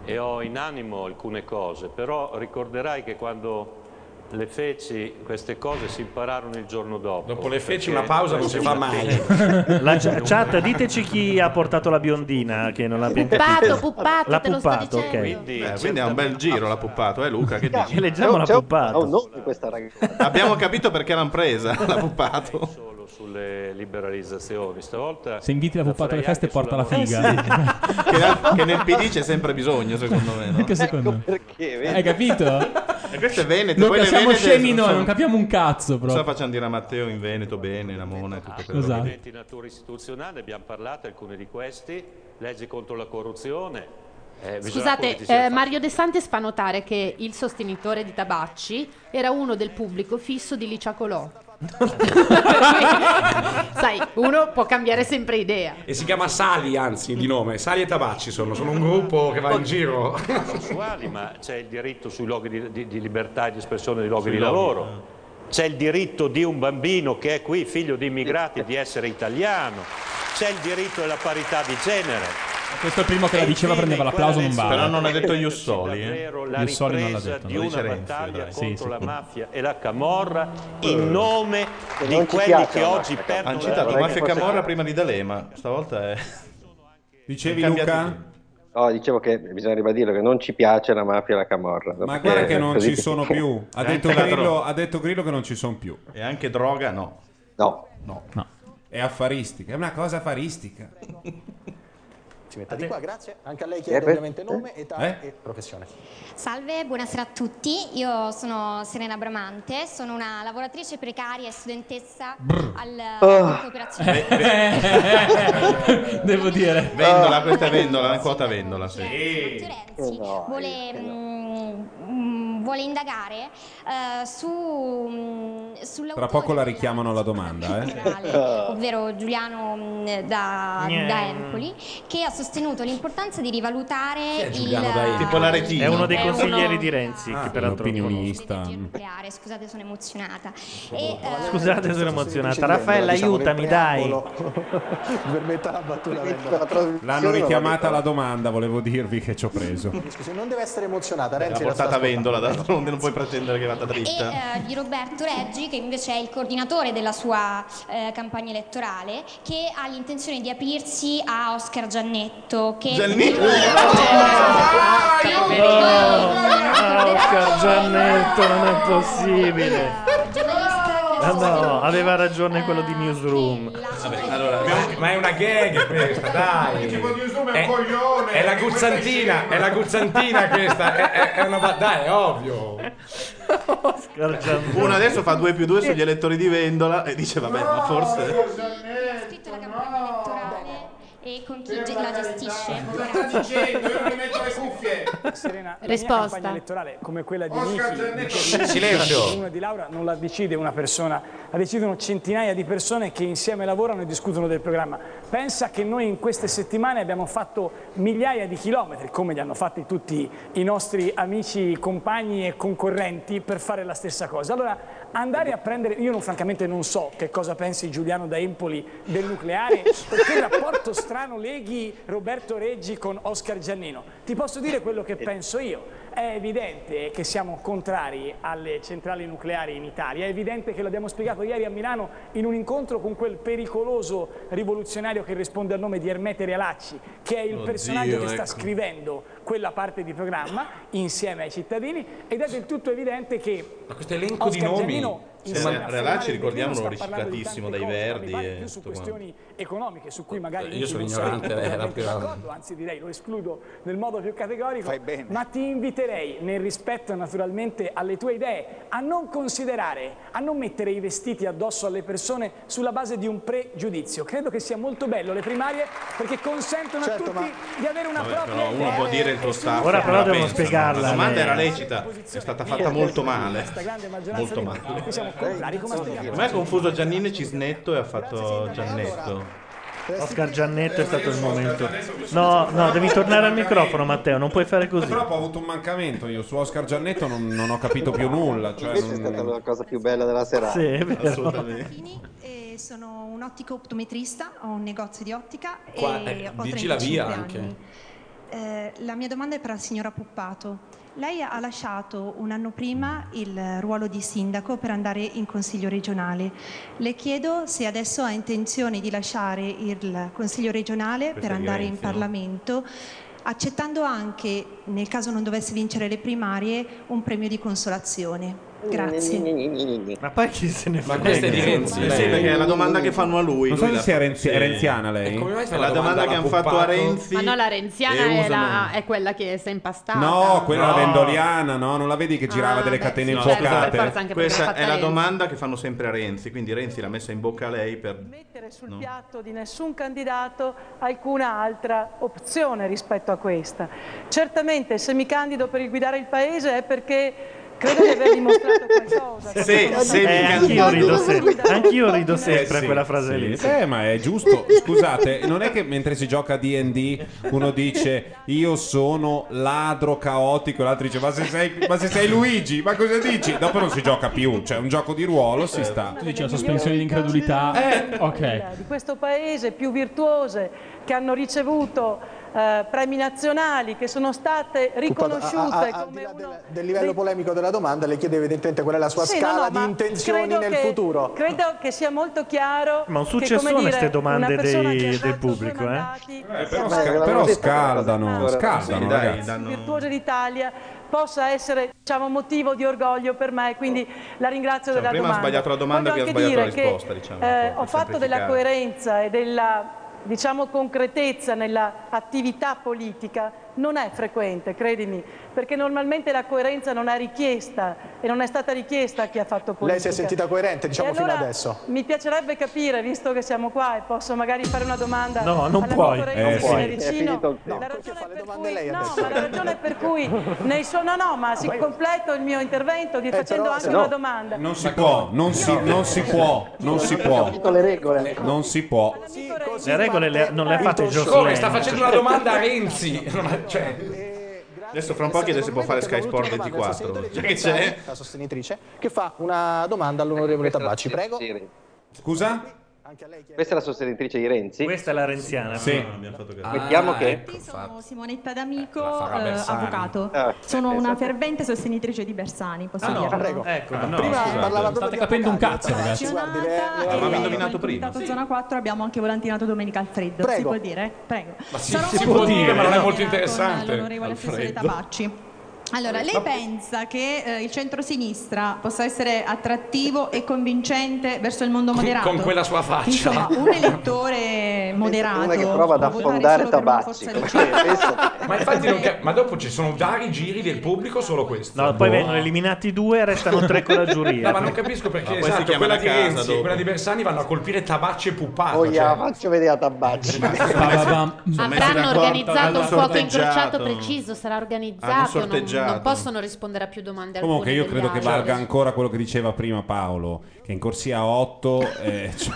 S14: e ho in animo alcune cose, però ricorderai che quando le feci queste cose si impararono il giorno dopo.
S8: Dopo le feci
S14: perché
S8: una pausa non si fa mai.
S3: La ch- chat, diteci chi ha portato la biondina che non l'abbiamo
S15: Puppato,
S3: capito.
S15: puppato,
S3: la
S15: te lo sto
S3: puppato, ok.
S15: dicendo.
S6: Quindi, eh, quindi
S21: certo.
S6: è un bel giro l'ha puppato, eh Luca? Che dici?
S3: E leggiamo la puppata.
S18: questa ragazza.
S6: Abbiamo capito perché l'hanno presa, l'ha puppato.
S14: Solo sulle liberalizzazioni, stavolta
S4: Se inviti la puppata alle
S14: farei
S4: feste,
S14: anche
S4: porta la
S14: sulla
S4: figa.
S6: Che, che nel PD c'è sempre bisogno, secondo me. No?
S4: Che secondo me.
S18: Perché?
S4: Hai capito?
S6: E questo è Veneto.
S4: Non
S6: poi le
S4: siamo
S6: Venete
S4: scemi noi,
S6: sono-
S4: non capiamo un cazzo
S6: Cosa
S4: proprio.
S6: facciamo dire a Matteo in Veneto bene, Lamona e tutto quello che-
S4: Esatto.
S14: Provvedimenti di natura istituzionale, abbiamo parlato alcuni di questi, legge contro la corruzione. Eh, bisogna
S15: Scusate,
S14: politici-
S15: eh, Mario De Santis fa notare che il sostenitore di Tabacci era uno del pubblico fisso di Licia Colò. Sai, uno può cambiare sempre idea.
S8: E si chiama Sali, anzi, di nome. Sali e Tabacci sono, sono un gruppo che va in giro.
S14: sessuali, ma c'è il diritto sui luoghi di, di- di libertà e di espressione dei luoghi
S8: Sui
S14: di
S8: luoghi,
S14: lavoro.
S6: eh.
S14: C'è il diritto di un bambino che è qui, figlio di immigrati, di essere italiano. C'è il diritto della parità di genere.
S4: Questo è il primo che la diceva, prendeva l'applauso non vale.
S6: Però non ha detto Jussoli. Eh.
S14: La ripresa di
S6: Lo
S14: una
S6: dice Renzi,
S14: battaglia
S6: dai.
S14: contro la mafia e la camorra in nome
S6: Eh.
S14: di quelli che oggi perdono
S6: Hanno
S14: la
S6: citato
S14: vita.
S6: Mafia e Camorra prima di D'Alema. Stavolta è.
S13: Dicevi
S6: È cambiato
S13: Luca?
S18: No, dicevo che bisogna ribadirlo che non ci piace la mafia e la camorra.
S13: Ma
S18: perché
S13: guarda che non
S18: così
S13: ci
S18: ti-
S13: sono più. Ha
S18: Eh,
S13: detto,
S18: anche la
S13: Grillo,
S18: droga.
S13: ha detto Grillo che non ci sono più.
S6: E anche droga no.
S18: No.
S6: No.
S13: È affaristica, è una cosa affaristica.
S7: Ci metta di qua, grazie. Anche a lei
S13: Eh,
S7: chiedo
S13: per-
S7: ovviamente nome, età
S13: Eh?
S7: e professione.
S19: Salve, buonasera a tutti. Io sono Serena Bramante, sono una lavoratrice precaria e studentessa al
S4: Ah.
S19: cooperazione.
S4: Devo dire. Ah.
S6: Vendola, questa è vendola, una quota vendola. Sì.
S19: vuole, mm, mm, vuole indagare eh, su, mm, sulla
S13: Tra poco la richiamano alla domanda,
S19: generale,
S13: eh.
S19: ovvero Giuliano mh, da,
S13: Gnè.
S19: da Empoli, che ha sostenuto l'importanza di rivalutare il
S3: Tipo la retina. È uno dei
S19: È uno-
S3: consiglieri di Renzi,
S13: Ah,
S3: che peraltro
S13: l'opinionista.
S19: nucleare. Scusate, sono emozionata. E, eh,
S3: Scusate, sono emozionata. Raffaella,
S7: Diciamo nel
S3: aiutami, dai.
S7: preambolo. per metà battuta
S13: L'hanno richiamata alla domanda, volevo dirvi che ci ho preso.
S7: Scusi, non deve essere emozionata,
S6: La
S7: Renzi la sta
S6: portata
S7: ascoltando.
S6: vendola, d'altronde non puoi pretendere che vada dritta.
S19: eh, di Roberto Reggi, che invece è il coordinatore della sua eh, campagna elettorale, che ha l'intenzione di aprirsi a Oscar Giannetto. Che
S3: Giannetto? Ah,
S19: Oscar
S3: Oscar Giannetto, non è possibile. Ah, no, aveva ragione quello di Newsroom.
S8: Ma è una gag questa, dai. È, è la guzzantina, è la guzzantina questa. È, è- è una ba- Dai, è ovvio.
S6: Uno adesso fa 2 più 2 sugli elettori di vendola e dice, vabbè, ma forse.
S19: scritto la campagna elettorale e con chi ge- la gestisce.
S12: Serena, la mia
S19: Risposta.
S12: campagna elettorale come quella di
S19: Oscar
S12: Nichi,
S2: Silenzio.
S12: una di Laura non la decide una persona, la decidono centinaia di persone che insieme lavorano e discutono del programma. Pensa che noi in queste settimane abbiamo fatto migliaia di chilometri, come li hanno fatti tutti i nostri amici, compagni e concorrenti per fare la stessa cosa. Allora, andare a prendere, io non- francamente non so che cosa pensi Giuliano da Empoli del nucleare, o che rapporto strano leghi Roberto Reggi con Oscar Giannino. Ti posso dire quello che penso io. È evidente che siamo contrari alle centrali nucleari in Italia, è evidente che l'abbiamo spiegato ieri a Milano in un incontro con quel pericoloso rivoluzionario che risponde al nome di Ermete Realacci, che è il
S2: Oddio,
S12: personaggio che sta
S2: ecco.
S12: scrivendo quella parte di programma insieme ai cittadini ed è del tutto evidente che
S8: Ma questo elenco
S12: Oscar
S8: di nomi.
S12: Giannino,
S6: Cioè,
S12: insieme a Ferrari
S6: Relacci, ricordiamolo,
S12: Pellegrino, sta parlando di
S6: riciclatissimo dai
S12: tante cose,
S6: Verdi
S12: ma mi pare
S6: e
S12: più su
S6: tutto quanto.
S12: questioni economiche su cui magari
S8: io
S12: non
S8: sono
S12: ci sarete
S8: ignorante, eh,
S12: totalmente
S8: la-
S12: d'accordo, anzi direi lo escludo nel modo più categorico ma ti inviterei nel rispetto naturalmente alle tue idee a non considerare a non mettere i vestiti addosso alle persone sulla base di un pregiudizio credo che sia molto bello le primarie perché consentono a tutti di avere una
S6: Vabbè,
S12: propria
S6: però
S12: idea
S6: uno può dire il tuo staff.
S3: Ora però
S6: la
S3: devo
S6: pensa.
S3: spiegarla,
S6: La domanda
S3: lei.
S6: era lecita, è stata fatta molto male.
S12: questa grande
S6: Molto
S12: maggioranza di-
S6: male.
S12: noi siamo contrari come ha spiegato
S6: Ma è confuso Giannino e Cisnetto e ha fatto Giannetto.
S3: Oscar Giannetto è stato il momento. No, no, devi tornare al microfono, Matteo. Non puoi fare così.
S13: Purtroppo ho avuto un mancamento io su Oscar Giannetto, non, non ho capito più nulla. Cioè,
S18: Questa
S13: non-
S18: è stata la cosa più bella della serata.
S13: Sì, è vero. Assolutamente.
S22: Eh, sono un ottico optometrista, ho un negozio di ottica
S8: Qua,
S22: e
S8: eh,
S22: ho
S8: dici
S22: 35
S8: la via
S22: anni.
S8: anche.
S22: Eh, la mia domanda è per la signora Puppato. Lei ha lasciato un anno prima il ruolo di sindaco per andare in consiglio regionale. Le chiedo se adesso ha intenzione di lasciare il consiglio regionale Questa per è andare in Renzi, no? Parlamento, accettando anche, nel caso non dovesse vincere le primarie, un premio di consolazione.
S1: Mm,
S22: Grazie.
S3: Ma poi chi se ne
S6: Ma
S3: frega?
S6: questa è di Renzi. Eh sì, perché è la domanda che fanno a lui.
S13: Non
S6: lui
S13: so
S6: la-
S13: se è, renzi- è
S6: Sì.
S13: renziana lei.
S6: È la domanda che hanno fatto a Renzi.
S15: Ma no, la
S13: e
S15: renziana è, la-
S13: usano-
S15: è quella che si è impastata.
S13: No, quella
S6: No.
S13: la vendoliana, no? Non la vedi che girava delle catene infuocate?
S6: Questa è la
S10: Renzi.
S6: domanda che fanno sempre a Renzi. Quindi Renzi l'ha messa in bocca a lei per
S10: mettere sul piatto di nessun candidato alcuna altra opzione rispetto a questa. Certamente se mi candido per il guidare il paese è perché credo di aver dimostrato qualcosa.
S3: Sì, sì, mi
S10: Eh,
S3: candido. Anch'io rido sempre
S13: Eh
S3: a
S13: sì,
S3: quella frase
S13: sì.
S3: lì.
S13: Eh, ma è giusto. Scusate, non è che mentre si gioca a D&D uno dice "Io sono ladro caotico" e l'altro dice "Ma se sei, ma se sei Luigi, ma cosa dici?". Dopo non si gioca più, cioè un gioco di ruolo si sta. Eh,
S4: Tu dici la sospensione di incredulità. ok.
S10: di questo paese più virtuose che hanno ricevuto eh, premi nazionali che sono state
S7: a- a-
S10: riconosciute
S7: al
S10: come
S7: Del livello polemico della domanda le chiedo evidentemente qual è la sua
S10: Sì, no,
S7: scala
S10: no,
S7: di
S10: ma
S7: intenzioni
S10: credo
S7: nel
S10: che-
S7: futuro.
S10: Credo che sia molto chiaro
S3: Ma un
S10: che, come
S3: successone
S10: dire,
S3: queste domande
S10: una persona
S3: dei-
S10: che ha
S3: del
S10: fatto due
S3: pubblico, eh?
S10: mandati,
S13: Però,
S10: sia
S13: sca- però scaldano,
S6: Sì,
S13: scaldano,
S6: dai,
S13: ragazzi.
S6: danno-
S10: virtuoso d'Italia possa essere diciamo, motivo di orgoglio per me, quindi la ringrazio
S6: Cioè,
S10: della
S6: prima ha
S10: domanda.
S6: sbagliato la domanda,
S10: Voglio
S6: qui ha
S10: anche
S6: sbagliato
S10: dire
S6: la
S10: che,
S6: risposta, diciamo,
S10: eh,
S6: per
S10: ho fatto della
S6: semplificare.
S10: coerenza e della diciamo, concretezza nella attività politica non è frequente, credimi, perché normalmente la coerenza non è richiesta e non è stata richiesta a chi ha fatto politica.
S7: Lei si è sentita coerente, diciamo,
S10: E allora
S7: fino adesso.
S10: Mi piacerebbe capire, visto che siamo qua e posso magari fare una domanda
S7: No, non
S10: alla
S7: puoi.
S10: mia
S7: Eh,
S10: coerenza
S7: sì.
S10: vicino.
S7: È finito il
S10: La ragione per cui- no, ma la ragione per cui nei suoi no, no, ma si completo il mio intervento di- facendo
S7: però-
S10: anche
S13: no.
S10: una domanda.
S13: Non si può, non si, non si può, non si può. Non si può.
S3: Le regole le- non le ha fatte
S8: Come?
S3: Jocelyn.
S8: Sta facendo una domanda a Renzi. Ma, cioè,
S6: Adesso fra un po' chiede se può fare Sky Sport 24. Cioè che c'è?
S7: La sostenitrice che fa una domanda all'onorevole Tabacci, prego.
S13: Scusa?
S18: Questa è la sostenitrice di Renzi.
S3: Questa è la renziana.
S18: Sì.
S6: abbiamo fatto caso.
S18: Mettiamo che...
S1: Ah, eh, Sono Simonetta D'Amico,
S18: La farà
S1: eh,
S18: Bersani.
S1: avvocato.
S18: Ah,
S1: Sono
S18: eh,
S1: una
S18: esatto.
S1: fervente sostenitrice di Bersani, posso
S18: Ah, no,
S1: dirlo?
S18: prego. Ecco,
S1: Prima
S18: no, scusate.
S1: parlava
S18: State
S1: proprio di
S4: capendo un
S1: avvocati,
S4: cazzo, ragazzi.
S1: appassionata
S4: Guardi, le- le-
S1: e
S4: Ma mi ha
S1: con il
S4: indovinato prima.
S1: comitato Zona 4 abbiamo anche volantinato domenica al freddo, si
S8: Prego.
S1: può dire? Prego.
S8: ma si,
S1: Sarò
S8: si
S1: molto
S8: può dire, ma non è
S1: sincera
S8: molto
S1: con
S8: interessante.
S1: L'onorevole assessore
S8: Alfredo.
S1: Tabacci. Allora, lei
S8: Ma-
S1: pensa che eh, il centrosinistra possa essere attrattivo e convincente verso il mondo moderato?
S8: con quella sua faccia.
S1: Insomma, un elettore moderato
S18: Una che prova ad
S1: può votare
S18: affondare
S1: solo per una
S18: tabacci.
S1: forza
S18: come-
S8: Ma infatti non cap- ma dopo ci sono vari giri del pubblico solo questo.
S3: No, poi
S8: Boh.
S3: vengono eliminati due, restano tre con la giuria.
S8: No, ma non capisco perché
S3: Ma poi si
S8: esatto,
S3: chiama
S8: quella
S3: la
S8: di
S3: casa
S8: Renzi e
S3: dopo.
S8: quella di Bersani vanno a colpire tabacci e pupazzo.
S18: Oh, yeah,
S8: cioè.
S18: faccio vedere a tabacci.
S15: Avranno organizzato un fuoco incrociato
S13: sorteggiato.
S15: preciso, sarà
S13: Hanno
S15: organizzato, non,
S13: sorteggiato.
S15: non possono rispondere a più domande
S13: Comunque
S15: alcune
S13: io credo
S15: degli
S13: che
S15: altri.
S13: valga ancora quello che diceva prima Paolo, che in corsia 8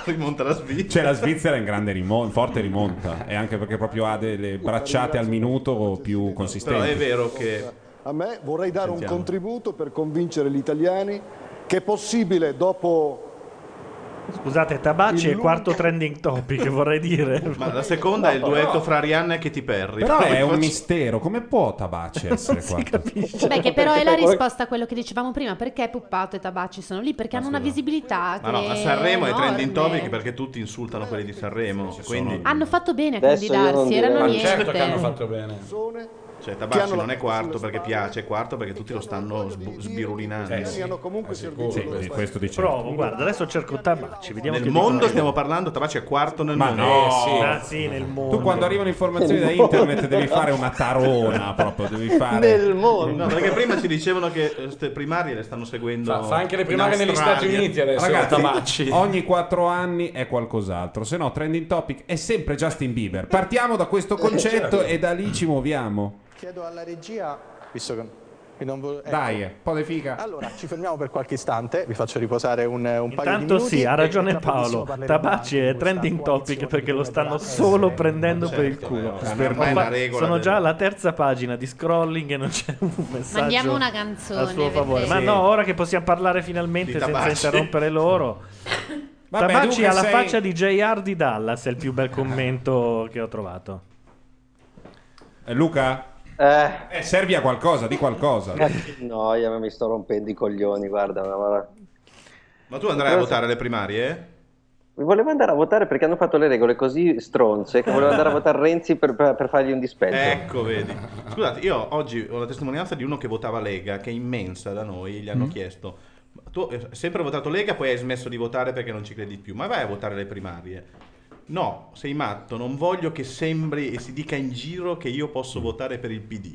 S6: rimonta la Svizzera.
S13: Cioè la Svizzera è in grande rimonta, in forte rimonta, e anche perché proprio ha delle bracciate al minuto più consistenti.
S6: Però è vero che
S9: A me vorrei dare
S13: Sentiamo.
S9: un contributo per convincere gli italiani che è possibile dopo...
S3: Scusate, Tabacci è il quarto trending topic, vorrei dire.
S6: Ma la seconda è il duetto fra Arianna e Katy Perry.
S13: Però
S6: Poi
S13: è un
S6: faccio-
S13: mistero, come può Tabaci essere qua?
S15: Beh, che però è la risposta a quello che dicevamo prima, perché Puppato e Tabacci sono lì? Perché hanno una visibilità
S6: Ma Ah, no,
S15: che
S6: a Sanremo è
S15: enorme.
S6: trending topic perché tutti insultano quelli di Sanremo. Quindi...
S15: Hanno fatto bene a
S6: Adesso io non
S15: candidarsi,
S6: direi.
S15: erano
S6: Ma
S15: niente.
S6: certo che hanno fatto bene.
S9: Persone
S6: Cioè,
S9: Che
S6: Tabacci
S9: hanno la
S6: non è quarto perché piace, è quarto perché tutti lo stanno sb- sbirulinando.
S9: Eh sì. Hanno comunque Eh sì, servizio sì, allo sì, Stato. questo di certo.
S3: Provo, Oh, guarda, adesso cerco Tabacci, vediamo
S6: Nel
S3: che
S6: mondo
S3: dicono.
S6: stiamo parlando, Tabacci è quarto nel
S13: Ma
S6: mondo.
S13: no. Eh sì.
S3: Ah, sì, nel mondo.
S13: Tu quando arrivano informazioni da internet devi fare una tarona proprio, devi fare...
S6: No, perché prima ci dicevano che eh, ste primarie le stanno seguendo.
S8: Fa- fa anche le
S6: in
S8: primarie negli
S6: Australia.
S8: Stati Uniti adesso.
S13: Ragazzi,
S8: Tabacci.
S13: ogni 4 anni è qualcos'altro, se no trending topic è sempre Justin Bieber. Partiamo da questo
S6: Certo.
S13: concetto e da lì ci muoviamo.
S7: Chiedo alla regia, visto che che non vo- ecco.
S13: Eh, Dai, un po' di figa.
S7: Allora, ci fermiamo per qualche istante, vi faccio riposare un, un paio di minuti.
S3: Tanto sì, ha
S7: e
S3: ragione
S7: tra pochissimo
S3: Paolo.
S7: parleremo
S3: Tabacci è trending topic perché lo stanno solo prendendo per il culo.
S6: Certo, ormai
S3: Ho
S6: è la
S3: fa-
S6: regola
S3: Sono
S6: del-
S3: già alla terza pagina di scrolling e non c'è un messaggio.
S15: Mandiamo una canzone,
S3: A suo favore. Ma
S15: vedremo.
S3: no, ora che possiamo parlare finalmente
S6: Di
S3: senza
S6: Tabacci.
S3: interrompere loro.
S13: Vabbè,
S3: Tabacci
S13: dunque
S3: ha la
S13: sei-
S3: faccia di JR di Dallas, è il più bel commento che ho trovato.
S13: Eh, Luca? Eh, servi a qualcosa, di qualcosa.
S18: Ma che noia, ma mi sto rompendo i coglioni, guarda. ma- ma-
S6: Ma tu andrai a votare alle primarie?
S18: Mi volevo andare a votare perché hanno fatto le regole così stronze che volevo andare a votare Renzi per, per- per fargli un dispetto.
S6: Ecco, vedi.
S13: Mm.
S6: Scusate, io oggi ho la testimonianza di uno che votava Lega, che è immensa da noi, gli hanno chiesto tu hai sempre votato Lega, poi hai smesso di votare perché non ci credi più, ma vai a votare le primarie. No, sei matto, non voglio che sembri e si dica in giro che io posso votare per il PD.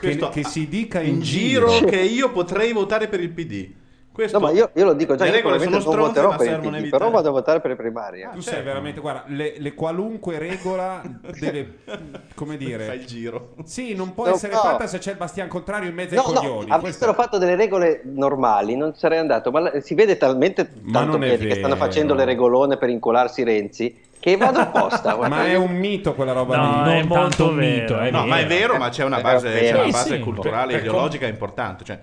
S6: Questo
S13: Mm. che
S6: a-
S13: si dica in,
S6: in giro che io potrei votare per il PD. Questo Cioè,
S18: No, ma io, io lo dico già,
S6: le
S18: io
S6: regole sono
S18: probabilmente non
S6: stronze,
S18: voterò
S6: ma
S18: per il
S6: servono a
S18: PD,
S6: evitare.
S18: però vado a votare per le primarie.
S13: tu sei veramente, guarda, le, le qualunque regola deve, come dire... Fai il
S6: giro.
S13: Sì, non può
S18: No,
S13: essere
S18: no.
S13: fatta se c'è il Bastian contrario in mezzo
S18: No,
S13: ai
S18: no,
S13: coglioni. Questo-
S18: avessero fatto delle regole normali non ci sarei andato, ma la- si vede talmente tanto
S13: non è
S18: bene che stanno
S13: vero.
S18: facendo le regolone per incolarsi Renzi che vado apposta. guarda.
S13: Ma è un mito quella roba
S18: No,
S13: lì.
S18: è
S13: Non
S18: molto
S13: tanto un
S18: vero.
S13: mito, è
S4: Certo,
S13: Eh,
S6: no, ma è vero, ma c'è
S18: Eh,
S6: una base, c'è una
S13: Sì,
S6: base
S13: sì.
S6: culturale,
S13: Per- per
S6: ideologica importante. Cioè,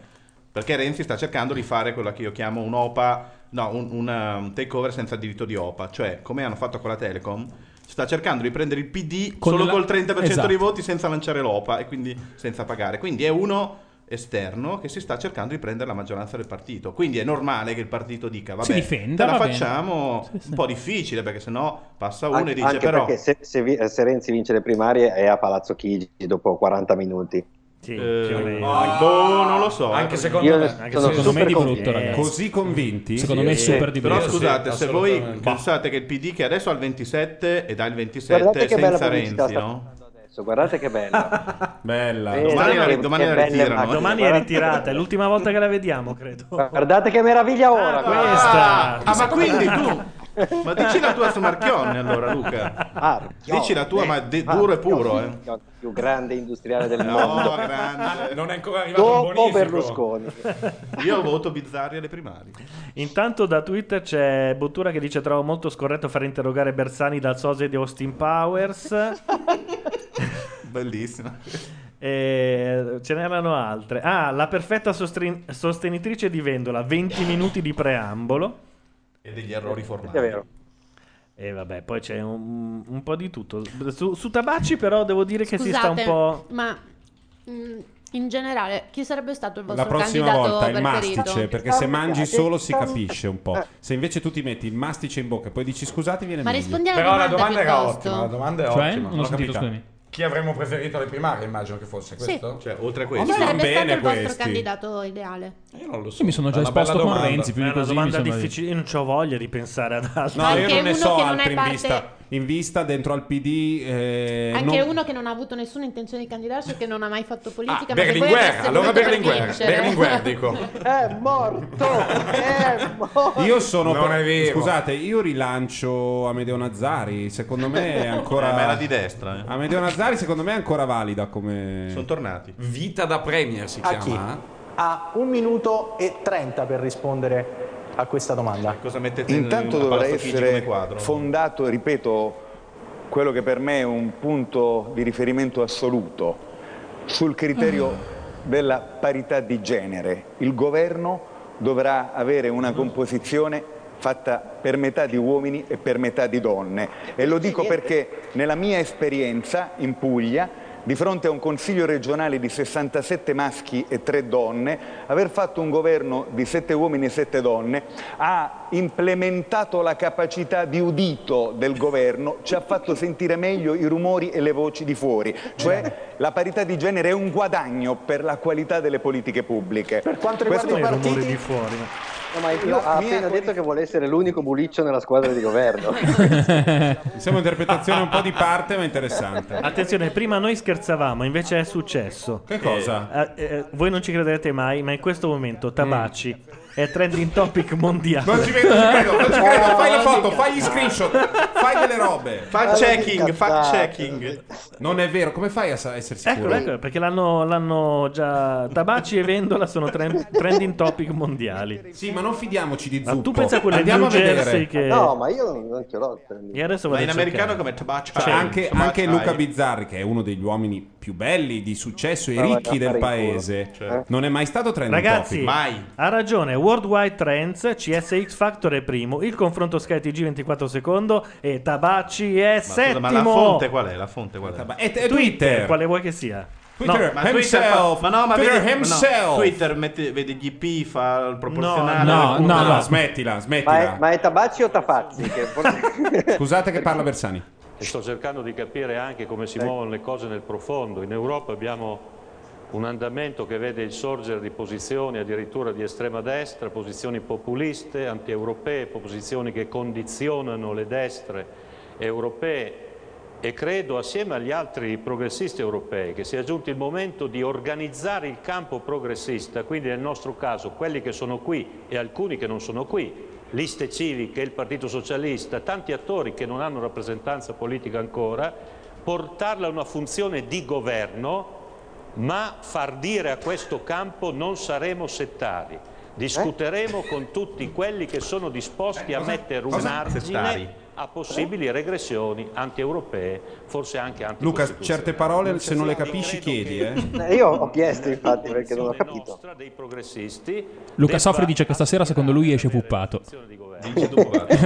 S6: perché Renzi sta cercando di fare quella che io chiamo un'OPA, no, un, una- un takeover senza diritto di OPA. Cioè, come hanno fatto con la Telecom, sta cercando di prendere il PD
S4: Con
S6: solo
S4: la-
S6: col 30%
S4: Esatto.
S6: dei voti senza lanciare l'OPA e quindi senza pagare. Quindi è uno esterno che si sta cercando di prendere la maggioranza del partito. Quindi è normale che il partito dica, vabbè,
S4: Si difenda,
S6: te la
S4: va bene."
S6: facciamo un po' difficile perché sennò passa uno
S18: Anche,
S6: e dice
S18: anche
S6: però...
S18: perché se, se vi- se Renzi vince le primarie è a Palazzo Chigi dopo 40 minuti.
S6: Eh,
S18: più o meno.
S6: ah, boh, non lo so.
S18: Anche
S6: eh,
S18: secondo Io me. sono Anche secondo super me di brutto, convinto. ragazzi.
S13: Così convinti?
S4: Secondo me è super di
S6: Però
S4: brutto.
S6: scusate,
S4: Sì,
S6: se voi
S4: assolutamente.
S6: pensate che il PD che adesso ha il 27 e dà il 27
S18: Guardate che bella
S6: senza
S18: pubblicità
S6: Renzi,
S18: sta
S6: no?
S18: facendo adesso, guardate che bella.
S13: bella.
S18: Eh,
S6: domani la,
S18: che-
S6: domani
S18: che
S6: la
S18: belle
S6: ritirano.
S18: macchine.
S3: Domani è ritirata, è l'ultima volta che la vediamo, credo.
S18: Guardate che meraviglia ora. guarda.
S6: Ah, ah, ma quindi tu... Ma dici la tua su Marchionne allora, Luca. dici la tua, ma de- duro e puro, eh.
S18: Il più grande industriale del
S6: No,
S18: mondo.
S8: Non è ancora arrivato il
S18: Dopo
S8: bonifico.
S18: Berlusconi.
S6: Io voto Bizzarri alle primarie.
S3: Intanto da Twitter c'è Bottura che dice trovo molto scorretto far interrogare Bersani dal sosia di Austin Powers.
S6: Bellissima.
S3: E ce n'erano altre. Ah, la perfetta sostrin- sostenitrice di Vendola, 20 minuti di preambolo.
S6: E degli errori formali.
S3: È vero. E vabbè, poi c'è un, un po' di tutto. Su, su Tabacci però devo dire che si sta un po'...
S15: ma mh, in generale, chi sarebbe stato il vostro
S13: La prossima
S15: candidato
S13: volta il
S15: preferito?
S13: mastice, perché se
S7: eh,
S13: mangi solo si capisce un po'. Se invece tu ti metti il mastice in bocca e poi dici scusate, viene
S15: Ma
S13: meglio.
S15: rispondi alla
S8: Però la domanda
S15: domanda
S8: era
S15: piuttosto.
S8: ottima, la domanda è
S13: Cioè?
S8: ottima.
S13: Non ho sentito, scusami.
S8: Chi avremmo preferito alle primarie, immagino che fosse
S15: Sì.
S8: questo?
S6: Cioè, oltre a
S15: Chi sarebbe stato il vostro candidato ideale?
S13: Eh,
S8: Non lo so.
S4: Io mi sono già
S8: Una bella
S4: esposto con
S8: domanda.
S4: Renzi, più
S3: È
S4: di
S3: una
S4: così mi
S3: domanda
S4: sembra di-
S3: difficile, io non ho voglia di pensare ad altro.
S13: No, io
S15: Anche
S13: non ne
S15: uno
S13: so
S15: che non è
S13: altri in
S15: parte-
S13: vista. In vista dentro al PD. eh,
S15: Anche
S13: non-
S15: uno che non ha avuto nessuna intenzione di candidarsi o che non ha mai fatto politica. ma che poi
S13: Berlinguer,
S15: avesse
S13: allora
S15: voluto per
S13: Berlinguer,
S15: vincere.
S13: Berlinguer dico.
S18: È morto, è morto.
S13: Io sono
S8: Non
S13: per-
S8: è vero.
S13: Scusate, io rilancio Amedeo Nazzari, secondo me è ancora
S6: Eh, ma era di destra, eh.
S13: Amedeo Nazzari secondo me è ancora valida come
S6: Sono tornati.
S8: Vita da Premier si
S7: A
S8: chiama.
S7: chi? Ha un minuto e trenta per rispondere a questa domanda.
S6: Cosa mettete
S11: Intanto dovrà essere fondato, ripeto, quello che per me è un punto di riferimento assoluto sul criterio della parità di genere. Il governo dovrà avere una composizione fatta per metà di uomini e per metà di donne. E lo dico perché nella mia esperienza in Puglia, di fronte a un consiglio regionale di 67 maschi e 3 donne, aver fatto un governo di 7 uomini e 7 donne ha implementato la capacità di udito del governo, ci ha fatto sentire meglio i rumori e le voci di fuori, cioè la parità di genere è un guadagno per la qualità delle politiche pubbliche. Per
S7: quanto
S3: Questo è il rumore di fuori. ma-
S18: No, ma io ha appena detto che vuole essere l'unico buliccio nella squadra di governo.
S13: Siamo interpretazione un po' di parte, ma interessante.
S3: Attenzione, prima noi scherzavamo, invece è successo.
S13: Che cosa? Mm.
S3: Eh, eh, voi non ci crederete mai, ma in questo momento Tabacci è trending topic mondiale.
S13: Non ci vedo, non ci vedo, non ci vedo. Eh, Fai la foto, fai gli screenshot, fai delle robe.
S3: Fact checking, fact
S6: checking.
S13: Non è vero, come fai a sa- essere sicuro?
S3: Eccolo, eccolo, Ecco, perché l'hanno, l'hanno già. Tabacci e Vendola sono tren- trending topic mondiali.
S13: Sì, ma non fidiamoci di
S3: Ma
S13: zuppo.
S3: tu pensa a quelle
S13: Andiamo
S3: New
S13: a vedere.
S3: Jersey che.
S18: No, ma io non, non ce l'ho.
S3: E adesso
S6: Ma
S3: vado
S6: in
S3: a
S6: americano
S3: cercare.
S6: come tabaccio.
S13: Cioè, anche, anche Luca Bizzarri, che è uno degli uomini più belli, di successo e
S6: Ma vai
S13: ricchi
S6: a fare
S13: del
S6: in
S13: paese,
S18: Certo.
S13: non è mai stato trending
S3: Ragazzi,
S13: topic.
S3: ha ragione. Worldwide Trends, CSX Factor è primo, il confronto Sky TG 24 secondo e Tabacci è
S6: Ma scusa,
S3: settimo.
S6: ma la fonte qual è? La fonte qual è?
S13: è Twitter. Twitter.
S3: quale vuoi che sia?
S13: Twitter
S6: ma
S13: himself,
S6: fa- ma no, ma
S13: Twitter
S6: vedi, ma no,
S13: himself.
S6: Twitter mette, vedi GP fa il
S13: No,
S6: proporzionale.
S13: no,
S6: alla-
S13: no,
S6: Ah,
S13: smettila,
S18: Ma è,
S13: smettila.
S18: ma è Tabacci o Tafazzi? Che forse-
S13: Scusate che parla Bersani.
S14: Ecco. Sto cercando di capire anche come si muovono le cose nel profondo. In Europa abbiamo un andamento che vede il sorgere di posizioni addirittura di estrema destra, posizioni populiste, antieuropee, posizioni che condizionano le destre europee e credo assieme agli altri progressisti europei che sia giunto il momento di organizzare il campo progressista, quindi nel nostro caso quelli che sono qui e alcuni che non sono qui, liste civiche, il Partito Socialista, tanti attori che non hanno rappresentanza politica ancora, portarla a una funzione di governo, ma far dire a questo campo non saremo settari. Discuteremo con tutti quelli che sono disposti a mettere un
S6: cosa- settari?
S14: argine a possibili regressioni anti-europee, forse anche anti
S13: Luca, certe parole se non le capisci chiedi, eh.
S18: Io ho chiesto infatti perché non ho capito.
S14: dei progressisti
S4: Luca Soffri dice che stasera secondo lui esce puppato.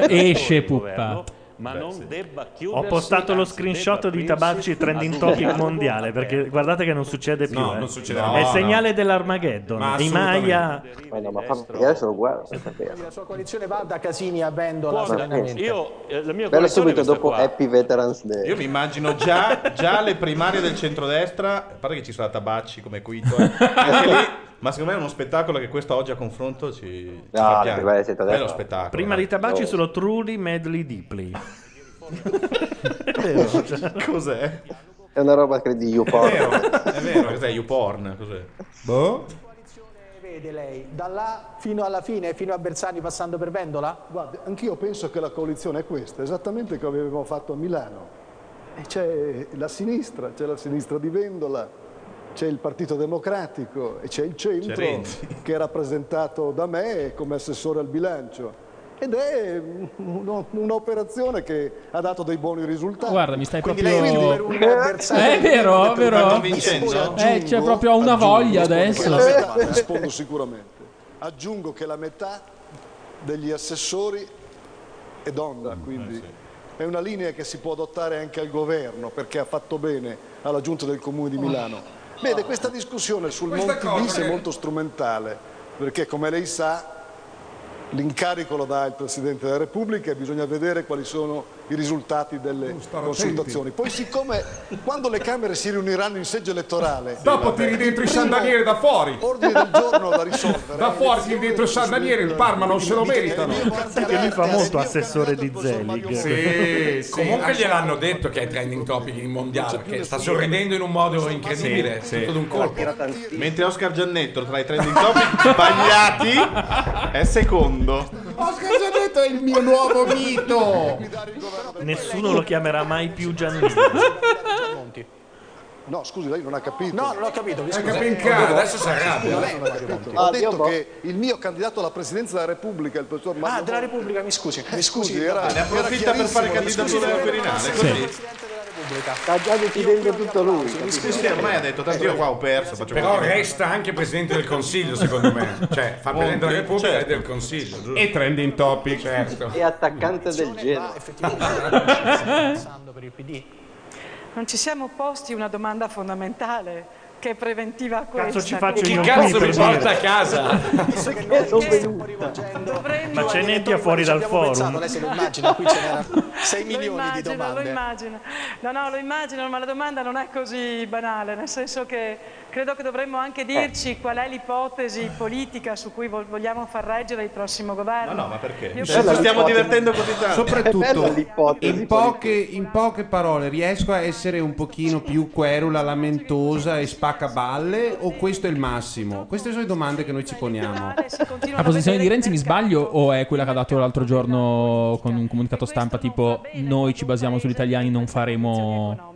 S4: esce puppato.
S14: ma non debba
S3: Ho
S14: chiudersi
S3: postato lo screenshot di Tabacci trending topic mondiale perché guardate che non succede più.
S13: No,
S3: eh.
S13: non succederà
S3: È
S13: mai,
S3: il
S13: no.
S3: segnale dell'Armageddon.
S13: Ma
S3: I Maia
S18: Ma no, ma fa adesso lo guardo, senza
S7: La sua coalizione va da Casini a Bendola.
S18: Può andare-
S7: serenamente.
S14: Io, eh, la mia
S18: Bello
S14: coalizione è
S18: subito
S14: questa
S18: dopo
S14: qua.
S18: Happy Veterans Day.
S6: Io mi immagino già, già le primarie del centrodestra, a parte che ci sarà Tabacci come quinto, eh, anche lì, ma secondo me è uno spettacolo che questo oggi a confronto ci, ci fa
S18: le
S6: piangere.
S18: primarie del centrodestra.
S6: Bello spettacolo.
S3: prima
S6: dai.
S3: di
S18: Oh.
S3: Tabacci sono Trudy Medley Deeply.
S6: Cos'è?
S18: È una roba che di YouPorn.
S6: È eh. vero, cos'è? YouPorn? Cos'è?
S13: Boh.
S7: Vede lei, da là fino alla fine, fino a Bersani passando per Vendola?
S9: Guardi, anch'io penso che la coalizione è questa, esattamente come avevamo fatto a Milano. E C'è la sinistra, c'è la sinistra di Vendola, c'è il Partito Democratico e c'è il centro
S6: C'è Renzi.
S9: che è rappresentato da me come assessore al bilancio. Ed è un- un'operazione che ha dato dei buoni risultati.
S4: Guarda, mi stai
S9: Quindi
S4: proprio.
S9: lei quindi per un avversario-
S4: Eh, è vero, è vero.
S9: Aggiungo-
S4: Eh, c'è proprio una
S9: aggiungo,
S4: voglia
S9: rispondo
S4: adesso.
S9: che la metà- rispondo sicuramente. Aggiungo che la metà degli assessori è
S4: Eh,
S9: donna, quindi è una linea che si può adottare anche al governo perché ha fatto bene alla giunta del comune di Milano. Vede, questa discussione sul
S8: Questa
S9: Monti
S8: cosa
S9: bis è
S8: che-
S9: molto strumentale perché come lei sa L'incarico lo dà il Presidente della Repubblica e bisogna vedere quali sono i risultati delle consultazioni. Poi siccome quando le Camere si riuniranno in seggio elettorale...
S8: Dopo tiri dentro i sandaliere da fuori.
S9: Ordine del giorno da risolvere.
S8: Da fuori tiri dentro i sandaliere, il Parma non se lo meritano.
S3: Sai che lui fa molto assessore di Zelig.
S8: Sì, sì. Comunque gliel'hanno detto che è trending topic in mondiale, perché sta sorridendo in un modo incredibile,
S6: Sì, sì.
S8: tutto d'un colpo.
S6: Mentre Oscar Giannetto tra i trending topic sbagliati è secondo.
S13: Oscar già detto è il mio nuovo mito.
S3: Nessuno lo chiamerà mai più Giannini.
S9: No, scusi, lei non ha capito.
S7: No, non ho capito, mi
S9: È
S7: scusi.
S8: adesso si arrabbia.
S9: Scusi, lei non ha capito.
S7: Ah,
S9: Ho
S7: Dio
S9: detto
S7: boh.
S9: che il mio candidato alla Presidenza della Repubblica, il professor Mario...
S7: Ah, della Repubblica, mi scusi. Mi scusi,
S9: era...
S7: Ne approfitta
S9: era
S7: per fare
S9: chiarissimo,
S7: candidatura
S9: mi
S7: al
S9: scusi.
S7: Quirinale,
S18: Sta già decidendo tutto lui.
S6: Sì, ormai ha detto, tanto io qua ho perso, faccio
S8: Però
S6: qualcosa".
S8: resta anche presidente del consiglio, secondo me. Cioè, fa presidente della Repubblica
S6: certo.
S8: e del consiglio. giusto?
S13: E trending topic.
S8: Certo.
S18: È attaccante del genere.
S7: Passando per il PD.
S10: Non ci siamo posti una domanda fondamentale che è preventiva a questa.
S3: Cazzo ci faccio
S10: quindi-
S3: io qui per dire.
S7: Visto che noi ci stiamo rivolgendo
S3: Ma c'è nebbia fuori
S7: Ci
S3: dal
S7: abbiamo pensato,
S3: forum.
S7: lei se lo immagina, qui ce n'erano 6
S10: Lo
S7: milioni di
S10: immagino, lo
S7: domande.
S10: immagino. No, no, lo immagino, ma la domanda non è così banale, nel senso che credo che dovremmo anche dirci qual è l'ipotesi politica su cui vo- vogliamo far reggere il prossimo governo.
S6: Ma no, ma perché?
S10: Io
S6: Ci
S10: penso-
S6: stiamo divertendo così tanto.
S13: Soprattutto in
S18: l'ipotesi
S13: poche, in poche parole, riesco a essere un pochino più querula, lamentosa e spaccaballe? O questo è il massimo? Queste sono le domande che noi ci poniamo.
S4: La posizione di Renzi mi sbaglio o è quella che ha dato l'altro giorno con un comunicato stampa tipo noi ci basiamo sugli italiani, non faremo...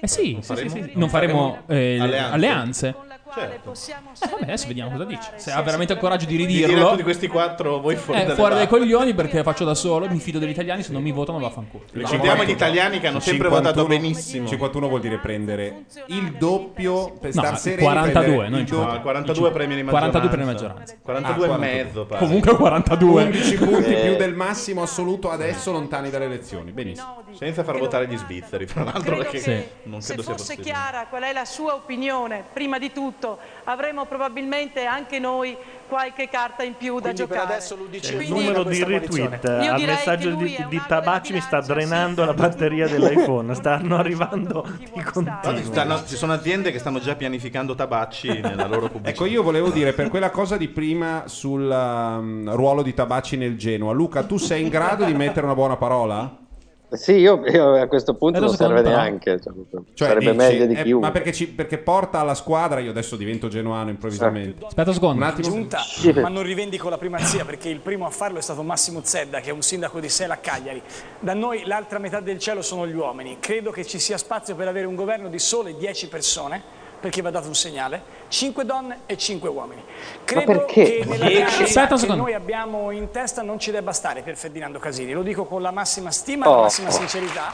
S4: Eh sì, sì, sì, sì. non faremo eh, le-
S6: alleanze.
S4: alleanze.
S6: Certo.
S4: Eh, vabbè, adesso vediamo cosa dice. Se ha veramente il coraggio di
S6: Di dire
S4: ridirlo,
S6: di questi quattro voi fuori,
S4: eh,
S6: dalle
S4: fuori dai
S6: balle.
S4: coglioni perché faccio da solo, mi fido degli italiani, se non mi votano vaffanculo.
S6: Ricordiamo gli italiani che hanno sempre votato benissimo.
S13: 51 vuol dire prendere il doppio per
S4: No,
S13: star sereni,
S4: 42,
S13: prendere
S4: noi
S13: il
S4: ci votiamo.
S13: doppio.
S6: 42 premi di maggioranza.
S4: 42 premi di maggioranza. Ah,
S6: 42 e mezzo, pare.
S4: Comunque 42.
S13: 11 punti
S6: Eh.
S13: più del massimo assoluto adesso lontani dalle elezioni. Benissimo.
S6: Senza far votare gli svizzeri, fra l'altro,
S10: Credo
S6: perché
S10: che
S6: non
S10: se
S6: credo sia
S10: fosse
S6: possibile.
S10: chiara qual è la sua opinione, prima di tutto, tutto avremo probabilmente anche noi qualche carta in più da
S7: Quindi per
S10: giocare.
S7: adesso l'UDC
S10: Quindi-
S3: Il numero di retweet eh,
S10: Io
S3: al
S10: direi
S3: messaggio di, di Tabacci mi sta drenando la batteria dell'iPhone. Stanno arrivando i
S6: Guarda,
S3: continui.
S6: stanno- ci sono aziende che stanno già pianificando tabacci nella loro pubblicità.
S13: Ecco, io volevo dire per quella cosa di prima sul um, ruolo di Tabacci nel Genoa. Luca, tu sei in grado di mettere una buona parola?
S18: Sì, io, io a questo punto
S13: Eh, lo
S18: non serve
S13: secondo, no?
S18: neanche. cioè,
S13: Cioè,
S18: sarebbe
S13: dici,
S18: meglio di
S13: eh,
S18: chiunque.
S13: Ma perché, ci- perché porta alla squadra, io adesso divento genuano improvvisamente.
S4: Aspetta un secondo.
S13: Un attimo.
S4: Giunta.
S12: ma non rivendico la primazia perché il primo a farlo è stato Massimo Zedda, che è un sindaco di Sela a Cagliari. Da noi l'altra metà del cielo sono gli uomini. Credo che ci sia spazio per avere un governo di sole 10 persone, perché va dato un segnale, 5 donne e 5 uomini. Credo
S18: perché?
S12: che nella
S18: Dieci?
S12: realtà
S18: Aspetta un
S12: che
S18: secondo.
S12: noi abbiamo in testa non ci debba stare per Ferdinando Casini. Lo dico con la massima stima e
S18: Oh.
S12: la massima sincerità.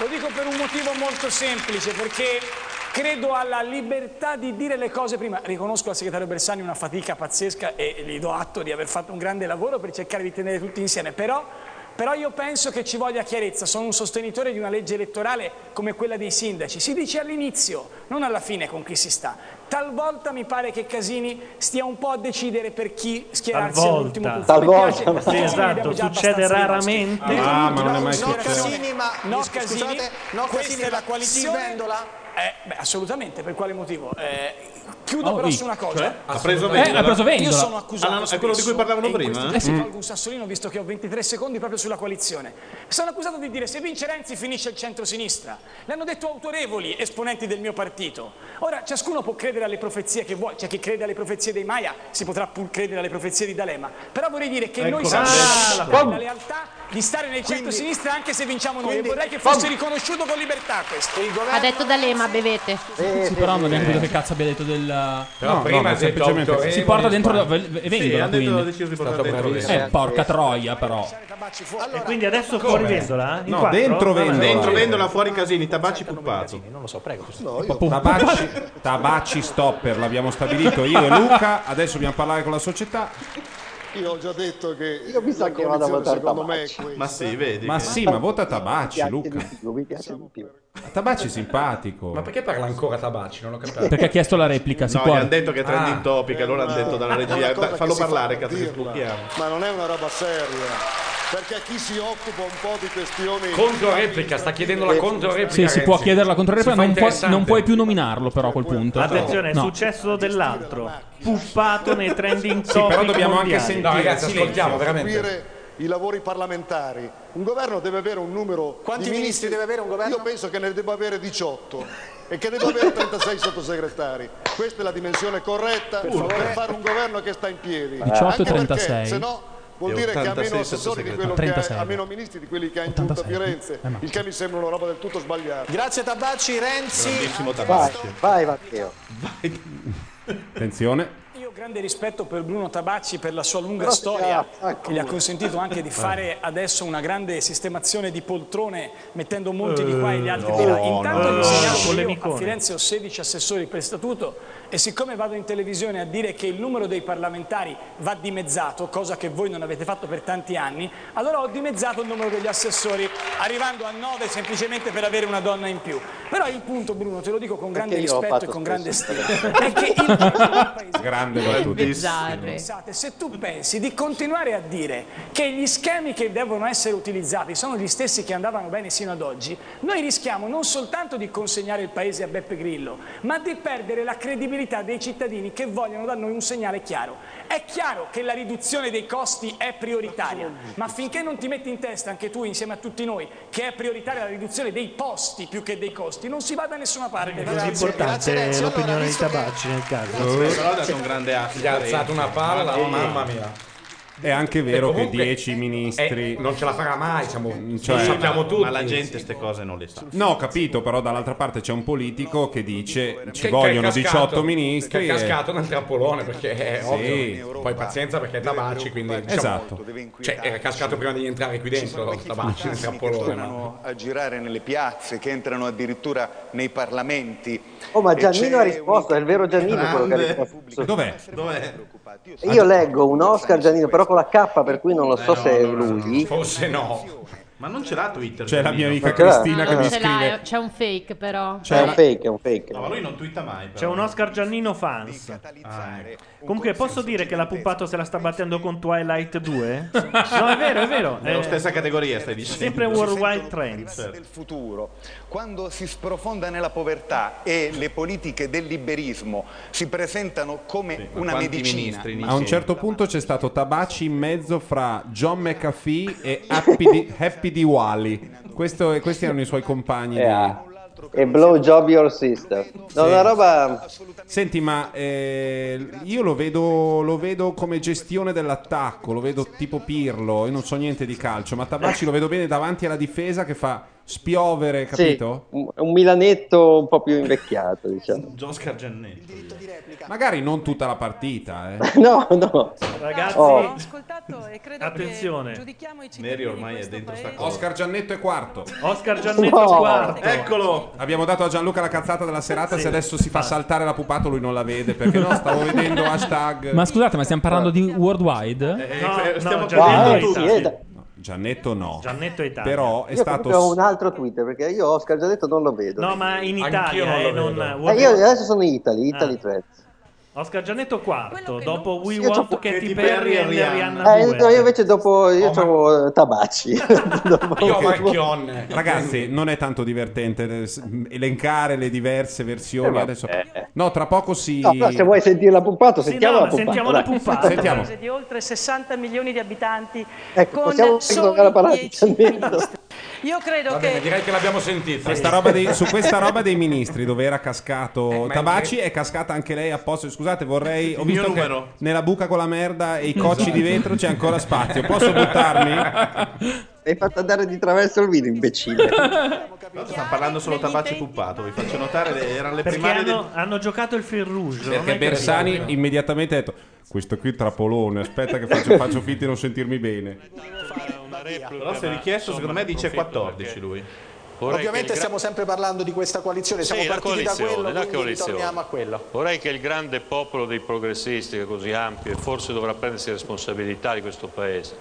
S12: Lo dico per un motivo molto semplice, perché credo alla libertà di dire le cose prima. Riconosco al segretario Bersani una fatica pazzesca e gli do atto di aver fatto un grande lavoro per cercare di tenere tutti insieme, però, però io penso che ci voglia chiarezza. Sono un sostenitore di una legge elettorale come quella dei sindaci. Si dice all'inizio, non alla fine con chi si sta. Talvolta mi pare che Casini stia un po' a decidere per chi schierarsi all'ultimo
S3: Talvolta.
S12: punto.
S3: Talvolta.
S12: Mi piace,
S3: Sì,
S12: Casini,
S3: esatto,
S12: abbiamo già
S3: succede
S12: abbastanza i
S3: raramente.
S12: nostri.
S3: Ah, ma non è mai
S12: No,
S3: successo.
S12: Casini, ma no,
S7: mi scusate,
S12: Casini,
S7: no,
S12: questa
S7: Casini,
S12: è la
S7: ma
S12: coalizione.
S7: si vendola?
S12: Eh, beh, assolutamente, per quale motivo? Eh, chiudo Oh, però sì. su una cosa.
S6: Cioè? Ha preso Vendola? Eh, ha preso
S12: Io
S6: Vendola.
S12: sono accusato.
S6: Ah, no, è quello di
S12: spesso,
S6: cui parlavano
S12: e in
S6: prima,
S12: questi
S6: eh?
S12: casi
S6: Mm.
S12: tolgo un sassolino visto che ho 23 secondi proprio sulla coalizione. Sono accusato di dire se vince Renzi finisce il centro-sinistra. L'hanno detto autorevoli esponenti del mio partito. Ora, ciascuno può credere alle profezie che vuole, c'è chi crede alle profezie dei Maia, si potrà pur credere alle profezie di D'Alema. Però vorrei dire che noi
S6: Ecco,
S12: siamo
S6: ah,
S12: stati
S6: la-
S12: dalla lealtà di stare nel centro-sinistra anche se vinciamo noi. E quindi- vorrei che fosse Bom. riconosciuto con libertà questo.
S15: Ha detto D'Alema, bevete.
S4: Sì, però non è quello che cazzo abbia detto del.
S13: Però prima
S4: ma
S13: ha detto autorevoli
S4: si porta dentro
S13: spazi.
S4: e
S13: Sì,
S4: vendola
S13: hanno detto-
S4: quindi.
S13: ha deciso di portare Stato dentro bravissimo.
S4: Eh,
S13: Vendola.
S4: porca troia però.
S12: e
S3: quindi adesso
S6: Come?
S3: fuori vendola? eh, In
S6: No,
S3: quattro?
S6: dentro
S3: Vabbè.
S6: vendola. Dentro vendola, fuori
S3: Eh,
S6: casini,
S3: certo,
S6: tabacci puppato. Non lo so, prego.
S13: Tabacci, tabacci stopper, l'abbiamo stabilito io e Luca. Adesso dobbiamo parlare con la società.
S9: Io ho già detto che
S18: Io mi sa
S9: la
S18: che vado a votare
S9: coalizione, secondo me è
S18: Tabacci.
S9: questa.
S6: Ma sì, vedi.
S13: Ma
S6: che-
S13: sì, ma vota Tabacci,
S18: Mi
S13: Luca.
S18: piace di più, mi piace di più.
S13: Tabacci simpatico.
S8: Ma perché parla ancora Tabacci? Non l'ho capito.
S4: Perché ha chiesto la replica, si
S6: No,
S4: può.
S6: gli hanno detto che è trending
S13: Ah.
S6: topic, allora hanno detto dalla
S9: È Eh, una
S6: regia,
S9: cosa
S6: "Dai, fallo
S9: che si fa
S6: parlare,
S9: per
S6: cazzo, che
S9: dirla,
S6: sblocchiamo.
S9: Ma non è una roba seria. Perché chi si occupa un po' di questioni
S8: Controreplica, sta chiedendo la controreplica.
S4: Sì, si
S8: Renzi.
S4: può chiedere
S8: Si
S4: la
S8: fa
S4: controreplica, non, puoi-
S8: interessante.
S4: non puoi più nominarlo però a quel punto.
S3: Attenzione, è
S4: No.
S3: successo dell'altro. Puppato nei trending topic.
S4: Sì, però dobbiamo anche
S3: mondiali.
S4: sentire, No, ragazzi, silenzio. ascoltiamo, veramente.
S9: seguire i lavori parlamentari. Un governo deve avere un numero
S7: Quanti
S9: di
S7: ministri deve avere un governo?
S9: Io penso che ne debba avere 18 e che debba avere 36 sottosegretari. Questa è la dimensione corretta per, Urca. fare un governo che sta in piedi.
S4: 18
S9: Anche perché,
S4: 36.
S9: se no vuol
S4: E
S9: dire che ha
S4: 86
S9: meno assessori di quello
S4: sottosegretari.
S9: che ha,
S4: 36.
S9: ha meno ministri di quelli che ha in giunta a Firenze, il che mi sembra una roba del tutto sbagliata.
S7: Grazie Tabacci, Renzi.
S6: Grandissimo
S18: Vai,
S6: Tabacci.
S18: vai Matteo.
S13: Attenzione.
S12: Io ho grande rispetto per Bruno Tabacci per la sua lunga
S18: Però si
S12: storia
S18: chiama Tabacci.
S12: che gli ha consentito anche di
S18: ecco Eh.
S12: fare adesso una grande sistemazione di poltrone mettendo molti di qua e gli altri
S6: Eh,
S12: di là.
S6: no,
S12: Intanto
S6: no,
S12: vi
S6: no,
S12: segnalo
S6: no,
S12: che io
S6: polemicone.
S12: a Firenze ho 16 assessori per statuto e siccome vado in televisione a dire che il numero dei parlamentari va dimezzato, cosa che voi non avete fatto per tanti anni, allora ho dimezzato il numero degli assessori arrivando a 9 semplicemente per avere una donna in più. Però il punto Bruno, te lo dico con grande
S18: io ho
S12: rispetto
S18: fatto
S12: e con
S18: spesso.
S12: grande stima, è che il
S13: Grande battuta.
S12: Pensate, se tu pensi di continuare a dire che gli schemi che devono essere utilizzati sono gli stessi che andavano bene sino ad oggi, noi rischiamo non soltanto di consegnare il paese a Beppe Grillo, ma di perdere la credibilità dei cittadini che vogliono da noi un segnale chiaro. È chiaro che la riduzione dei costi è prioritaria, ma finché non ti metti in testa anche tu insieme a tutti noi che è prioritaria la riduzione dei posti più che dei costi, non si va da nessuna parte.
S3: È così importante l'opinione di Tabacci nel caso.
S6: Però ha dato un grande asso.
S8: Gli ha alzato una palla, oh, mamma mia.
S13: È anche vero
S8: E comunque-
S13: che 10 ministri.
S8: Eh, non ce la farà mai, siamo,
S13: Cioè-
S8: lo sappiamo
S6: ma,
S8: tutti.
S6: ma la gente queste cose non le sa.
S13: No, ho capito, però dall'altra parte c'è un politico che dice ci
S8: Che-
S13: vogliono
S8: che è cascato-
S13: 18 ministri.
S8: Che è
S13: e-
S8: cascato nel trappolone perché è
S13: Sì.
S8: ovvio. Poi pazienza perché è Tabacci, quindi diciamo,
S13: Esatto.
S8: Cioè, era cascato prima di entrare qui dentro Tabacci nel
S11: che
S8: trappolone. ma-
S11: tornano a girare nelle piazze, che entrano addirittura nei parlamenti.
S18: Oh, ma
S11: E c'è
S18: Giannino ha risposto, è il vero Giannino quello che ha
S11: grande-
S18: risposto.
S13: Dov'è?
S6: Dov'è? Eh,
S18: Io leggo un Oscar Giannino, però con la K, per cui non lo so se è lui.
S8: Forse no.
S6: Ma non ce l'ha Twitter.
S13: C'è la mia
S6: Giannino.
S13: amica Cristina che
S15: non
S13: mi
S15: ce l'ha,
S13: scrive.
S15: è- c'è un fake però.
S13: C'è È un la-
S18: fake, Cioè, è un fake.
S6: No, ma lui non twitta mai. però.
S3: C'è un Oscar Giannino fans. Ah, ecco. Comunque, posso dire che la Puppato se la sta battendo con Twilight 2? no, è vero, è vero.
S6: Nella
S3: Eh,
S6: stessa categoria, stai dicendo.
S3: Sempre Worldwide Trends.
S11: del futuro, quando si sprofonda nella povertà e le politiche del liberismo si presentano come una
S6: quanti
S11: medicina.
S6: ministri
S13: A un certo punto c'è stato Tabaci in mezzo fra John McAfee e Happy Di, Happy Diwali. Questo- e questi erano i suoi compagni.
S18: Eh,
S13: di-
S18: ah. E blow job your sister. No,
S13: Sì.
S18: una roba
S13: Senti, ma eh, io lo vedo, lo vedo come gestione dell'attacco, lo vedo tipo Pirlo, io non so niente di calcio, ma Tabacci lo vedo bene davanti alla difesa che fa spiovere,
S18: Sì,
S13: capito?
S18: un, un milanetto un po' più invecchiato, diciamo.
S6: Oscar Giannetto.
S13: Magari non tutta la partita, eh.
S18: No, no.
S3: Ragazzi,
S18: Oh.
S6: Attenzione. Neri ormai è dentro sta cosa.
S13: Oscar Giannetto è quarto.
S3: Oscar
S6: Giannetto
S3: No. quarto.
S6: Eccolo.
S13: Abbiamo dato a Gianluca la cazzata della serata.
S6: Sì.
S13: Se adesso si fa saltare la pupato, lui non la vede perché no, stavo vedendo hashtag.
S4: Ma scusate, ma stiamo parlando di worldwide?
S13: Eh,
S3: no,
S13: stiamo-
S3: Giannetto
S18: Ah,
S3: è
S18: eh, sì,
S3: Italia.
S18: eh, da-
S13: No, Giannetto no.
S3: Giannetto è Italia.
S13: Però è
S18: io comunque ho
S13: stato.
S18: un altro Twitter perché io Oscar già detto non lo vedo.
S3: No, ma in
S18: Anch'io non
S3: Italia, eh,
S18: lo
S3: non.
S18: vedo. Eh, io adesso sono in Italy, Italy
S3: Ah.
S18: Threads.
S3: Oscar Giannetto quarto, dopo We
S18: Io
S3: Want
S18: c'ho-
S3: Katy Perry e Rihanna
S18: Eh,
S3: 2.
S18: no, io invece dopo io c'ho, eh, Tabacci. Dopo-
S13: Ragazzi, non è tanto divertente eh, s- elencare le diverse
S18: Eh,
S13: versioni.
S18: vabbè.
S13: Adesso... No, tra poco si.
S18: No, però se vuoi sentire la pumpata, sentiamo la pumpata.
S10: sentiamo la
S18: dai.
S10: pumpata.
S13: Sentiamo.
S10: Un paese di oltre 60 milioni di abitanti
S18: Ecco, possiamo
S10: con soli
S18: tornare a parlare di
S10: 10
S18: Giannetto.
S10: Io credo
S8: Va
S10: che
S8: bene, direi che l'abbiamo sentita.
S13: Questa roba dei- su questa roba dei ministri dove era cascato Tabaci è cascata anche lei apposta scusate vorrei ho
S6: Il mio
S13: visto che
S6: numero.
S13: nella buca con la merda e i cocci
S6: Esatto.
S13: di vetro c'è ancora spazio posso buttarmi?
S18: Hai fatto andare di traverso il video, imbecille.
S3: Eh,
S6: Stanno parlando solo Tabacci e Puppato. Vi faccio notare, le- erano le
S3: Perché
S6: primarie del-
S3: hanno, hanno giocato il fil rouge. non
S13: perché
S3: hai capito?
S13: Bersani immediatamente ha detto questo qui è trapolone aspetta che faccio, faccio finta di non sentirmi bene
S6: Però se richiesto, secondo me dice 14 lui.
S7: Ovviamente stiamo sempre parlando di questa coalizione, siamo
S14: Sì, la
S7: partiti da
S14: coalizione,
S7: quello,
S14: la
S7: quindi
S14: coalizione.
S7: ritorniamo a quello.
S14: Vorrei che il grande popolo dei progressisti, che è così ampio e forse dovrà prendersi responsabilità di questo Paese,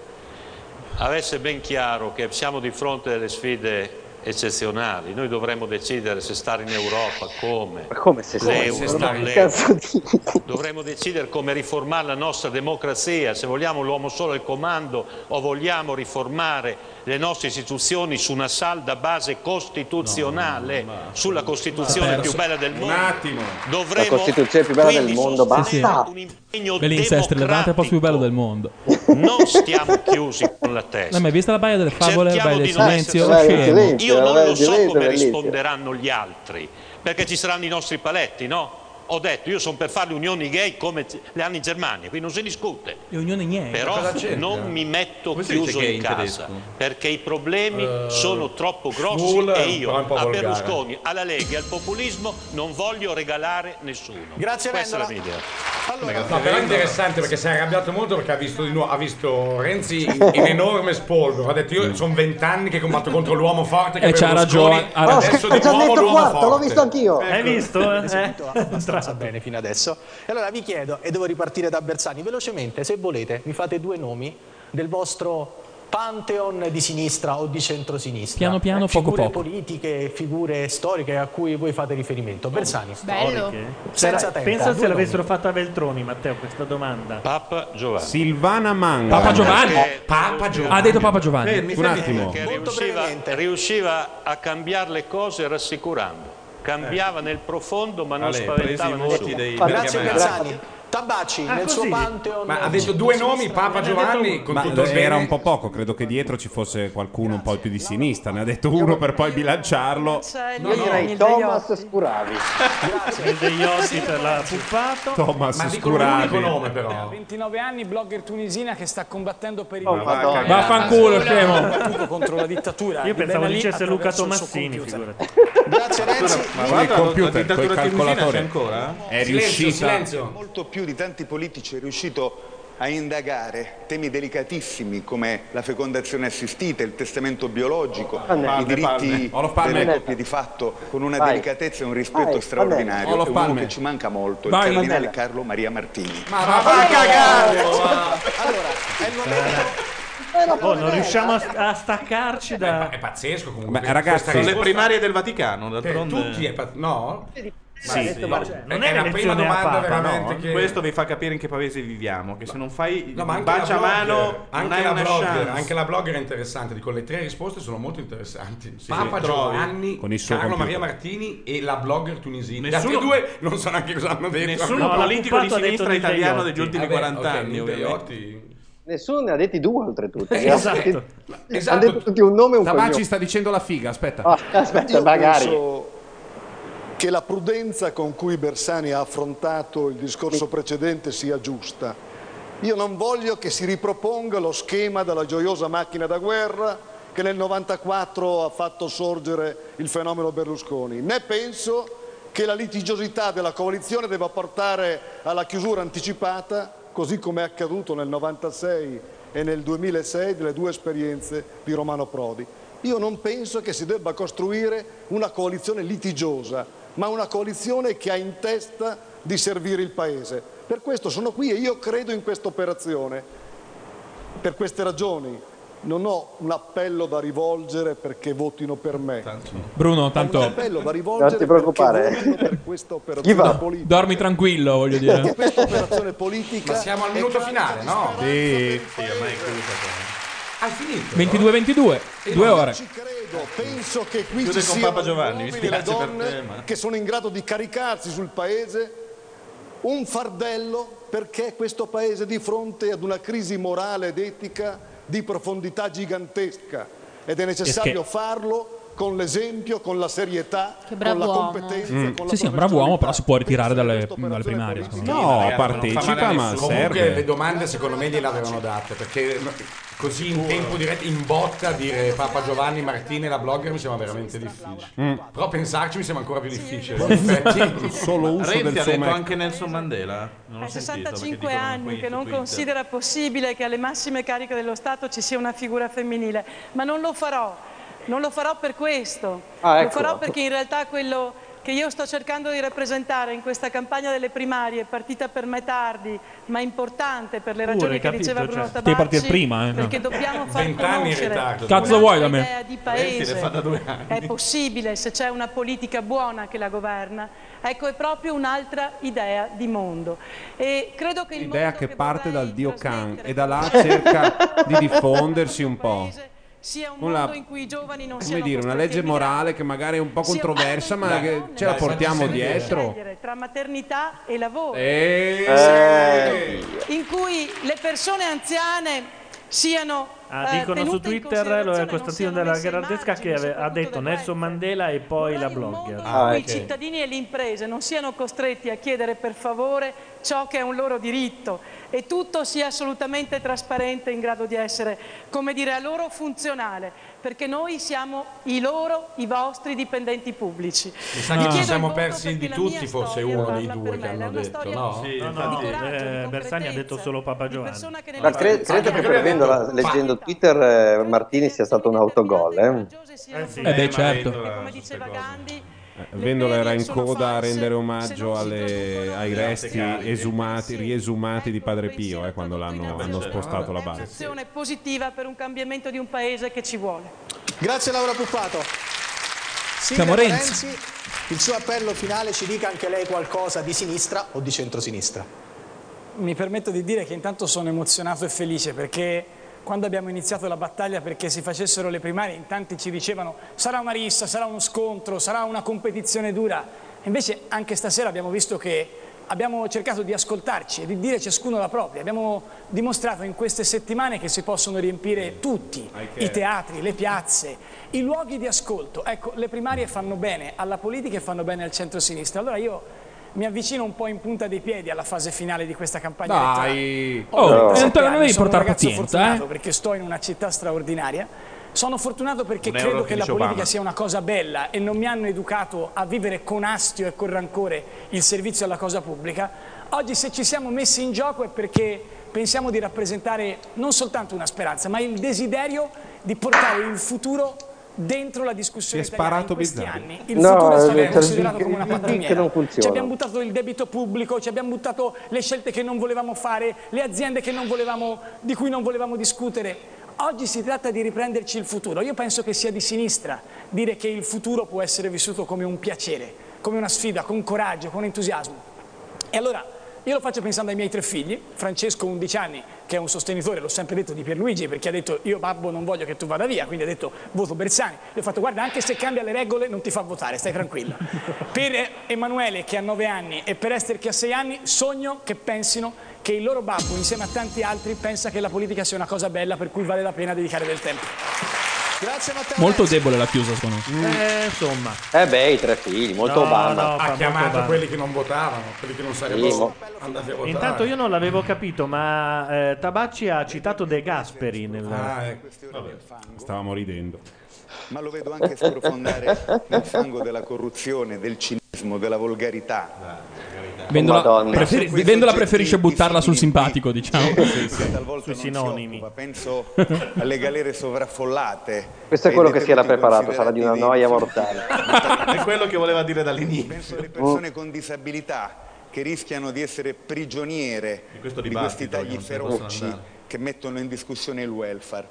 S14: avesse ben chiaro che siamo di fronte a delle sfide eccezionali. Noi dovremmo decidere se stare in Europa, come,
S18: come se stare in
S14: l'euro,
S18: Europa?
S14: non
S18: Che
S14: l'euro.
S18: cazzo
S14: Dovremmo decidere come riformare la nostra democrazia, se vogliamo l'uomo solo al comando o vogliamo riformare le nostre istituzioni su una salda base costituzionale, sulla Costituzione più bella del mondo.
S18: La
S14: Dovremmo
S18: Costituzione più bella del mondo, basta.
S4: Bell'incest, levate il posto più bello del mondo.
S14: non stiamo chiusi con la testa.
S4: L'hai mai vista la baia delle favole? La baia del
S14: di non
S4: silenzio? eh,
S14: essere-
S4: Scemo.
S14: Io non
S18: vabbè,
S14: lo so
S18: silenzio,
S14: come
S18: bellissimo.
S14: risponderanno gli altri, perché ci saranno i nostri paletti, no? Ho detto, io sono per fare le unioni gay come ci- le hanno in Germania, qui non si discute.
S4: Le unioni niente.
S14: Però
S4: Eh, Cosa c'entra?
S14: non mi metto
S4: Come si
S14: chiuso
S4: dice gay
S14: in
S4: in
S14: casa
S4: tedesco?
S14: perché i problemi
S4: Eh,
S14: sono troppo grossi
S4: schwul è
S14: e
S4: un-
S14: io
S4: però è un po'
S14: a
S4: volgare.
S14: Berlusconi, alla Lega e al populismo non voglio regalare nessuno.
S7: Grazie,
S14: Questa è la
S7: Vendola.
S14: mia idea.
S8: No, però è interessante perché si è arrabbiato molto perché ha visto, di nuovo, ha visto Renzi in, in enorme spolvero. Ha detto:
S13: Mm.
S8: Io sono vent'anni che combatto contro l'uomo forte. Che
S4: E
S8: è
S4: c'ha
S8: Berlusconi,
S4: ragione, ha ragione. Eh.
S8: Adesso di
S18: Già
S8: nuovo
S18: detto
S8: l'uomo
S18: quarto,
S8: forte.
S18: l'ho visto anch'io.
S7: Ecco, avete sentito abbastanza bene fino adesso. E allora vi chiedo, e devo ripartire da Bersani, velocemente, se volete, mi fate due nomi del vostro pantheon di sinistra o di centrosinistra. Eh,
S4: Piano piano, poco
S7: figure
S4: poco.
S7: politiche, figure storiche a cui voi fate riferimento. Bersani.
S3: Bello.
S7: Senza
S3: Sarà-
S7: tenta.
S3: Pensa se
S7: due nomi.
S3: l'avessero fatta a Veltroni, Matteo, questa domanda.
S14: Papa Giovanni.
S13: Silvana Manga
S4: Papa Giovanni.
S14: Perché-
S4: Papa Giovanni. Ha detto Papa Giovanni.
S14: Fermi,
S4: Un
S14: fermi,
S4: attimo.
S14: perché riusciva, riusciva a cambiare le cose rassicurando.
S4: Eh.
S14: Cambiava nel profondo ma non
S6: Ale, presi
S14: spaventava
S6: i voti
S14: nessuno.
S6: dei-
S7: Grazie Bersani. Tabacci,
S14: Ah,
S7: nel
S14: così?
S7: suo pantheon.
S8: Ma ha detto due nomi, Papa Giovanni, con
S13: Ma
S8: tutto il
S13: era
S8: bene.
S13: un po' poco credo che dietro ci fosse qualcuno un po' più di sinistra ne ha detto uno per poi bilanciarlo
S18: Io direi Thomas Scuravi.
S3: Il De Iotti per la puppata.
S13: Thomas Scuravi.
S21: 29 anni, blogger tunisina che sta combattendo per il
S4: Oh, Madonna. Vaffanculo, scemo.
S21: Combattuto contro la dittatura.
S3: Io
S21: di
S3: pensavo
S21: Ben Ali
S3: dicesse Luca
S21: attraverso il suo
S3: Tomassini,
S21: computer.
S3: figurati.
S7: Grazie Renzi.
S13: Ma guarda, il computer,
S6: la dittatura
S13: col
S6: tunisina c'è
S13: calcolatore
S6: ancora?
S13: è riuscita
S11: Molto più di tanti politici è riuscito a indagare temi delicatissimi come la fecondazione assistita, il testamento biologico,
S13: Palme.
S11: i diritti
S13: Palme. Olof Palme.
S11: delle coppie di fatto, con una
S13: Vai.
S11: delicatezza e un rispetto
S13: Vai,
S11: straordinario.
S13: Olof
S11: È uno
S13: Palme.
S11: che ci manca molto,
S13: Vai,
S11: il cardinale
S13: Mandela.
S11: Carlo Maria Martini.
S13: ma va a cagare
S11: Allora, è il momento
S3: Oh, non riusciamo a, a staccarci da.
S8: È pazzesco comunque.
S13: Ma ragazzi,
S6: sono le primarie del Vaticano.
S8: Per
S6: d'altronde-
S8: Eh, tutti è pat- No?
S6: Sì,
S8: Ma-
S6: sì.
S8: ma- è, la prima domanda veramente che...
S6: Questo vi fa capire in che paese viviamo. Che se non fai
S8: No,
S6: no,
S8: ma anche la
S6: bacia a
S8: blogger,
S6: mano, non
S8: anche
S6: hai
S8: la
S6: una
S8: blogger,
S6: chance.
S8: anche la blogger è interessante. Dico, le tre risposte sono molto interessanti.
S6: sì.
S8: Papa
S6: Trovi.
S8: Giovanni,
S6: Con il suo
S8: Carlo
S6: computer.
S8: Maria Martini e la blogger tunisina. Gli altri
S6: Nessuno-
S8: due non so neanche cosa hanno detto.
S6: Nessuno
S8: No,
S6: politico di
S8: l'occupato ha detto
S6: sinistra
S8: Nilde
S6: italiano
S8: Iotti.
S6: degli ultimi
S8: Vabbè,
S6: 40
S8: ok,
S6: anni,
S8: Nilde
S6: ovviamente.
S8: Iotti.
S18: Nessuno ne ha detti due oltretutto.
S13: Esatto.
S18: Hanno detto tutti un nome e un
S13: Tabacci
S18: cognome.
S13: sta dicendo la figa, aspetta.
S18: Ah, aspetta,
S9: Io
S18: magari.
S9: penso che la prudenza con cui Bersani ha affrontato il discorso precedente sia giusta. Io non voglio che si riproponga lo schema della gioiosa macchina da guerra che nel 94 ha fatto sorgere il fenomeno Berlusconi, né penso che la litigiosità della coalizione debba portare alla chiusura anticipata, così come è accaduto nel 96 e nel 2006 delle due esperienze di Romano Prodi. Io non penso che si debba costruire una coalizione litigiosa, ma una coalizione che ha in testa di servire il Paese. Per questo sono qui e io credo in questa operazione. Per queste ragioni non ho un appello da rivolgere perché votino per me.
S4: Bruno,
S9: Ho un
S4: tanto
S9: appello da rivolgere
S18: Non ti preoccupare.
S9: perché per questa
S18: Chi va?
S9: operazione politica.
S4: dormi tranquillo, voglio dire.
S9: Questa operazione politica.
S8: Ma siamo al minuto finale, no?
S13: Sì,
S6: ormai è
S8: Hai finito?
S4: 22-22, due
S9: non
S4: ore.
S9: ci credo, penso che qui
S6: Chiude
S9: ci
S6: con
S9: siano
S6: Papa Giovanni, mi
S9: uomini e le
S6: spiace per
S9: donne
S6: te, ma-
S9: che sono in grado di caricarsi sul paese un fardello perché questo paese è di fronte ad una crisi morale ed etica di profondità gigantesca ed è necessario
S4: Perché-
S9: farlo con l'esempio, con la serietà,
S15: Che
S9: con
S15: bravo
S9: la
S15: uomo.
S9: competenza,
S4: Mm.
S9: con la
S4: Sì, sì, è un bravo uomo, però si può ritirare dalle, dalle primarie. secondo me.
S13: No, partecipa, ma
S8: Comunque
S13: serve.
S8: le domande secondo me gliel'avevano date, perché così in tempo diretto, in botta, dire Papa Giovanni Martini e la blogger mi sembra veramente difficile.
S13: Mm.
S8: Però pensarci mi sembra ancora più difficile. in effetti.
S6: Renzi ha detto anche Nelson Mandela. Non l'ho
S10: A
S6: sentito, perché
S10: 65
S6: dicono
S10: anni
S6: qui
S10: che
S6: su
S10: non
S6: Twitter.
S10: considera possibile che alle massime cariche dello Stato ci sia una figura femminile, ma non lo farò, non lo farò per questo,
S18: Ah,
S10: lo
S18: ecco.
S10: farò perché in realtà quello che io sto cercando di rappresentare in questa campagna delle primarie, partita per me tardi, ma importante per le
S4: Pure,
S10: ragioni che
S4: capito,
S10: diceva
S4: cioè,
S10: Bruno
S4: devi
S10: Tabacci,
S4: partire prima, eh, no.
S10: perché dobbiamo far
S8: Vent'anni in
S10: conoscere
S8: ritardo,
S4: Cazzo vuoi da me?
S10: un'altra idea di
S8: Renzi le fa da
S10: paese.
S8: due anni.
S10: È possibile se c'è una politica buona che la governa. Ecco, è proprio un'altra idea di mondo. E credo che il
S13: L'idea che parte dal dio Khan e da là cerca di diffondersi un po'.
S10: sia un
S13: Una-
S10: mondo in cui i giovani non
S13: Come
S10: siano
S13: dire, una legge morale che magari è un po' controversa, ma che ce la
S10: Dai,
S13: portiamo
S10: fatti sentire.
S13: dietro.
S10: scegliere tra maternità e lavoro.
S13: Eh.
S8: Eh.
S10: Sì. In cui le persone anziane siano
S3: Ah,
S10: eh,
S3: dicono su
S10: tenute in
S3: Twitter lo è
S10: considerazione,
S3: Costantino
S10: non siano
S3: della
S10: messe ai
S3: Gherardesca che ave- ha detto Nelson Mandela e poi la blogger.
S13: Ah,
S10: in cui i cittadini e le imprese non siano costretti a chiedere per favore ciò che è un loro diritto e tutto sia assolutamente trasparente e in grado di essere, come dire, a loro funzionale, perché noi siamo i loro, i vostri dipendenti pubblici.
S8: Mi sa che ci siamo persi di tutti, forse uno dei due che hanno detto, no?
S3: Sì, no, no, eh, Bersani ha detto solo Papa Giovanni.
S18: Ma cre- credo che pervendola, leggendo Twitter, eh, Martini sia stato un autogol. Eh.
S13: Eh beh, certo.
S10: Come diceva Gandhi,
S13: Eh, Vendola era in coda a rendere omaggio alle- ai resti esumati, riesumati di Padre Pio eh, quando l'hanno hanno spostato la base.
S10: un'azione positiva per un cambiamento di un paese che ci vuole.
S16: Grazie Laura Puppato. Sindaco
S4: Siamo Renzi.
S16: Il suo appello finale ci dica anche lei qualcosa di sinistra o di centrosinistra.
S12: Mi permetto di dire che intanto sono emozionato e felice perché quando abbiamo iniziato la battaglia perché si facessero le primarie in tanti ci dicevano sarà una rissa, sarà uno scontro, sarà una competizione dura. Invece anche stasera abbiamo visto che abbiamo cercato di ascoltarci e di dire ciascuno la propria. Abbiamo dimostrato in queste settimane che si possono riempire tutti i teatri, le piazze, i luoghi di ascolto. Ecco, le primarie fanno bene alla politica e fanno bene al centro-sinistra. Allora io mi avvicino un po' in punta dei piedi alla fase finale di questa campagna elettorale.
S13: Dai!
S12: Ho
S4: Oh,
S3: eh,
S12: 37
S4: Antonio,
S12: anni,
S4: non devi
S12: sono un
S4: portare
S12: ragazzo
S4: pazienza,
S12: fortunato
S4: eh.
S12: Perché sto in una città straordinaria. Sono fortunato perché
S4: Un euro
S12: credo
S4: che
S12: che la
S4: dice
S12: politica
S4: Obama.
S12: sia una cosa bella e non mi hanno educato a vivere con astio e con rancore il servizio alla cosa pubblica. Oggi se ci siamo messi in gioco è perché pensiamo di rappresentare non soltanto una speranza, ma il desiderio di portare il futuro dentro la discussione
S13: Si è
S12: italiana.
S13: sparato
S12: in questi
S13: Bizzarri.
S12: anni il
S13: No,
S12: futuro è
S13: eh,
S12: stato considerato
S13: il-
S12: come una
S13: il link
S12: pattaniera.
S13: non funziona.
S12: Ci abbiamo buttato il debito pubblico, ci abbiamo buttato le scelte che non volevamo fare, le aziende che non volevamo, di cui non volevamo discutere.
S21: Oggi si tratta di riprenderci il futuro. Io penso che sia di sinistra dire che il futuro può essere vissuto come un piacere, come una sfida, con coraggio, con entusiasmo. E allora io lo faccio pensando ai miei tre figli, Francesco 11 anni, che è un sostenitore, l'ho sempre detto, di Pierluigi, perché ha detto io babbo non voglio che tu vada via, quindi ha detto voto Bersani. Gli ho fatto guarda anche se cambia le regole non ti fa votare, stai tranquillo. Per eh, Emanuele che ha 9 anni e per Esther che ha 6 anni sogno che pensino che il loro babbo insieme a tanti altri pensa che la politica sia una cosa bella per cui vale la pena dedicare del tempo.
S7: Grazie Matteo.
S4: Molto debole la chiusa, secondo me.
S12: Mm.
S3: Eh, insomma.
S18: Eh beh, i tre figli, molto
S3: No,
S18: Obama.
S3: no,
S8: Ha
S3: fa molto
S8: chiamato
S3: bene.
S8: quelli che non votavano, quelli che non sarebbero andati a votare.
S3: Intanto io non l'avevo capito, ma eh, Tabacci ha citato De Gasperi nel...
S13: Ah, ecco. Stavamo ridendo.
S11: Ma lo vedo anche sprofondare nel fango della corruzione, del cinismo, della volgarità.
S4: Vendola,
S11: Madonna.
S4: preferi-
S11: Questi
S4: Vendola
S11: soggetti
S4: preferisce buttarla sul simpatico, diciamo.
S11: Sui sinonimi. Penso alle galere sovraffollate.
S18: Questo è
S11: e
S18: quello
S11: ai
S18: che si era
S11: detenuti
S18: preparato, sarà di una
S11: considerati
S18: noia
S11: dei-
S18: mortale.
S6: È quello che voleva dire dall'inizio.
S11: Penso alle persone con disabilità che rischiano di essere prigioniere di,
S6: questo
S11: questi
S6: dibattito che
S11: tagli
S6: non se ne possono
S11: feroci
S6: andare.
S11: che mettono in discussione il welfare.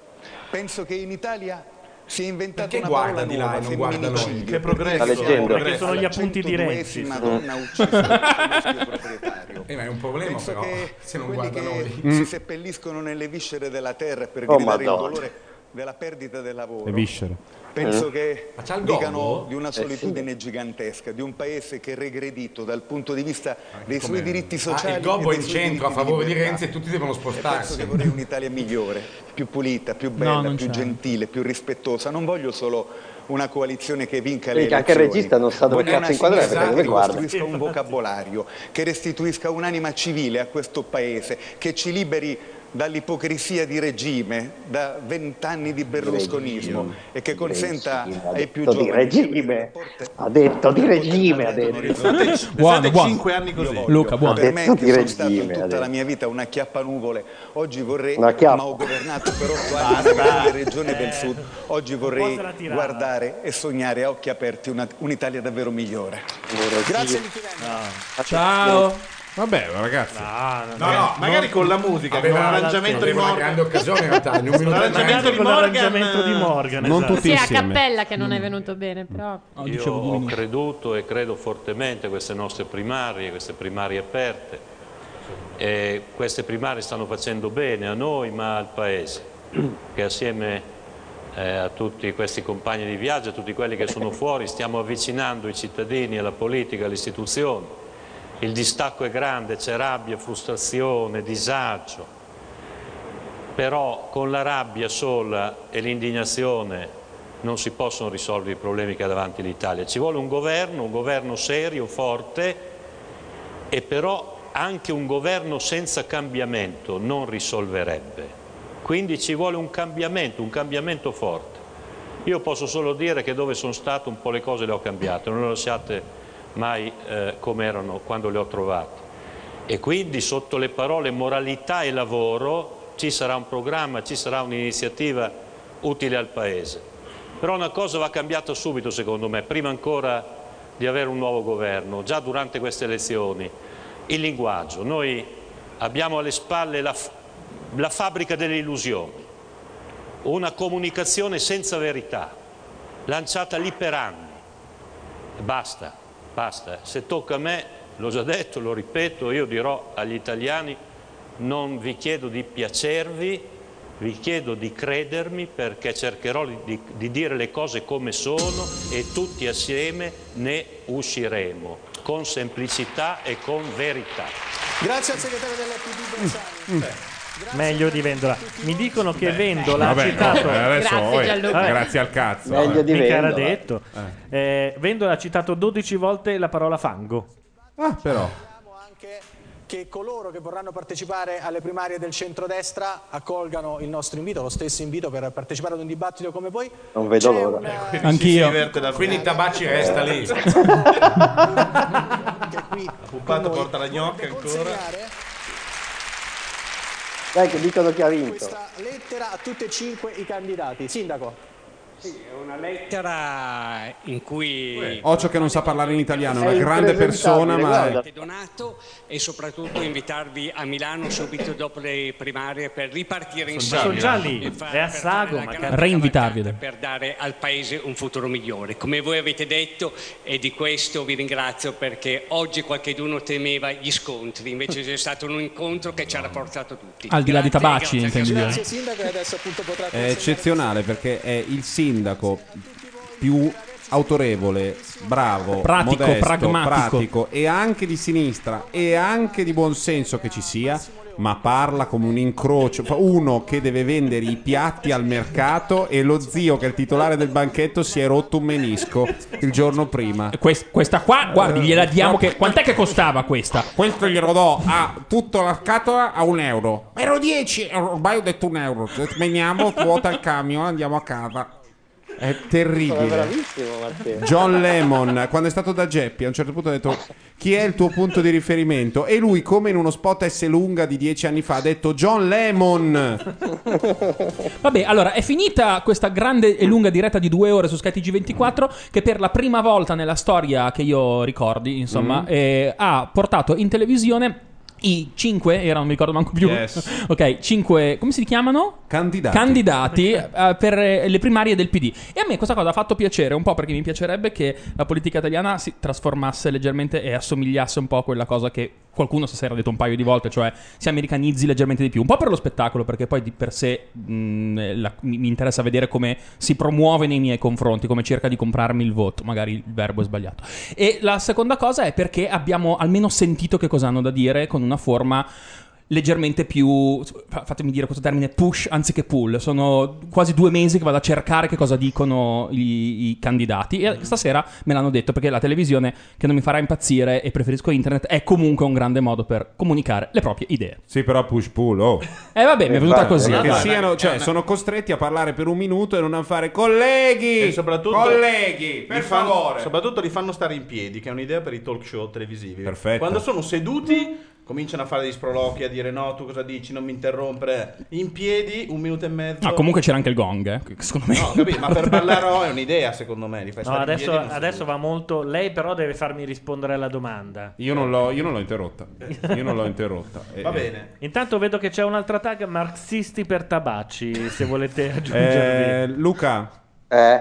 S11: Penso che in Italia si è inventata
S6: Perché
S11: una
S6: guarda
S11: parola
S6: di là
S11: nuova,
S6: e non guarda noi?
S11: femminicidio.
S6: Che progresso,
S11: Perché
S6: che
S11: siamo
S6: progresso.
S11: alla
S6: Sono gli appunti di Renzi.
S11: 102esima
S6: Mm.
S11: donna uccisa da un maschio proprietario.
S8: Eh, ma è un problema
S11: Penso
S8: però,
S11: che
S8: se non
S11: quelli
S8: guarda
S11: che
S8: noi.
S11: si
S8: Mm.
S11: seppelliscono nelle viscere della terra per
S8: Oh,
S11: gridare il
S8: Madonna.
S11: dolore della perdita del lavoro.
S13: Le viscere.
S11: Penso
S13: Eh.
S11: che
S13: Ma c'ha il
S11: dicano
S13: gobbo?
S11: di una
S13: Eh, sì.
S11: solitudine gigantesca, di un paese che è regredito dal punto di vista dei
S8: Come-
S11: suoi diritti
S8: Ah,
S11: sociali.
S8: il gobbo
S11: e
S8: è in
S11: dei suoi
S8: centro a
S11: diritti
S8: favore di
S11: libertà.
S8: Renzi e tutti devono
S11: E Penso che
S8: spostarsi.
S11: vorrei un'Italia migliore, più pulita, più bella,
S8: non
S11: più
S8: c'è.
S11: gentile, più rispettosa. Non voglio solo una coalizione che vinca le
S18: Quindi che anche il
S11: elezioni.
S18: regista non sa dove
S11: Voglio
S18: cazzo
S11: una
S18: inquadrare,
S11: sinistra
S18: perché dove
S11: che
S18: guarda?
S11: costruisca un vocabolario, che restituisca un'anima civile a questo paese, che ci liberi dall'ipocrisia di regime, da vent'anni di berlusconismo e che consenta ai più
S18: detto di
S11: giovani
S18: regime. Ha detto di regime, ha
S11: Pensate-
S18: detto.
S11: pensate Buono, buono. cinque anni così.
S18: Luca, buono.
S11: Per me
S18: Detto di
S11: che sono stato in
S18: regime, ha
S11: tutta la
S18: detto.
S11: mia vita una chiappanuvole. Oggi vorrei,
S18: Una chiappa.
S11: ma ho governato per otto anni una grande regione del sud. Oggi vorrei
S18: la tirata.
S11: guardare e sognare a occhi aperti una- un'in'Italia davvero migliore.
S6: Grazie,
S13: Ciao. Vabbè, ragazzi.
S6: No, no, magari con la musica, con l'arrangiamento di Morgan. l'arrangiamento di Morgan.
S13: Non
S14: esatto.
S13: tutti
S15: Sì, a
S13: insieme. Mm.
S15: cappella che non è venuto bene, però.
S14: Io ho creduto e credo fortemente a queste nostre primarie, queste primarie aperte. E queste primarie stanno facendo bene a noi, ma al Paese, che assieme eh, a tutti questi compagni di viaggio, a tutti quelli che sono fuori, stiamo avvicinando i cittadini alla politica, alle istituzioni. Il distacco è grande, c'è rabbia, frustrazione, disagio. Però con la rabbia sola e l'indignazione non si possono risolvere i problemi che ha davanti l'Italia. Ci vuole un governo, un governo serio, forte e però anche un governo senza cambiamento non risolverebbe. Quindi ci vuole un cambiamento, un cambiamento forte. Io posso solo dire che dove sono stato un po' le cose le ho cambiate, non le ho lasciate mai eh, come erano quando le ho trovate. E quindi sotto le parole moralità e lavoro ci sarà un programma, ci sarà un'iniziativa utile al Paese. Però una cosa va cambiata subito secondo me, prima ancora di avere un nuovo governo, già durante queste elezioni. Il linguaggio. Noi abbiamo alle spalle la, f- la fabbrica delle illusioni, una comunicazione senza verità, lanciata lì per anni. Basta, basta. Se tocca a me, l'ho già detto, lo ripeto, io dirò agli italiani non vi chiedo di piacervi, vi chiedo di credermi perché cercherò di, di dire le cose come sono e tutti assieme ne usciremo, con semplicità e con verità.
S7: Grazie al segretario della PD Bersani.
S3: Mm. Meglio di Vendola. Mi dicono che Vendola ha
S13: vabbè,
S3: citato.
S13: no, eh, adesso, Grazie, oh, eh, Gianluca. grazie al cazzo, Meglio eh. di
S3: Mica era
S13: Vendola.
S3: detto. Eh, Vendola ha citato 12 volte la parola fango.
S13: Ah, però.
S7: Che coloro che vorranno partecipare alle primarie del centrodestra accolgano il nostro invito, lo stesso invito per partecipare ad un dibattito come voi.
S18: Non vedo
S7: C'è
S18: l'ora.
S7: una-
S4: Anch'io.
S6: Quindi
S8: Tabacci resta lì.
S6: Puppato porta la gnocca ancora.
S18: Dai, che dicono chi ha vinto.
S7: Lettera a tutti e cinque i candidati. Sindaco.
S2: Una lettera in cui
S13: Occhio che non sa parlare in italiano, è una
S2: È
S13: grande persona, ma è-
S2: donato e soprattutto invitarvi a Milano subito dopo le primarie per ripartire insieme.
S3: Sono già lì,
S2: E far-
S3: è a Sago. ma cazzo.
S4: Reinvitarvelo.
S2: per dare al paese un futuro migliore. Come voi avete detto, e di questo vi ringrazio perché oggi qualcheduno temeva gli scontri, invece c'è stato un incontro che ci ha rafforzato tutti.
S4: Al di là di Tabacci, intendi dire.
S22: Grazie Sindaco e adesso appunto potrà
S8: Eh,
S13: è eccezionale perché è il sindaco più autorevole, bravo,
S4: Pratico,
S13: modesto,
S4: pragmatico.
S13: pratico e anche di sinistra e anche di buonsenso che ci sia. Ma parla come un incrocio, fa uno che deve vendere i piatti al mercato e lo zio che è il titolare del banchetto si è rotto un menisco il giorno prima.
S4: Eh, questa qua, guardi, gliela diamo che... Quant'è che costava questa?
S13: Eh, Questo glielo do a tutta la scatola a un euro. Ero 10, ormai ho detto un euro. Smeniamo, vuota il camion, andiamo a casa. È
S18: Sono
S13: terribile.
S15: eh.
S18: bravissimo Matteo.
S13: John Lemon, quando è stato da Geppi, a un certo punto ha detto chi è il tuo punto di riferimento? E lui, come in uno spot S lunga di dieci anni fa, ha detto John Lemon.
S4: Vabbè, allora è finita questa grande e lunga diretta di due ore su skytg 24 che per la prima volta nella storia che io ricordi, insomma,
S13: Mm.
S4: eh, ha portato in televisione i cinque, era non mi ricordo manco più,
S13: Yes.
S4: ok, cinque, come si chiamano?
S13: Candidati.
S4: Candidati eh, per eh, le primarie del PD. E a me questa cosa ha fatto piacere, un po' perché mi piacerebbe che la politica italiana si trasformasse leggermente e assomigliasse un po' a quella cosa che qualcuno stasera ha detto un paio di volte, cioè si americanizzi leggermente di più. Un po' per lo spettacolo, perché poi di per sé mh, la- mi mi interessa vedere come si promuove nei miei confronti, come cerca di comprarmi il voto. Magari il verbo è sbagliato. E la seconda cosa è perché abbiamo almeno sentito che cosa hanno da dire con una forma leggermente più, fa- fatemi dire questo termine, push anziché pull. Sono quasi due mesi che vado a cercare che cosa dicono i, i candidati e stasera me l'hanno detto perché la televisione che non mi farà impazzire e preferisco internet è comunque un grande modo per comunicare le proprie idee. Eh,
S13: Sì, però push pull, oh.
S4: E vabbè, mi è
S6: Eh,
S4: venuta così.
S13: Che siano, cioè, sono costretti a parlare per un minuto e non a fare colleghi.
S6: E soprattutto
S13: colleghi, per
S6: li fanno-
S13: favore.
S6: Soprattutto li fanno stare in piedi, che è un'idea per i talk show televisivi.
S13: Perfetto.
S6: Quando sono seduti cominciano a fare degli sprolochi, a dire no, tu cosa dici, non mi interrompere. In piedi, un minuto e mezzo.
S13: Ah,
S4: No, comunque c'era anche il gong, eh, che secondo me.
S6: No, capì? Ma per Ballarò è un'idea, secondo me. Li fai
S3: No,
S6: stare in
S3: adesso,
S6: piedi, non si
S3: adesso va molto. Lei, però, deve farmi rispondere alla domanda.
S13: Io non, l'ho, io non l'ho interrotta. Io non l'ho interrotta. Eh, eh.
S3: Intanto vedo che c'è un'altra tag marxisti per tabacci. Se volete aggiungervi.
S13: Eh, Luca,
S18: Eh.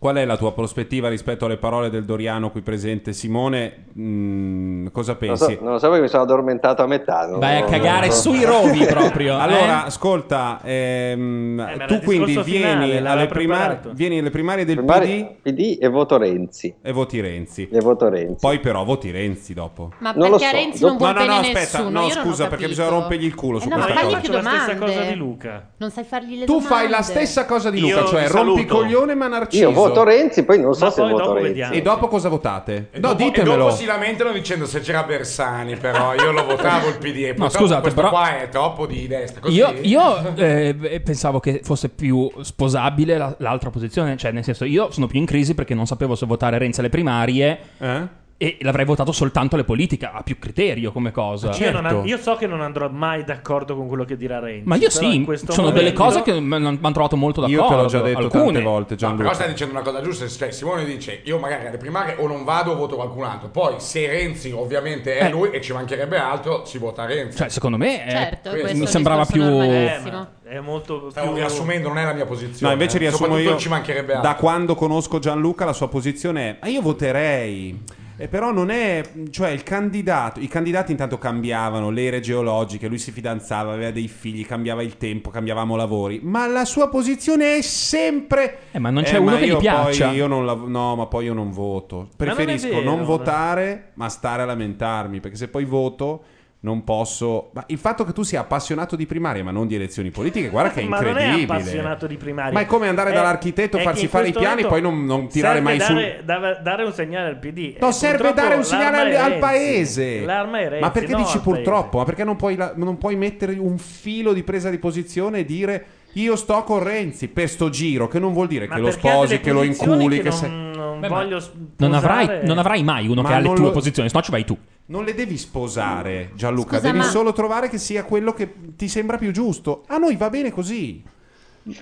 S13: qual è la tua prospettiva rispetto alle parole del Doriano qui presente? Simone, mm, cosa
S18: Non,
S13: pensi?
S18: so, non lo so perché mi sono addormentato a metà. non- non- non so.
S13: Esatto. Allora, ascolta, ehm,
S18: ma eh? era
S13: tu
S18: il
S13: quindi
S18: discorso finale,
S13: vieni
S18: l'aveva
S13: alle, primarie,
S18: preparato.
S13: vieni alle primarie del
S18: Primarie-
S13: PD. e voto Renzi. E voti Renzi.
S18: E voto Renzi.
S13: Poi però voti Renzi dopo.
S15: Ma Non lo perché so. Renzi non vuol
S13: No, no, no,
S15: bene a
S13: aspetta,
S15: nessuno,
S13: No,
S15: io non ho
S13: scusa, perché
S15: capito.
S13: bisogna rompergli il culo
S15: Eh
S13: su
S15: no, ma
S13: questa
S15: fagli
S13: cosa.
S15: più domande.
S13: Luca.
S15: Non sai fargli le
S13: Tu
S15: domande.
S13: fai la stessa cosa di
S18: Io
S13: Luca, cioè
S18: ti saluto.
S13: rompicoglione ma narciso.
S18: Io voto Renzi, poi non so
S13: Ma
S18: se
S13: poi
S18: voto
S13: dopo
S18: Renzi.
S13: vediamo. E dopo cosa votate?
S8: E
S13: no,
S8: dopo- E
S13: ditemelo.
S8: dopo si lamentano dicendo se c'era Bersani, però io lo votavo il PD. E
S4: No,
S8: purtroppo
S4: scusate,
S8: questo
S4: però-
S8: qua è troppo di destra. Così.
S4: Io, io, eh, beh, pensavo che fosse più sposabile la- l'altra posizione, cioè nel senso io sono più in crisi perché non sapevo se votare Renzi alle primarie
S3: Eh?
S4: e l'avrei votato soltanto alle politiche, ha più criterio come
S13: Ah,
S4: cosa.
S3: Cioè,
S13: certo.
S3: Io, non an- io so che non andrò mai d'accordo con quello che dirà Renzi.
S4: certo. Ma io
S3: però
S4: sì,
S3: in
S4: sono
S3: questo
S4: delle
S3: momento-
S4: cose che mi hanno trovato molto d'accordo.
S13: Io te l'ho già detto
S4: alcune.
S13: tante volte,
S8: No,
S13: Gianluca.
S8: però stai dicendo una cosa giusta, cioè Simone dice io magari alle primarie o non vado o voto qualcun altro, poi se Renzi ovviamente è lui e ci mancherebbe altro si vota Renzi.
S4: Eh. Cioè, secondo me eh,
S8: Certo, questo è
S4: mi
S8: un
S4: sembrava
S8: discorso
S4: più
S8: normalissimo.
S3: È molto
S8: Stavo
S3: più-
S8: riassumendo, non è la mia posizione.
S13: No, invece
S8: eh.
S13: riassumo
S8: Soprattutto
S13: io.
S8: ci mancherebbe altro.
S13: Da quando conosco Gianluca, la sua posizione è: "Ah, io voterei. E però non è. Cioè, il candidato. I candidati intanto cambiavano le ere geologiche. Lui si fidanzava, aveva dei figli, cambiava il tempo, cambiavamo lavori. Ma la sua posizione è sempre.
S4: Eh, ma non c'è
S13: "Eh,
S4: uno
S13: ma
S4: che gli
S13: io
S4: piaccia.
S13: Poi io non la- no, ma poi io non voto.
S4: non è
S13: Preferisco
S4: vero,
S13: non,
S4: ma-
S13: votare, ma stare a lamentarmi. Perché se poi voto. Non posso. Ma il fatto che tu sia appassionato di primarie, ma non di elezioni politiche, guarda che è
S3: Ma non
S13: incredibile.
S3: è appassionato di primaria.
S13: Ma è come andare
S3: È-
S13: dall'architetto,
S3: è
S13: farsi
S3: che in
S13: fare i
S3: questo
S13: piani,
S3: momento
S13: poi non- non tirare
S3: serve
S13: mai su-
S3: dare, da- dare un segnale al PD.
S13: No,
S3: E
S13: serve
S3: Eh, purtroppo
S13: dare un segnale
S3: l'arma
S13: al,
S3: è
S13: al
S3: Renzi.
S13: paese.
S3: L'arma è Renzi.
S13: ma perché
S3: no,
S13: dici
S3: al paese.
S13: purtroppo? Ma perché non puoi, la- non puoi mettere un filo di presa di posizione e dire io sto con Renzi per sto giro, che non vuol dire
S3: Ma
S13: che lo
S3: perché ha delle
S13: sposi, che lo
S3: posizioni
S13: inculi, che,
S3: che
S13: se-
S3: non, non
S4: Beh, ma-
S3: voglio
S4: Non
S3: sposare-
S4: avrai, non avrai mai uno
S13: Ma
S4: che ha le
S13: non
S4: tue
S13: lo-
S4: posizioni, se no ci vai tu.
S13: Non le devi sposare, Gianluca,
S15: Scusa,
S13: devi
S15: ma-
S13: solo trovare che sia quello che ti sembra più giusto. A noi va bene così.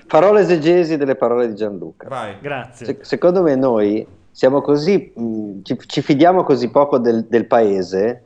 S18: Farò l'esegesi delle parole di Gianluca.
S3: Grazie.
S18: Se- secondo me noi siamo così, mh, ci, ci fidiamo così poco del, del paese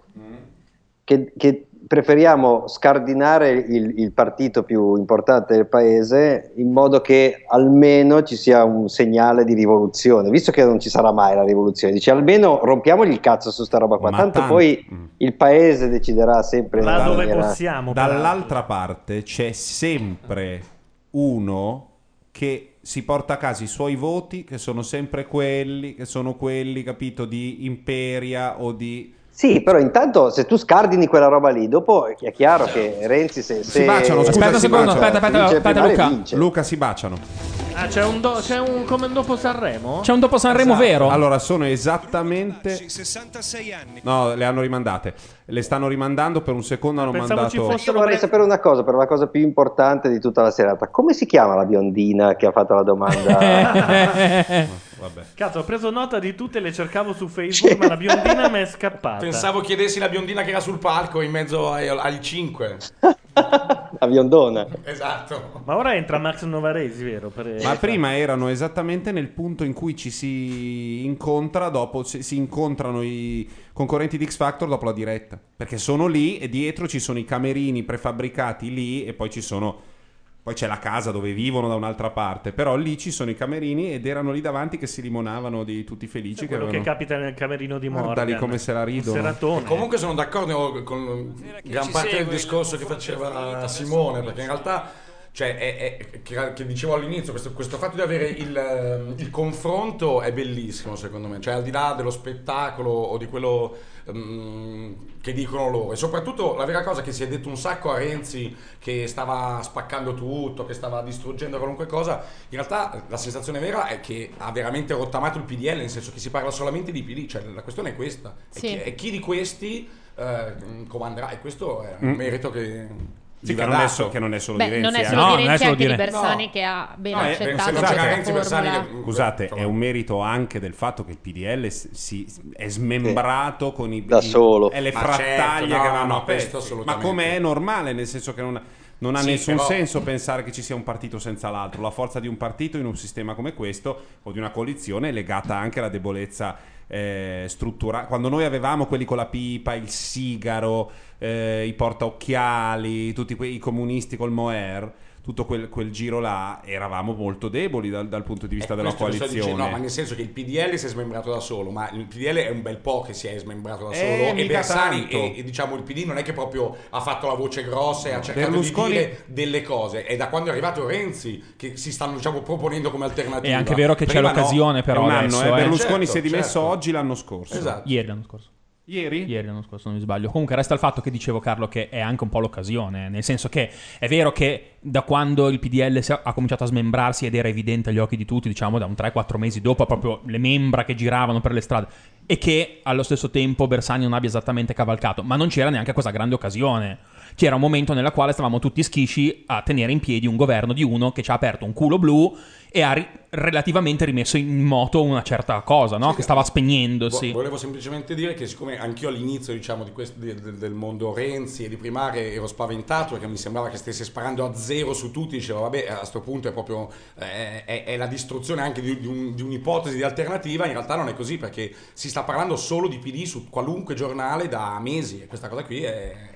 S18: che, che preferiamo scardinare il, il partito più importante del paese in modo che almeno ci sia un segnale di rivoluzione, visto che non ci sarà mai la rivoluzione. Dice almeno rompiamogli il cazzo su sta roba qua, tanto,
S13: tanto-
S18: poi il paese deciderà sempre nella maniera-
S13: Dall'altra parte c'è sempre uno che si porta a casa i suoi voti, che sono sempre quelli, che sono quelli, capito, di Imperia o di...
S18: Sì, però intanto se tu scardini quella roba lì, dopo è chiaro che Renzi se... se
S13: Si baciano, scusa,
S18: se
S13: si baciano.
S18: vince il finale,
S13: Luca.
S18: vince.
S13: Luca, si baciano.
S3: Ah, c'è un, do- c'è un come un dopo Sanremo?
S13: Esatto. Allora, sono esattamente...
S5: 66 anni.
S13: No, le hanno rimandate. Le stanno rimandando per un secondo, hanno mandato...
S18: Io vorrei sapere una cosa, però la cosa più importante di tutta la serata. Come si chiama la biondina che ha fatto la domanda?
S13: Vabbè.
S3: Cazzo, ho preso nota di tutte, le cercavo su Facebook, ma la biondina mi è scappata.
S8: Pensavo chiedessi la biondina che era sul palco in mezzo ai, agli 5.
S18: la biondona.
S8: Esatto.
S3: Ma ora entra Max Novaresi, vero? Per-
S13: Ma prima erano esattamente nel punto in cui ci si incontra dopo si si incontrano i concorrenti di X Factor dopo la diretta, perché sono lì e dietro ci sono i camerini prefabbricati lì e poi ci sono poi c'è la casa dove vivono da un'altra parte, però lì ci sono i camerini ed erano lì davanti che si limonavano di tutti felici che
S3: quello che
S13: avevano
S3: capita nel camerino di
S13: Guarda
S3: Morgan.
S13: lì come se la ridono.
S3: Un seratone.
S8: Comunque sono d'accordo con gran
S3: ci
S8: parte del
S3: segue,
S8: discorso che faceva Simone, perché in realtà. Cioè, è- è- che, che dicevo all'inizio, questo, questo fatto di avere il, ehm, il confronto è bellissimo secondo me, cioè al di là dello spettacolo o di quello ehm, che dicono loro e soprattutto la vera cosa che si è detto un sacco a Renzi che stava spaccando tutto, che stava distruggendo qualunque cosa, in realtà la sensazione vera è che ha veramente rottamato il PDL, nel senso che si parla solamente di PD, cioè la questione è questa, E
S17: Sì.
S8: chi- e, chi, di questi eh, comanderà e questo è un
S13: Mm.
S8: merito che...
S13: Sì,
S8: gli
S13: che
S8: va
S13: non è
S8: dato.
S13: so- che non è solo
S15: Beh,
S13: di Renzi,
S15: non è
S13: eh.
S15: solo
S13: No,
S15: di
S13: non è
S15: Renzi,
S13: solo
S15: anche
S13: di
S15: di
S13: Renzi.
S15: Bersani che ha ben
S13: No, è-
S15: accettato
S13: Renzi- Renzi-
S15: questa
S13: Renzi-
S15: formula.
S13: Scusate, è un merito anche del fatto che il PDL s- si è smembrato con i
S18: Da
S13: i-
S18: solo.
S13: e le
S18: Ma
S13: frattaglie
S18: certo, no,
S13: che vanno
S18: no,
S13: a
S18: questo
S13: pezzi. Ma
S18: assolutamente.
S13: come è normale, nel senso che non, non ha
S18: Sì,
S13: nessun
S18: però-
S13: senso pensare che ci sia un partito senza l'altro. La forza di un partito in un sistema come questo o di una coalizione è legata anche alla debolezza eh, strutturale. Quando noi avevamo quelli con la pipa, il sigaro, eh, i portaocchiali, tutti quei i comunisti col Moer. Tutto quel, quel giro là eravamo molto deboli dal, dal punto di vista della
S8: Eh, Questo che sto
S13: coalizione.
S8: dicendo, no, ma nel senso che il PDL si è smembrato da solo, ma il PDL è un bel po' che si è smembrato da
S13: Eh,
S8: solo. e
S13: mica
S8: Bersani
S13: tanto.
S8: e, e, diciamo il PD non è che proprio ha fatto la voce grossa e ha cercato
S13: Berlusconi-
S8: di dire delle cose. È da quando è arrivato Renzi che si stanno diciamo, proponendo come alternativa.
S4: È anche vero che c'è
S8: Prima no.
S4: l'occasione, però.
S13: un anno,
S4: adesso,
S13: eh, Berlusconi
S8: si è dimesso certo.
S13: oggi l'anno scorso.
S8: Esatto.
S4: Ieri l'anno scorso.
S13: Ieri?
S4: Ieri l'anno scorso, non mi sbaglio. Comunque resta il fatto che dicevo Carlo che è anche un po' l'occasione, nel senso che è vero che da quando il PDL si- ha cominciato a smembrarsi ed era evidente agli occhi di tutti, diciamo da un 3-4 mesi dopo, proprio le membra che giravano per le strade e che allo stesso tempo Bersani non abbia esattamente cavalcato, ma non c'era neanche questa grande occasione. C'era un momento nella quale stavamo tutti schisci a tenere in piedi un governo di uno che ci ha aperto un culo blu e ha ri- relativamente rimesso in moto una certa cosa, no? che stava spegnendosi.
S8: Vo- Volevo semplicemente dire che siccome anch'io all'inizio diciamo, di questo- di- del, del mondo Renzi e di primarie ero spaventato perché mi sembrava che stesse sparando a zero su tutti, dicevo vabbè a questo punto è proprio eh, è, è la distruzione anche di, di un- di un'ipotesi di alternativa, in realtà non è così perché si sta parlando solo di PD su qualunque giornale da mesi e questa cosa qui è...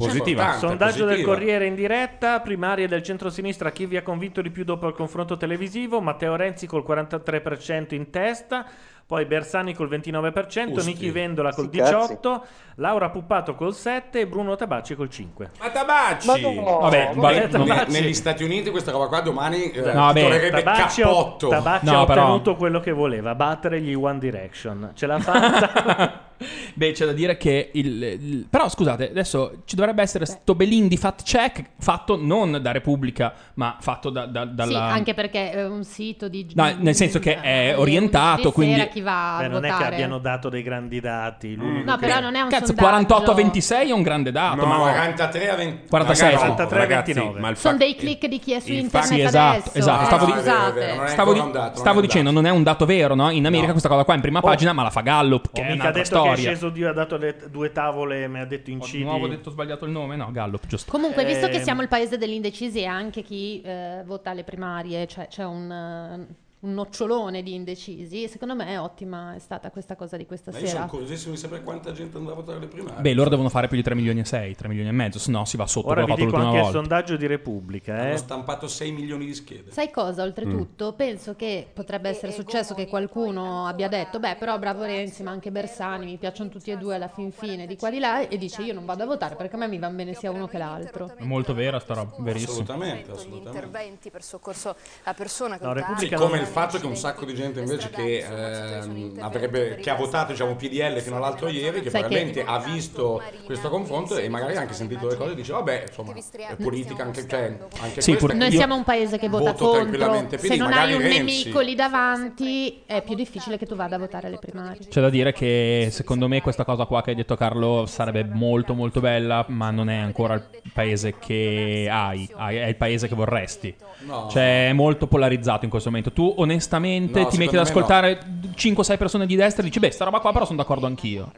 S13: Cioè,
S8: importante,
S3: Sondaggio del
S8: positiva.
S3: Corriere in diretta, primarie del centrosinistra, chi vi ha convinto di più dopo il confronto televisivo? Matteo Renzi col 43% in testa, poi Bersani col 29%,
S8: Usti.
S3: Nichi Vendola col
S8: Sti cazzi.
S3: 18%, Laura Puppato col 7% e Bruno Tabacci col 5%.
S13: Ma Tabacci!
S3: Vabbè,
S8: Ne-
S3: vabbè,
S8: ne-
S3: Tabacci.
S8: negli Stati Uniti questa roba qua domani eh,
S3: No, vabbè,
S8: titolerebbe
S3: Tabacci, ho-
S8: cappotto.
S3: Tabacci ha ottenuto quello che voleva, battere gli One Direction. Ce l'ha fatta.
S4: Beh, c'è da dire che il, il- Però scusate, adesso ci dovrebbe essere sto belin di fact check fatto non da Repubblica, ma fatto da- da- dalla...
S15: Sì, anche perché è un sito di...
S4: No, nel senso che è orientato,
S15: di sera
S4: quindi-
S15: chi va a
S3: Beh, non è che
S15: votare.
S3: abbiano dato dei grandi dati.
S13: Mm.
S3: l'unico
S15: No,
S3: che-
S15: però non è un
S4: Cazzo,
S15: sondaggio.
S4: 48 a 26 è un grande dato.
S13: No,
S4: ma
S8: 43 a 20
S4: 46.
S13: Ragazzi,
S4: 43
S13: no,
S4: a
S13: ragazzi,
S4: 29.
S13: ma il
S15: Sono
S13: fact-
S15: dei click di chi è su
S13: il
S15: internet
S4: Sì, esatto,
S15: adesso.
S4: esatto.
S15: eh,
S4: Stavo, di-
S15: scusate.
S4: stavo di- stavo dicendo, non è un dato vero, no? In America questa cosa qua è in prima pagina, ma la fa Gallup, che è
S3: Oh. mica
S4: un'altra
S3: detto che Che è
S4: storia.
S3: sceso Dio ha dato le- due tavole e mi ha detto incidi.
S4: nuovo detto sbagliato il nome? No, Gallup, giusto.
S15: Comunque, visto che
S4: Eh.
S3: Ehm,
S15: siamo il paese degli indecisi e anche chi eh, vota alle primarie, cioè c'è un, eh, un nocciolone di indecisi, secondo me è ottima è stata questa cosa di questa
S8: Ma io sono
S15: sera.
S8: curiosissimo di sapere quanta gente andava a votare le primarie.
S4: Beh, loro devono fare più di 3 milioni e 6, 3 milioni e mezzo, se no si va sotto
S3: Ora
S4: come
S3: vi
S4: ha fatto
S3: dico
S4: l'ultima
S3: anche il
S4: volta.
S3: sondaggio di Repubblica.
S8: Hanno
S3: Eh.
S8: stampato 6 milioni di schede.
S15: Sai cosa? Oltretutto, penso che potrebbe essere successo che qualcuno abbia detto: Beh, però bravo Renzi, ma anche Bersani, mi piacciono tutti e due alla fin fine, di qua di là, e dice: Io non vado a votare perché a me mi va bene sia uno che l'altro.
S4: È molto vera sta roba, verissimo.
S8: Assolutamente,
S17: interventi per soccorso alla persona che
S4: No,
S17: ha un
S8: Sì,
S4: Repubblica
S8: come
S4: non-
S8: il fatto che un sacco di gente invece che, ehm, avrebbe, che ha votato diciamo, PDL fino all'altro ieri, che
S4: Sai che-
S8: probabilmente ha visto questo confronto e magari ha anche sentito le cose e dice vabbè, insomma, è politica anche, cioè, anche
S4: Sì,
S8: questa
S4: pur-
S8: è-
S15: Noi
S8: io
S15: siamo un paese che vota
S8: voto
S15: contro.
S8: tranquillamente PD,
S15: Se non hai
S8: magari
S15: un
S8: Renzi.
S15: nemico lì davanti, è più difficile che tu vada a votare alle primarie.
S4: C'è da dire che secondo me questa cosa qua che hai detto Carlo sarebbe molto molto bella, ma non è ancora il paese che hai, hai- è il paese che vorresti.
S20: No.
S4: Cioè è molto polarizzato in questo momento. Tu onestamente
S20: No,
S4: ti metti
S20: secondo
S4: ad
S20: me
S4: ascoltare 5-6 persone di destra e dici "Beh, sta roba qua però sono d'accordo anch'io".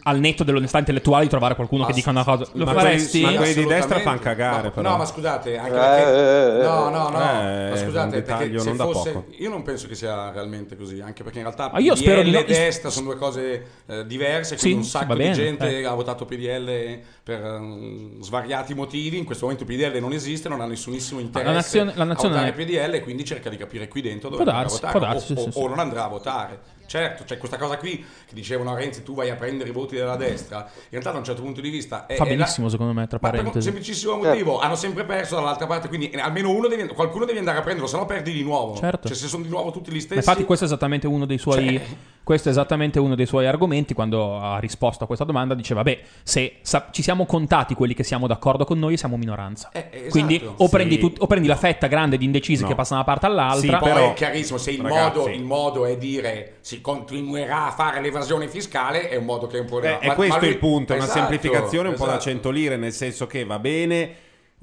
S4: Al netto dell'onestà intellettuale di trovare qualcuno che dica una cosa, lo
S13: ma
S4: faresti?
S13: quelli- ma quelli di destra fanno
S8: Assolutamente.
S13: cagare,
S8: No,
S13: però.
S8: No, ma scusate, anche
S13: Eh,
S8: perché...
S13: eh, eh,
S8: no, no, no,
S13: eh,
S8: ma
S13: è un
S8: scusate, perché
S13: dettaglio
S8: se
S13: non da
S8: fosse...
S13: poco.
S8: Io non penso che sia realmente così, anche perché in realtà
S4: Ma io
S8: PDL
S4: spero di no.
S8: e destra sono due cose eh, diverse,
S4: Sì,
S8: quindi un
S4: sì,
S8: sacco
S4: va bene,
S8: di gente
S4: eh.
S8: ha votato PDL per ehm, svariati motivi, in questo momento PDL non esiste, non ha nessunissimo interesse
S4: nazione- la nazione-
S8: a votare PDL e quindi cerca di capire qui dentro dove
S4: Può
S8: andrà a
S4: darsi,
S8: votare
S4: può darsi,
S8: o,
S4: sì,
S8: o-
S4: sì,
S8: o
S4: sì.
S8: non andrà a votare. Certo, c'è questa cosa qui che dicevano a Renzi tu vai a prendere i voti della destra, in realtà da un certo punto di vista è,
S4: Fa
S8: è la-
S4: benissimo secondo me, tra
S8: ma per un
S4: parentesi.
S8: semplicissimo motivo,
S13: Certo.
S8: hanno sempre perso dall'altra parte, quindi eh, almeno uno deve- qualcuno deve andare a prenderlo, se no perdi di nuovo.
S4: Certo.
S8: Cioè, se sono di nuovo tutti gli
S4: Ma
S8: stessi.
S4: Infatti, questo è esattamente uno dei suoi.
S8: Cioè,
S4: Questo è esattamente uno dei suoi argomenti. Quando ha risposto a questa domanda, diceva: Beh, se sa- ci siamo contati quelli che siamo d'accordo con noi, siamo minoranza.
S8: esatto.
S4: Quindi, o,
S8: Sì.
S4: prendi tut- o prendi la fetta grande di indecisi
S8: No.
S4: che passano da una parte all'altra.
S8: Sì, poi è chiarissimo, se il modo, il modo è dire si continuerà a fare l'evasione fiscale, è un modo che è un problema.
S13: Beh, è
S8: Ma-
S13: questo
S8: ma lui-
S13: il punto, è una
S8: Esatto,
S13: semplificazione un po' da
S8: esatto.
S13: 100 lire, nel senso che va bene,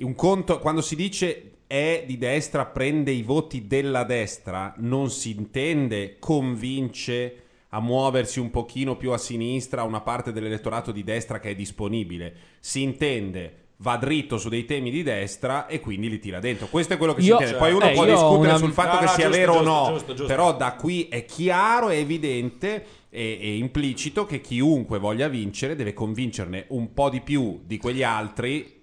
S13: un conto, quando si dice è di destra, prende i voti della destra, non si intende convince a muoversi un pochino più a sinistra una parte dell'elettorato di destra che è disponibile, si intende va dritto su dei temi di destra e quindi li tira dentro. Questo è quello che si
S4: Io-
S13: intende. Poi uno
S4: eh,
S13: può
S4: io ho
S13: discutere
S4: una-
S13: sul fatto
S4: No,
S13: che
S8: Ah,
S4: no,
S13: sia
S4: giusto,
S13: vero o no,
S4: giusto, giusto, giusto.
S13: però però da qui è chiaro, è evidente e, e implicito che chiunque voglia vincere deve convincerne un po' di più di quegli altri.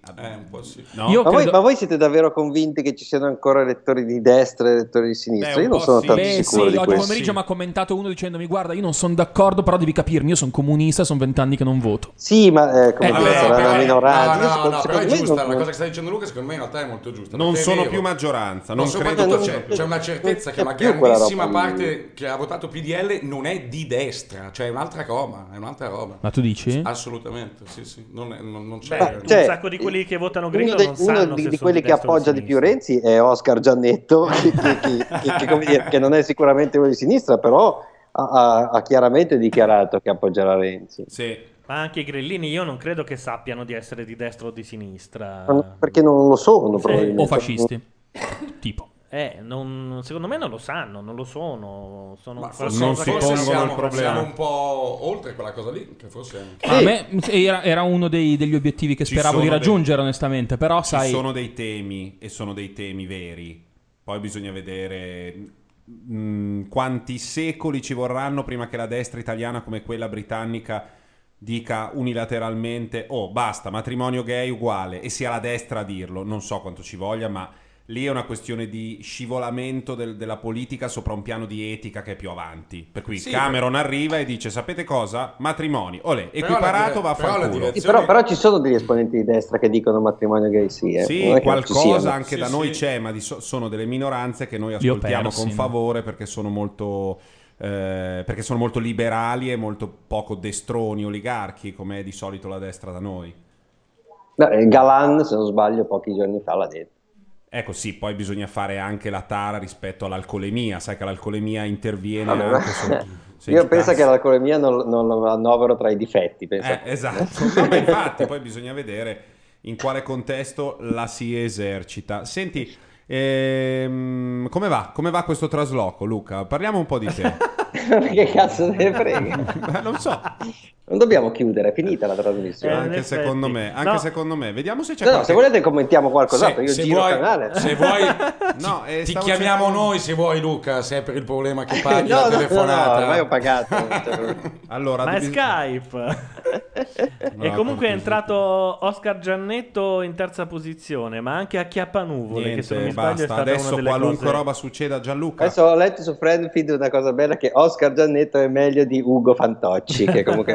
S13: No?
S18: ma, voi, ma voi siete davvero convinti che ci siano ancora elettori di destra e elettori di sinistra?
S13: Beh, un
S18: Io non
S13: po'
S18: sono
S13: sì.
S18: tanto
S4: Beh, sì,
S18: sicuro
S4: oggi
S18: di questo.
S4: pomeriggio mi ha commentato uno dicendomi: Guarda, io non sono d'accordo, però devi capirmi, io sono comunista, sono vent'anni che non voto.
S18: Sì, ma eh, come
S4: Eh,
S18: dire,
S4: vabbè,
S18: sarà una
S4: vabbè.
S18: minoranza.
S8: No,
S18: Io
S8: no, no,
S18: secondo-
S8: però è
S18: secondo me
S8: giusta,
S18: non-
S8: la cosa che sta dicendo Luca secondo me in realtà è molto giusta.
S13: Non
S8: perché è
S13: sono
S8: vero.
S13: più maggioranza,
S8: Ma
S13: non
S8: soprattutto
S13: credo-
S8: c'è, c'è una certezza che
S13: Non
S8: una
S13: c'è più quella
S8: grandissima
S13: roba lì.
S8: parte che ha votato PDL non è di destra, cioè è un'altra roba, è un'altra roba.
S4: Ma tu dici?
S8: Assolutamente, sì, sì, non, è- non- non c'è.
S3: Beh,
S18: cioè,
S3: un sacco di quelli che votano
S18: Uno,
S3: Grillo
S18: dei-
S3: non
S18: uno
S3: sanno
S18: di,
S3: se
S18: di
S3: sono
S18: quelli che
S3: destra o
S18: appoggia di più Renzi è Oscar Giannetto, che, che- che- che- che, come dire, che non è sicuramente uno di sinistra, però ha, ha- ha chiaramente dichiarato che appoggerà Renzi.
S3: Ma anche i grillini io non credo che sappiano di essere di destra o di sinistra.
S15: Ah,
S18: Ma- Perché non lo sono,
S3: Sì.
S18: probabilmente.
S3: O fascisti.
S4: Tipo.
S3: Eh, non- secondo me non lo sanno, non lo sono. sono
S8: Ma
S3: qualcosa
S8: forse,
S3: che-
S8: forse siamo, siamo un po' oltre quella cosa lì, che forse è
S4: Ah, a me era, era uno dei- degli obiettivi che
S13: Ci
S4: speravo
S13: sono
S4: di
S13: dei-
S4: raggiungere, onestamente. Però,
S13: Ci
S4: sai.
S13: sono dei temi e sono dei temi veri. Poi bisogna vedere
S5: 嗯
S13: mh, Mm, quanti secoli ci vorranno prima che la destra italiana come quella britannica dica unilateralmente oh basta, matrimonio gay uguale e sia la destra a dirlo. Non so quanto ci voglia, ma lì è una questione di scivolamento del- della politica sopra un piano di etica che è più avanti. Per cui
S8: Sì.
S13: Cameron arriva e dice sapete cosa? Matrimoni, olè,
S8: Però la
S13: equiparato
S8: dire-
S13: va a
S8: però la
S13: fare
S18: Sì, però, però ci sono degli esponenti di destra che dicono matrimonio gay sì, eh. Non
S13: sì,
S18: è che non ci siano.
S13: qualcosa anche da noi c'è, ma di so- sono delle minoranze che noi ascoltiamo
S4: persi,
S13: con
S4: no?
S13: favore perché sono molto. eh, perché sono molto liberali e molto poco destroni, oligarchi, come è di solito la destra da noi.
S18: No, eh, Galan, se non sbaglio, pochi giorni fa l'ha detto.
S13: Ecco sì, poi bisogna fare anche la tara rispetto all'alcolemia, sai che l'alcolemia interviene
S18: Vabbè,
S13: anche su... sì,
S18: Io
S13: sì,
S18: penso
S13: cazzo.
S18: che l'alcolemia non, non lo annovero tra i difetti. penso.
S13: Eh, esatto, No, ma infatti poi bisogna vedere in quale contesto la si esercita. Senti, ehm, come, va? come va questo trasloco Luca? Parliamo un po' di te.
S18: che cazzo te ne frega?
S13: non so.
S18: Non dobbiamo chiudere, è finita la trasmissione.
S13: anche secondo me, anche secondo me. Vediamo se c'è
S18: No, no,
S13: qualche-
S18: se volete commentiamo qualcos'altro,
S8: Se-
S18: io
S8: se
S18: giro
S8: vuoi-
S18: canale.
S8: se vuoi-
S13: No, eh,
S8: Ti
S13: stavo
S8: chiamiamo
S13: cercando-
S8: noi se vuoi, Luca, se è per il problema che paghi
S13: No,
S8: la
S13: no, no,
S8: telefonata.
S13: no, ormai ho
S18: pagato.
S13: allora,
S3: Ma è
S13: devi-
S3: Skype. e
S13: No,
S3: comunque è
S13: cortese.
S3: entrato Oscar Giannetto in terza posizione, ma anche a Chiappanuvole, che se non mi
S13: Niente,
S3: sbaglio
S13: basta.
S3: è stata una
S13: Adesso
S3: delle
S13: qualunque
S3: cose...
S13: roba succeda a Gianluca.
S18: Adesso ho letto su Friendfeed una cosa bella che Oscar Giannetto è meglio di Ugo Fantocci, che comunque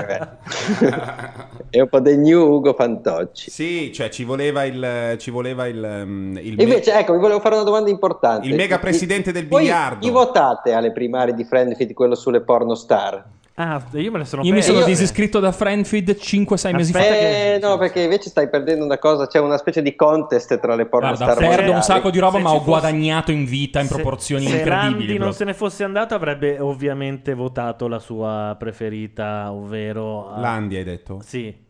S18: è, è un po' del new Ugo Fantocci.
S13: Sì, cioè ci voleva il ci voleva il, mm, il
S18: Invece, ecco, vi volevo fare una domanda importante.
S13: Il mega presidente del
S18: Voi
S13: biliardo.
S18: Chi votate alle primarie di Friendfeed, quello sulle pornostar?
S3: Ah, io me ne sono
S4: Io mi
S3: perso.
S4: sono
S3: Io-
S4: disiscritto da Friendfeed 5-6 mesi fa.
S18: Eh, no, perché invece stai perdendo una cosa, c'è una specie di contest tra le
S4: Guarda,
S18: pornostar.
S4: perdo un
S18: mondiali.
S4: sacco di roba,
S18: se
S4: ma
S18: ci
S4: ho
S18: fosse-
S4: guadagnato in vita in proporzioni
S3: se
S4: incredibili.
S3: Randi non
S4: proprio.
S3: se ne fosse andato avrebbe ovviamente votato la sua preferita, ovvero... ah, a-
S13: Landi hai detto?
S3: Sì.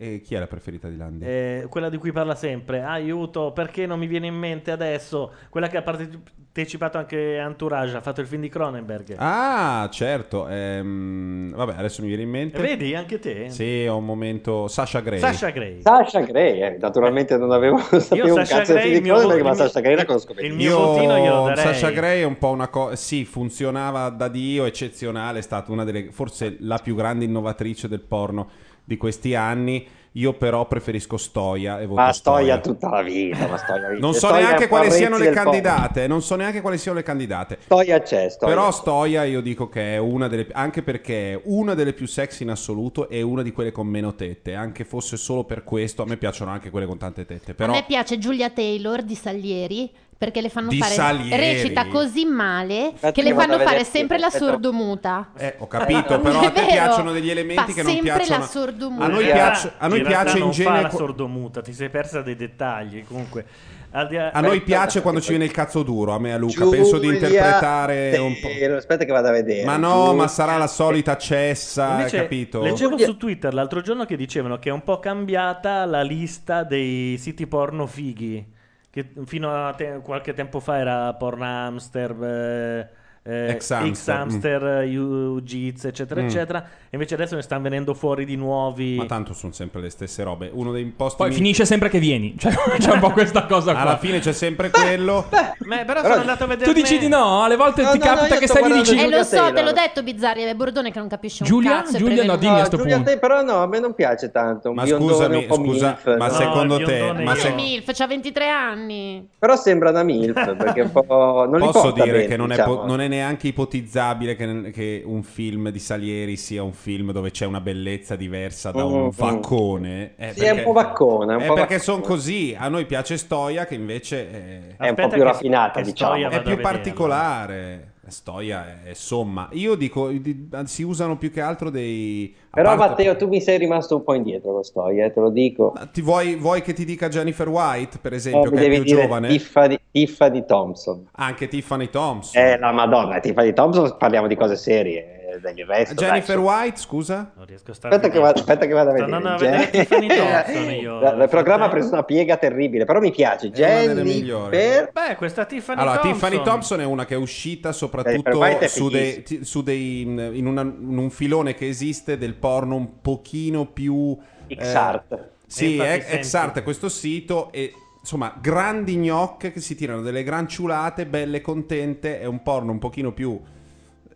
S13: E chi è la preferita di Landi?
S3: Eh, quella di cui parla sempre, aiuto, perché non mi viene in mente adesso? Quella che ha partecipato anche a Entourage, ha fatto il film di Cronenberg.
S13: Ah, certo. ehm, vabbè, adesso mi viene in mente.
S3: Eh, Vedi, anche te?
S13: Sì, ho un momento Sasha Gray.
S3: Sasha Gray.
S18: Sasha Gray, eh, naturalmente non avevo sapevo un
S3: Sasha
S18: cazzo
S3: Grey,
S18: di
S3: il mio
S18: cose,
S3: vo-
S18: perché ma
S3: il mio-
S18: Sasha Gray la conosco
S3: il
S18: benissimo.
S3: mio votino glielo darei.
S13: Sasha Gray è un po' una cosa. Sì, funzionava da Dio, eccezionale. È stata una delle. Forse la più grande innovatrice del porno di questi anni. Io, però, preferisco Stoia. E voto
S18: Ma Ah, stoia tutta la vita, ma stoia
S13: Non so
S18: Stoia
S13: neanche
S18: fa
S13: quali
S18: Renzi
S13: siano le
S18: del popolo.
S13: candidate. Non so neanche quali siano le candidate.
S18: Stoia c'è, Stoia.
S13: Però Stoia io dico che è una delle anche perché è una delle più sexy in assoluto e una di quelle con meno tette, anche fosse solo per questo, a me piacciono anche quelle con tante tette, però
S19: A me piace Giulia Taylor di Salieri perché le fanno
S13: Di
S19: fare
S13: Salieri.
S19: recita così male che le
S13: io
S19: fanno
S13: vado a
S19: fare
S13: vedere-
S19: sempre la
S13: aspetta.
S19: sordomuta.
S13: Eh, ho capito, però a te
S19: È vero.
S13: piacciono degli elementi
S19: Fa
S13: che non
S19: sempre
S13: piacciono.
S19: la sordomuta.
S13: A noi
S3: In realtà-
S13: piace, a noi
S3: in realtà
S13: piace in
S3: non
S13: genere
S3: fa la
S13: qua-
S3: sordomuta, ti sei persa dei dettagli, comunque. Al di- Eh,
S13: a noi piace quando ci viene il cazzo duro, a me e a Luca, penso di interpretare un po'.
S18: Eh, Aspetta che vado a vedere.
S13: Ma no, ma
S3: Giulia.
S13: sarà la solita cessa, hai
S3: Invece,
S13: capito?
S3: leggevo su Twitter l'altro giorno che dicevano che è un po' cambiata la lista dei siti porno fighi, che fino a te- qualche tempo fa era Pornhamster, eh, eh,
S13: Ex-hamster,
S3: X-hamster, UGITS, eccetera,
S13: Mm.
S3: eccetera. Invece adesso ne stanno venendo fuori di nuovi.
S13: Ma tanto sono sempre le stesse robe. Uno dei posti
S4: Poi
S13: mi-
S4: finisce sempre che vieni. Cioè, c'è un po' questa cosa qua.
S13: Alla fine c'è sempre quello.
S3: Ma però
S4: Però-
S3: sono andato a vedere.
S4: Tu dici di no, alle volte
S19: No,
S4: ti
S19: no, no,
S4: capita
S19: io
S4: che
S19: sto
S4: stai lì e
S19: guardando
S4: dici...
S19: Eh, lo so, te l'ho detto Bizzarri, è Bordone che non capisce un
S4: Giulia?
S19: cazzo. è
S4: Ah, Giulia, no,
S19: prevenuto.
S4: dimmi a sto
S18: Giulia
S4: punto.
S18: Te, però no, a me non piace tanto. Un
S13: Ma
S18: biondone
S13: scusami,
S18: un po'
S13: scusa,
S18: milf,
S13: ma
S18: no?
S13: secondo te- ma
S19: Ma
S13: se-
S19: è Milf, c'ha 23 anni.
S18: Però sembra una milf, perché un po' non li
S13: Posso
S18: porta
S13: dire
S18: bene,
S13: che non, è,
S18: diciamo.
S13: po- non è neanche ipotizzabile che, che un film di Salieri sia un film dove c'è una bellezza diversa da
S18: Mm, mm.
S13: un vaccone. Eh,
S18: Sì, è un po' vaccona, è un
S13: eh,
S18: po'
S13: perché
S18: vaccona.
S13: sono così. A noi piace Stoia, che invece è,
S18: È un po' Aspetta più che- raffinata, che diciamo. Stoia
S13: È
S18: vado a
S13: più
S18: vederla.
S13: particolare. Stoia è somma. Io dico, di- si usano più che altro dei. a
S18: Però
S13: parte-
S18: Matteo, tu mi sei rimasto un po' indietro con Stoia, eh, te lo dico.
S13: ti vuoi, vuoi che ti dica Jennifer White, per
S18: Eh,
S13: esempio, che
S18: mi
S13: è
S18: devi
S13: più
S18: dire
S13: giovane?
S18: Tiffa di, Tiffa di Thompson.
S13: Anche Tiffany Thompson.
S18: Eh, la Madonna, Tiffany Thompson, parliamo di cose serie. eh, Del resto, dai,
S13: Ah, Jennifer
S18: su.
S13: White, scusa?
S3: Non riesco a stare
S18: Aspetta che, vado, aspetta che vado a
S3: Sto
S18: vedere.
S3: andando a vedere
S18: Jen-
S3: Tiffany Thompson io.
S18: La- Il programma ha preso una piega terribile, però mi piace.
S13: È una delle
S18: Jennifer.
S13: migliori.
S3: Beh, questa Tiffany
S13: Allora,
S3: Thompson.
S13: Tiffany Thompson è una che è uscita
S18: Jennifer White
S13: soprattutto
S18: Eh, è
S13: su dei, ti- su dei- mm, in, una- in un filone che esiste del porno un pochino più... eh,
S18: X-Art.
S13: sì,
S18: Eh, infatti
S13: ex-
S18: sento.
S13: X-Art è questo sito e insomma grandi gnocche che si tirano delle gran ciulate, belle contente, è un porno un pochino più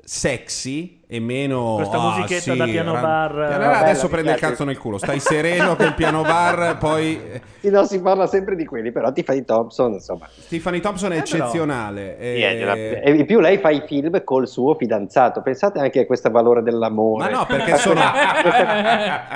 S13: sexy e meno...
S3: Questa
S13: "Ah,
S3: musichetta
S13: sì,
S3: da piano
S13: gran-
S3: bar". eh,
S13: Allora,
S3: Bella,
S13: adesso
S3: mi
S13: prende il
S3: piace.
S13: cazzo nel culo, stai sereno che il piano bar poi...
S18: Sì, no, si parla sempre di quelli, però Tiffany Thompson, insomma.
S13: Tiffany Thompson è
S18: Eh, però-
S13: eccezionale. Eh, e-
S18: Sì, è della- E in più lei fa i film col suo fidanzato. Pensate anche a questo valore dell'amore.
S13: Ma no, perché sono,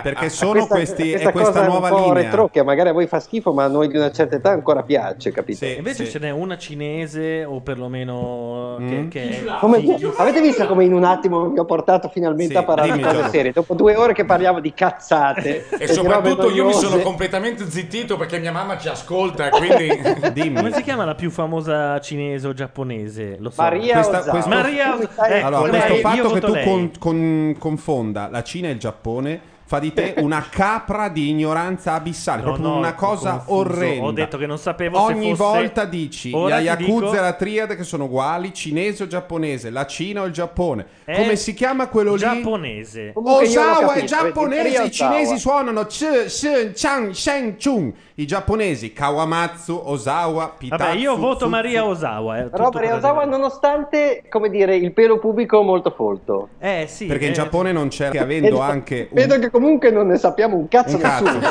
S13: perché sono questi. è questa
S18: cosa
S13: nuova
S18: un po'
S13: linea.
S18: retro che magari a voi fa schifo, ma a noi di una certa età ancora piace, capito?
S3: Invece ce n'è una cinese, o perlomeno.
S13: Mm.
S3: Che, che è-
S18: Come-
S3: Chi-
S18: avete visto come in un attimo vi ho portato finalmente
S3: Sì,
S18: a parlare di
S3: dimmi,
S18: cose
S3: Giorgio.
S18: serie? Dopo due ore che parliamo di cazzate
S8: E
S18: di
S8: soprattutto
S18: robe
S8: io mi sono
S18: noiose.
S8: completamente zittito perché mia mamma ci ascolta, quindi...
S3: Come si chiama la più famosa cinese o giapponese? Lo so.
S8: Maria
S13: Questa- questo-
S3: Maria Ozawa. Ecco,
S13: allora,
S3: lei-
S13: questo
S3: io
S13: fatto che
S3: voto
S13: tu
S3: lei.
S13: con- con- confonda la Cina e il Giappone fa di te una capra di ignoranza abissale,
S3: No,
S13: proprio
S3: no,
S13: una
S3: ho
S13: cosa
S3: confuso.
S13: orrenda.
S3: Ho detto che non sapevo se
S13: Ogni
S3: fosse-
S13: volta dici
S3: Ora
S13: la
S3: ti
S13: Yakuza
S3: dico-
S13: e la triade che sono uguali, cinese o giapponese, la Cina o il Giapone.
S3: Eh,
S13: Come si chiama quello
S3: giapponese.
S13: lì?
S3: Comunque io l'ho
S13: Osawa è
S3: capito,
S13: giapponese,
S3: vedi,
S13: i cinesi
S3: Osawa.
S13: suonano ch, sh, chang, sheng, chung. I giapponesi Kawamatsu, Osawa, Pitatsu.
S3: Vabbè, io voto
S13: Tsutsu.
S3: Maria Osawa. eh, tutto
S18: Però per
S3: per-
S18: Osawa, nonostante come dire, il pelo pubblico molto folto.
S3: Eh sì.
S13: Perché in
S18: eh,
S13: Giappone non c'era, che
S18: Eh,
S13: avendo anche un-
S18: Vedo che comunque non ne sappiamo un cazzo
S13: Un cazzo.
S18: nessuno.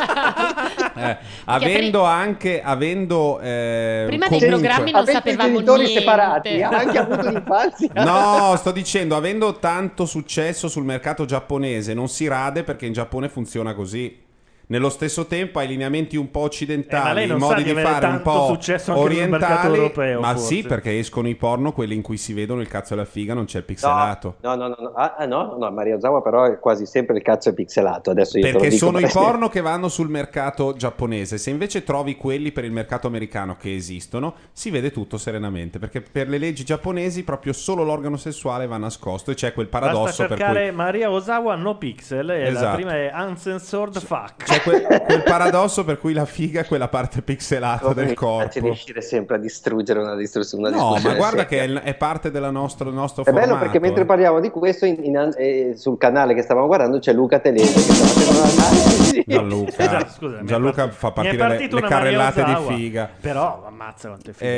S13: eh, avendo anche avendo eh,
S19: Prima dei
S13: comunque-
S19: programmi non sapevamo
S18: genitori
S19: niente.
S18: separati, ha anche avuto l'infanzia.
S13: No, sto dicendo, avendo tanto successo sul mercato giapponese, non si rade perché in Giappone funziona così. Nello stesso tempo hai lineamenti un po'
S3: Eh, ma
S13: occidentali,
S3: lei non sa
S13: modi
S3: di
S13: di
S3: avere
S13: fare un
S3: tanto
S13: po'
S3: successo anche nel mercato
S13: orientali.
S3: europeo,
S13: ma
S3: forse.
S13: sì, perché escono i porno, quelli in cui si vedono il cazzo e la figa, non c'è il pixelato.
S18: No, no, no, no. Ah, ah, no, no, Maria Ozawa però è quasi sempre il cazzo è pixelato. Adesso io te
S13: Perché
S18: lo dico
S13: sono i
S18: perché-
S13: porno che vanno sul mercato giapponese. Se invece trovi quelli per il mercato americano che esistono, si vede tutto serenamente. Perché per le leggi giapponesi, proprio solo l'organo sessuale va nascosto e c'è quel paradosso
S3: Basta
S13: per
S3: cercare
S13: cui.
S3: Maria Osawa no pixel e la
S13: Esatto.
S3: prima è uncensored fuck.
S13: C'è quel, quel paradosso per cui la figa è quella parte pixelata del
S18: Ci
S13: corpo.
S18: riuscire sempre a distruggere una distruzione. Una
S13: No, ma
S18: discussione
S13: guarda
S18: seria.
S13: che è, il- è parte della nostra- del nostro
S18: È bello
S13: formato,
S18: perché mentre
S13: eh.
S18: parliamo di questo, in- in- eh, sul canale che stavamo guardando c'è Luca Telesi che stava facendo un'analisi.
S13: Gianluca, Gianluca fa
S3: Mi Esatto,
S13: partire le,
S3: è partita
S13: le
S3: una
S13: carrellate
S3: Maria
S13: di
S3: Ozawa.
S13: figa.
S3: Però ammazza quante fighe.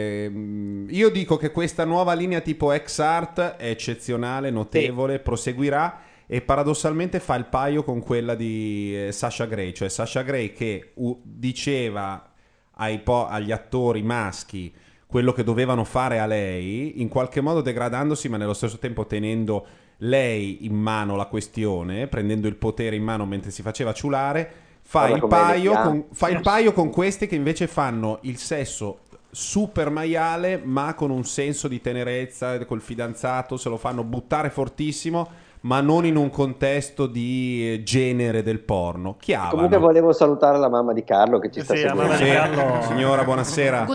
S13: Ehm, io dico che questa nuova linea tipo X-Art è eccezionale, notevole, proseguirà e paradossalmente fa il paio con quella di eh, Sasha Gray, cioè Sasha Gray che u- diceva ai po- agli attori maschi quello che dovevano fare a lei, in qualche modo degradandosi ma nello stesso tempo tenendo lei in mano la questione, prendendo il potere in mano mentre si faceva ciulare, fa,
S18: Guarda
S13: il
S18: com'è
S13: paio,
S18: elegante.
S13: con, fa il paio con questi che invece fanno il sesso super maiale ma con un senso di tenerezza col fidanzato, se lo fanno buttare fortissimo ma non in un contesto di eh, genere del porno. Chiavano.
S18: Comunque volevo salutare la mamma di Carlo che ci sta
S13: Sì, la
S18: seguendo.
S13: mamma di Carlo. Signora, buonasera.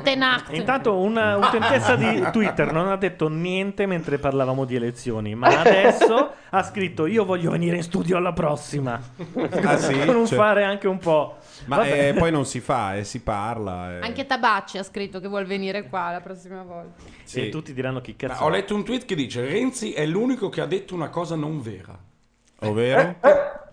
S3: Intanto una utentessa di Twitter non ha detto niente mentre parlavamo di elezioni, ma adesso ha scritto io voglio venire in studio alla prossima.
S13: Ah, sì?
S3: Con un
S13: Cioè-
S3: fare anche un po'.
S13: Ma
S3: Vabbè.
S13: eh, poi non si fa, eh, si parla. eh.
S15: Anche Tabacci ha scritto che vuol venire qua la prossima volta.
S3: E tutti diranno chi cazzo.
S8: Ho letto un tweet che dice Renzi è l'unico che ha detto una cosa non vera.
S13: Ovvero?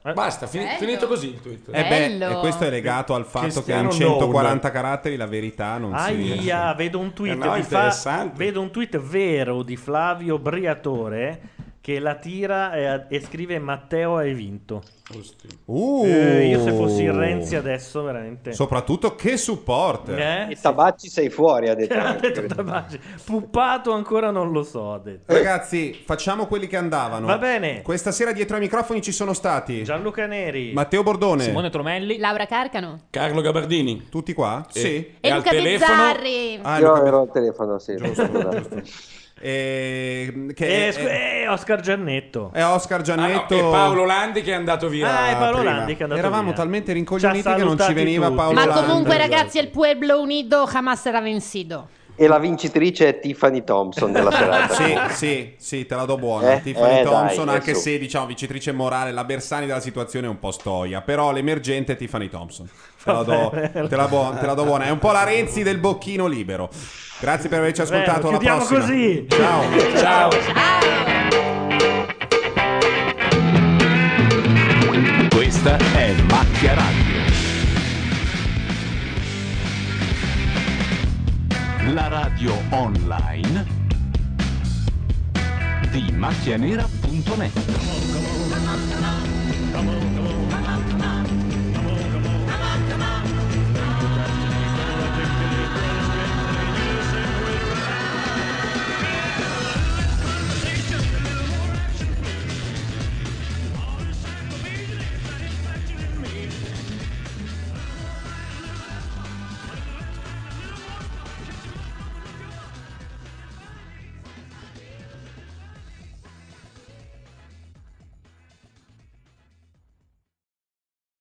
S3: Eh.
S8: Basta, fini- finito così il tweet.
S13: Eh beh, e questo è legato al fatto che in
S8: Cristiano
S13: 140 caratteri la verità non si
S3: Aia, vedo un tweet,
S13: Eh no,
S3: di Fa-
S13: interessante.
S3: vedo un tweet vero di Flavio Briatore che la tira e, e scrive Matteo hai vinto.
S13: Uh.
S3: Eh, io se fossi in Renzi adesso veramente...
S13: Soprattutto che supporter.
S3: Eh?
S18: E Tabacci sei fuori, ha detto.
S3: Ha detto Tabacci. Puppato ancora non lo so, ha detto.
S13: Eh. Ragazzi, facciamo quelli che andavano.
S3: Va bene.
S13: Questa sera dietro ai microfoni ci sono stati
S3: Gianluca Neri,
S13: Matteo Bordone,
S3: Simone
S13: Tromelli,
S19: Laura Carcano.
S13: Carlo Gabardini. Tutti qua? Sì.
S19: E Luca Bizzarri.
S13: Ah,
S18: Io
S13: Luca
S18: ero al telefono, sì.
S13: E,
S3: Eh, scu- eh, Oscar Giannetto.
S13: E Oscar Giannetto.
S8: E Ah, Paolo Landi che è andato via.
S3: Ah, è Paolo
S8: prima.
S3: Landi che è andato
S13: Eravamo
S3: via.
S13: talmente rincoglioniti
S3: Ci ha
S13: che non ci
S3: salutati
S13: veniva
S3: tutti.
S13: Paolo
S3: Ma
S13: Landi.
S19: Comunque, ragazzi, il pueblo unido jamás será vencido.
S18: E la vincitrice è Tiffany Thompson della serata.
S13: sì, sì, sì, te la do buona.
S18: Eh,
S13: Tiffany
S18: eh,
S13: Thompson,
S18: dai, eh,
S13: anche
S18: su.
S13: se diciamo vincitrice morale, la Bersani della situazione è un po' stoia, però l'emergente è Tiffany Thompson. Te la, do,
S3: Vabbè.
S13: te la bo- te la do buona. È un po' la Renzi del bocchino libero. Grazie per averci
S3: Bello,
S13: ascoltato. alla
S3: chiudiamo
S13: prossima.
S3: così.
S13: Ciao. Ciao.
S1: Questa è Macchia Radio. La radio online di macchianera.net.